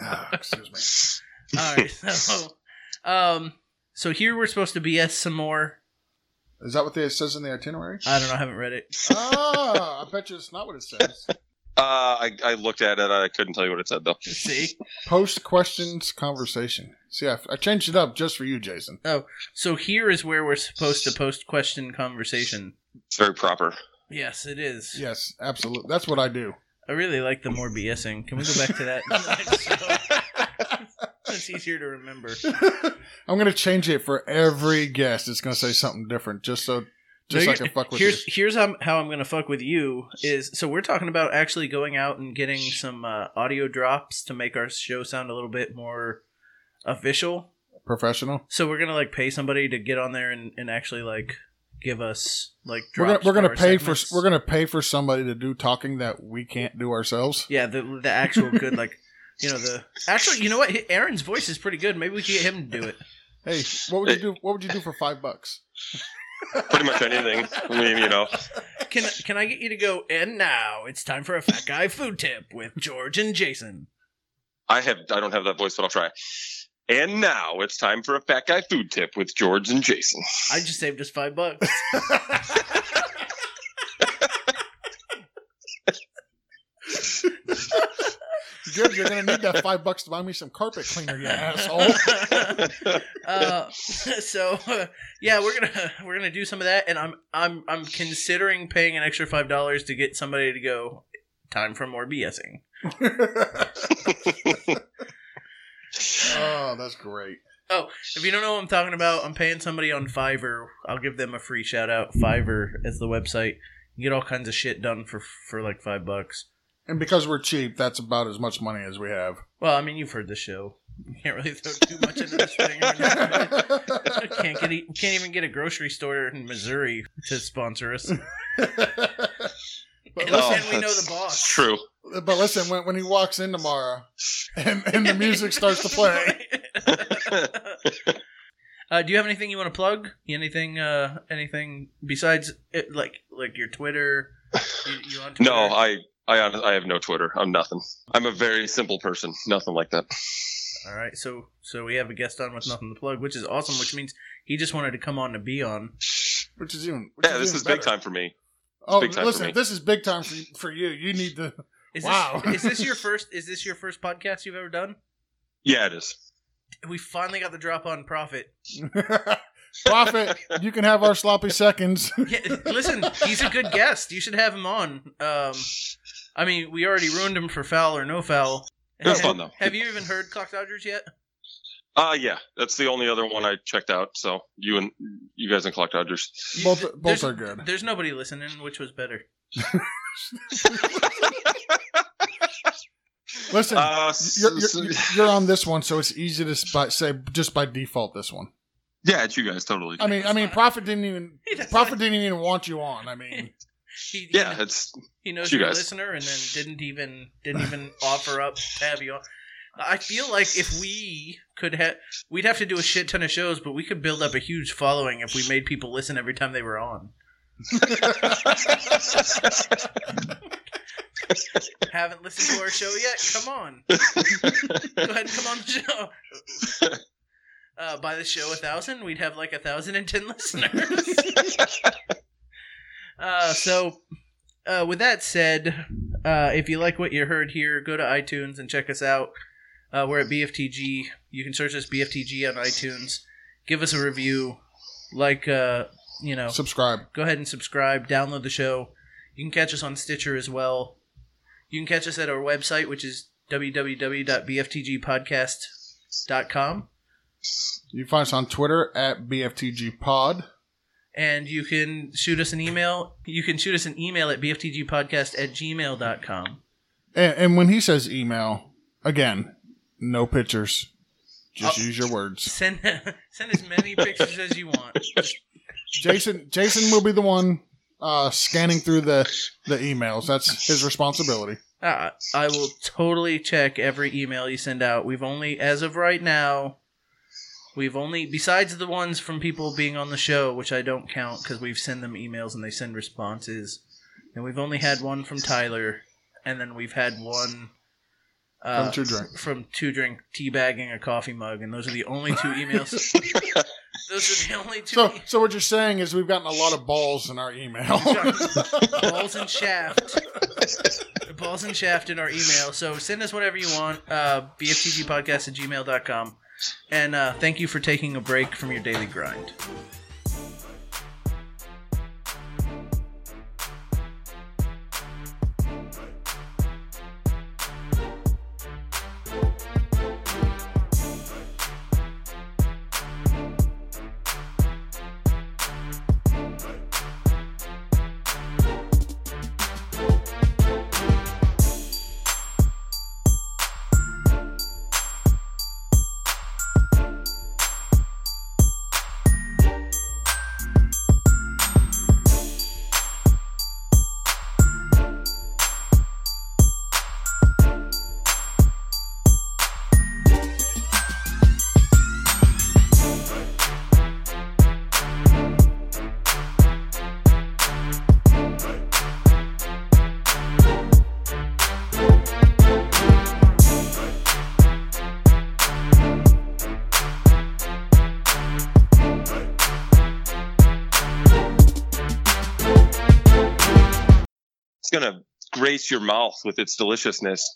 Speaker 2: Ah, excuse me.
Speaker 1: All right. So, um, so here we're supposed to BS some more.
Speaker 2: Is that what it says in the itinerary?
Speaker 1: I don't know. I haven't read it.
Speaker 2: Ah, I bet you it's not what it says.
Speaker 3: Uh, I, I looked at it. I couldn't tell you what it said though.
Speaker 1: See?
Speaker 2: Post questions conversation. See, I, I changed it up just for you, Jason.
Speaker 1: So here is where we're supposed to post question conversation.
Speaker 3: It's very proper.
Speaker 1: Yes, it is.
Speaker 2: Yes, absolutely. That's what I do.
Speaker 1: I really like the more BSing. Can we go back to that? in the next show? it's easier to remember.
Speaker 2: I'm gonna change it for every guest. It's gonna say something different, just so just so I can fuck with
Speaker 1: here's here's how, how I'm going to fuck with you is so we're talking about actually going out and getting some uh, audio drops to make our show sound a little bit more official.
Speaker 2: you. professional.
Speaker 1: So we're gonna like pay somebody to get on there and, and actually like give us like
Speaker 2: We're gonna,
Speaker 1: drops
Speaker 2: we're gonna
Speaker 1: our
Speaker 2: pay
Speaker 1: segments.
Speaker 2: for we're gonna pay for somebody to do talking that we can't do ourselves.
Speaker 1: yeah the the actual good like you know the actually you know what Aaron's voice is pretty good maybe we could get him to do it
Speaker 2: Hey, what would you do? What would you do for five bucks?
Speaker 3: Pretty much anything. I mean, you know.
Speaker 1: can can I get you to go and now it's time for a fat guy food tip with George and Jason
Speaker 3: I have I don't have that voice, but I'll try. And now it's time for a fat guy food tip with George and Jason.
Speaker 1: I just saved us five bucks
Speaker 2: George, you're gonna need that five bucks to buy me some carpet cleaner, you asshole.
Speaker 1: uh, so uh, yeah, we're gonna we're gonna do some of that, and I'm I'm I'm considering paying an extra five dollars to get somebody to go. Time for more BSing.
Speaker 2: oh, that's great.
Speaker 1: If you don't know what I'm talking about, I'm paying somebody on Fiverr. I'll give them a free shout out. Fiverr is the website. You get all kinds of shit done for for like five bucks.
Speaker 2: And because we're cheap, that's about as much money as we have.
Speaker 1: Well, I mean, you've heard the show. You can't really throw too much into this thing. We're not- can't get e- can't even get a grocery store in Missouri to sponsor us.
Speaker 2: But
Speaker 1: And-
Speaker 2: listen-
Speaker 1: and we know
Speaker 3: that's-
Speaker 1: the boss.
Speaker 3: It's true.
Speaker 2: But listen, when, when he walks in tomorrow and, and the music starts to play,
Speaker 1: uh, do you have anything you want to plug? Anything? Uh, anything besides it, like like your Twitter? You, you on Twitter?
Speaker 3: No, I I hon- I have no Twitter. I'm nothing. I'm a very simple person. Nothing like that.
Speaker 1: All right, so so we have a guest on with nothing to plug, which is awesome. Which means he just wanted to come on to be on.
Speaker 2: which is even which
Speaker 3: Yeah, this
Speaker 2: even
Speaker 3: is big
Speaker 2: better.
Speaker 3: time for me.
Speaker 2: Oh,
Speaker 3: big time for
Speaker 2: listen,
Speaker 3: me.
Speaker 2: if this is big time for, for you. You need to.
Speaker 1: Is
Speaker 2: Wow.
Speaker 1: This, is this your first? Is this your first podcast you've ever done?
Speaker 3: Yeah, it is.
Speaker 1: We finally got the drop on profit.
Speaker 2: Profit, you can have our sloppy seconds.
Speaker 1: Yeah, listen, he's a good guest. You should have him on. Um, I mean, we already ruined him for foul or no foul.
Speaker 3: It was fun though.
Speaker 1: Have you even heard Clock Dodgers yet?
Speaker 3: Uh yeah, that's the only other one I checked out. So you and you guys and Clock Dodgers.
Speaker 2: Both, both
Speaker 1: There's-
Speaker 2: are good.
Speaker 1: There's nobody listening, which was better.
Speaker 2: Listen,
Speaker 3: Uh, s-
Speaker 2: you're, you're,
Speaker 3: s-
Speaker 2: you're on this one, so it's easy to sp- say just by default this one.
Speaker 3: yeah, it's you guys totally.
Speaker 2: I mean, I mean, Prophet didn't even
Speaker 1: He doesn't-
Speaker 2: Prophet didn't even want you on. I mean,
Speaker 1: He,
Speaker 3: yeah,
Speaker 1: he,
Speaker 3: it's
Speaker 1: he knows
Speaker 3: you
Speaker 1: you're a
Speaker 3: guys.
Speaker 1: listener, and then didn't even didn't even offer up to have you on. I feel like if we could have, we'd have to do a shit ton of shows, but we could build up a huge following if we made people listen every time they were on. Haven't listened to our show yet? Come on. Go ahead and come on the show. Uh, by the show a thousand, we'd have like a thousand and ten listeners. uh, so, uh, with that said, uh, if you like what you heard here, go to iTunes and check us out. Uh, we're at BFTG. You can search us BFTG on iTunes. Give us a review. Like, uh, you know,
Speaker 2: subscribe.
Speaker 1: go ahead and subscribe, download the show. You can catch us on Stitcher as well. You can catch us at our website, which is www.bftgpodcast.com.
Speaker 2: You can find us on Twitter at BFTG Pod.
Speaker 1: And you can shoot us an email. You can shoot us an email at bftgpodcast at gmail.com.
Speaker 2: And, and when he says email, again, no pictures.
Speaker 1: Uh,
Speaker 2: Just use your words.
Speaker 1: Send, send as many pictures as you want.
Speaker 2: Jason Jason will be the one uh, scanning through the the emails. That's his responsibility.
Speaker 1: Uh, I will totally check every email you send out. We've only, as of right now, we've only, besides the ones from people being on the show, which I don't count because we've sent them emails and they send responses, and we've only had one from Tyler, and then we've had one uh,
Speaker 2: From Two Drink.
Speaker 1: from Two Drink teabagging a coffee mug, and those are the only two emails. those are the only two. e-
Speaker 2: So so what you're saying is we've gotten a lot of balls in our email.
Speaker 1: balls and shaft balls and shaft in our email so send us whatever you want uh, bftgpodcast at gmail.com and uh, thank you for taking a break from your daily grind
Speaker 3: it's gonna grace your mouth with its deliciousness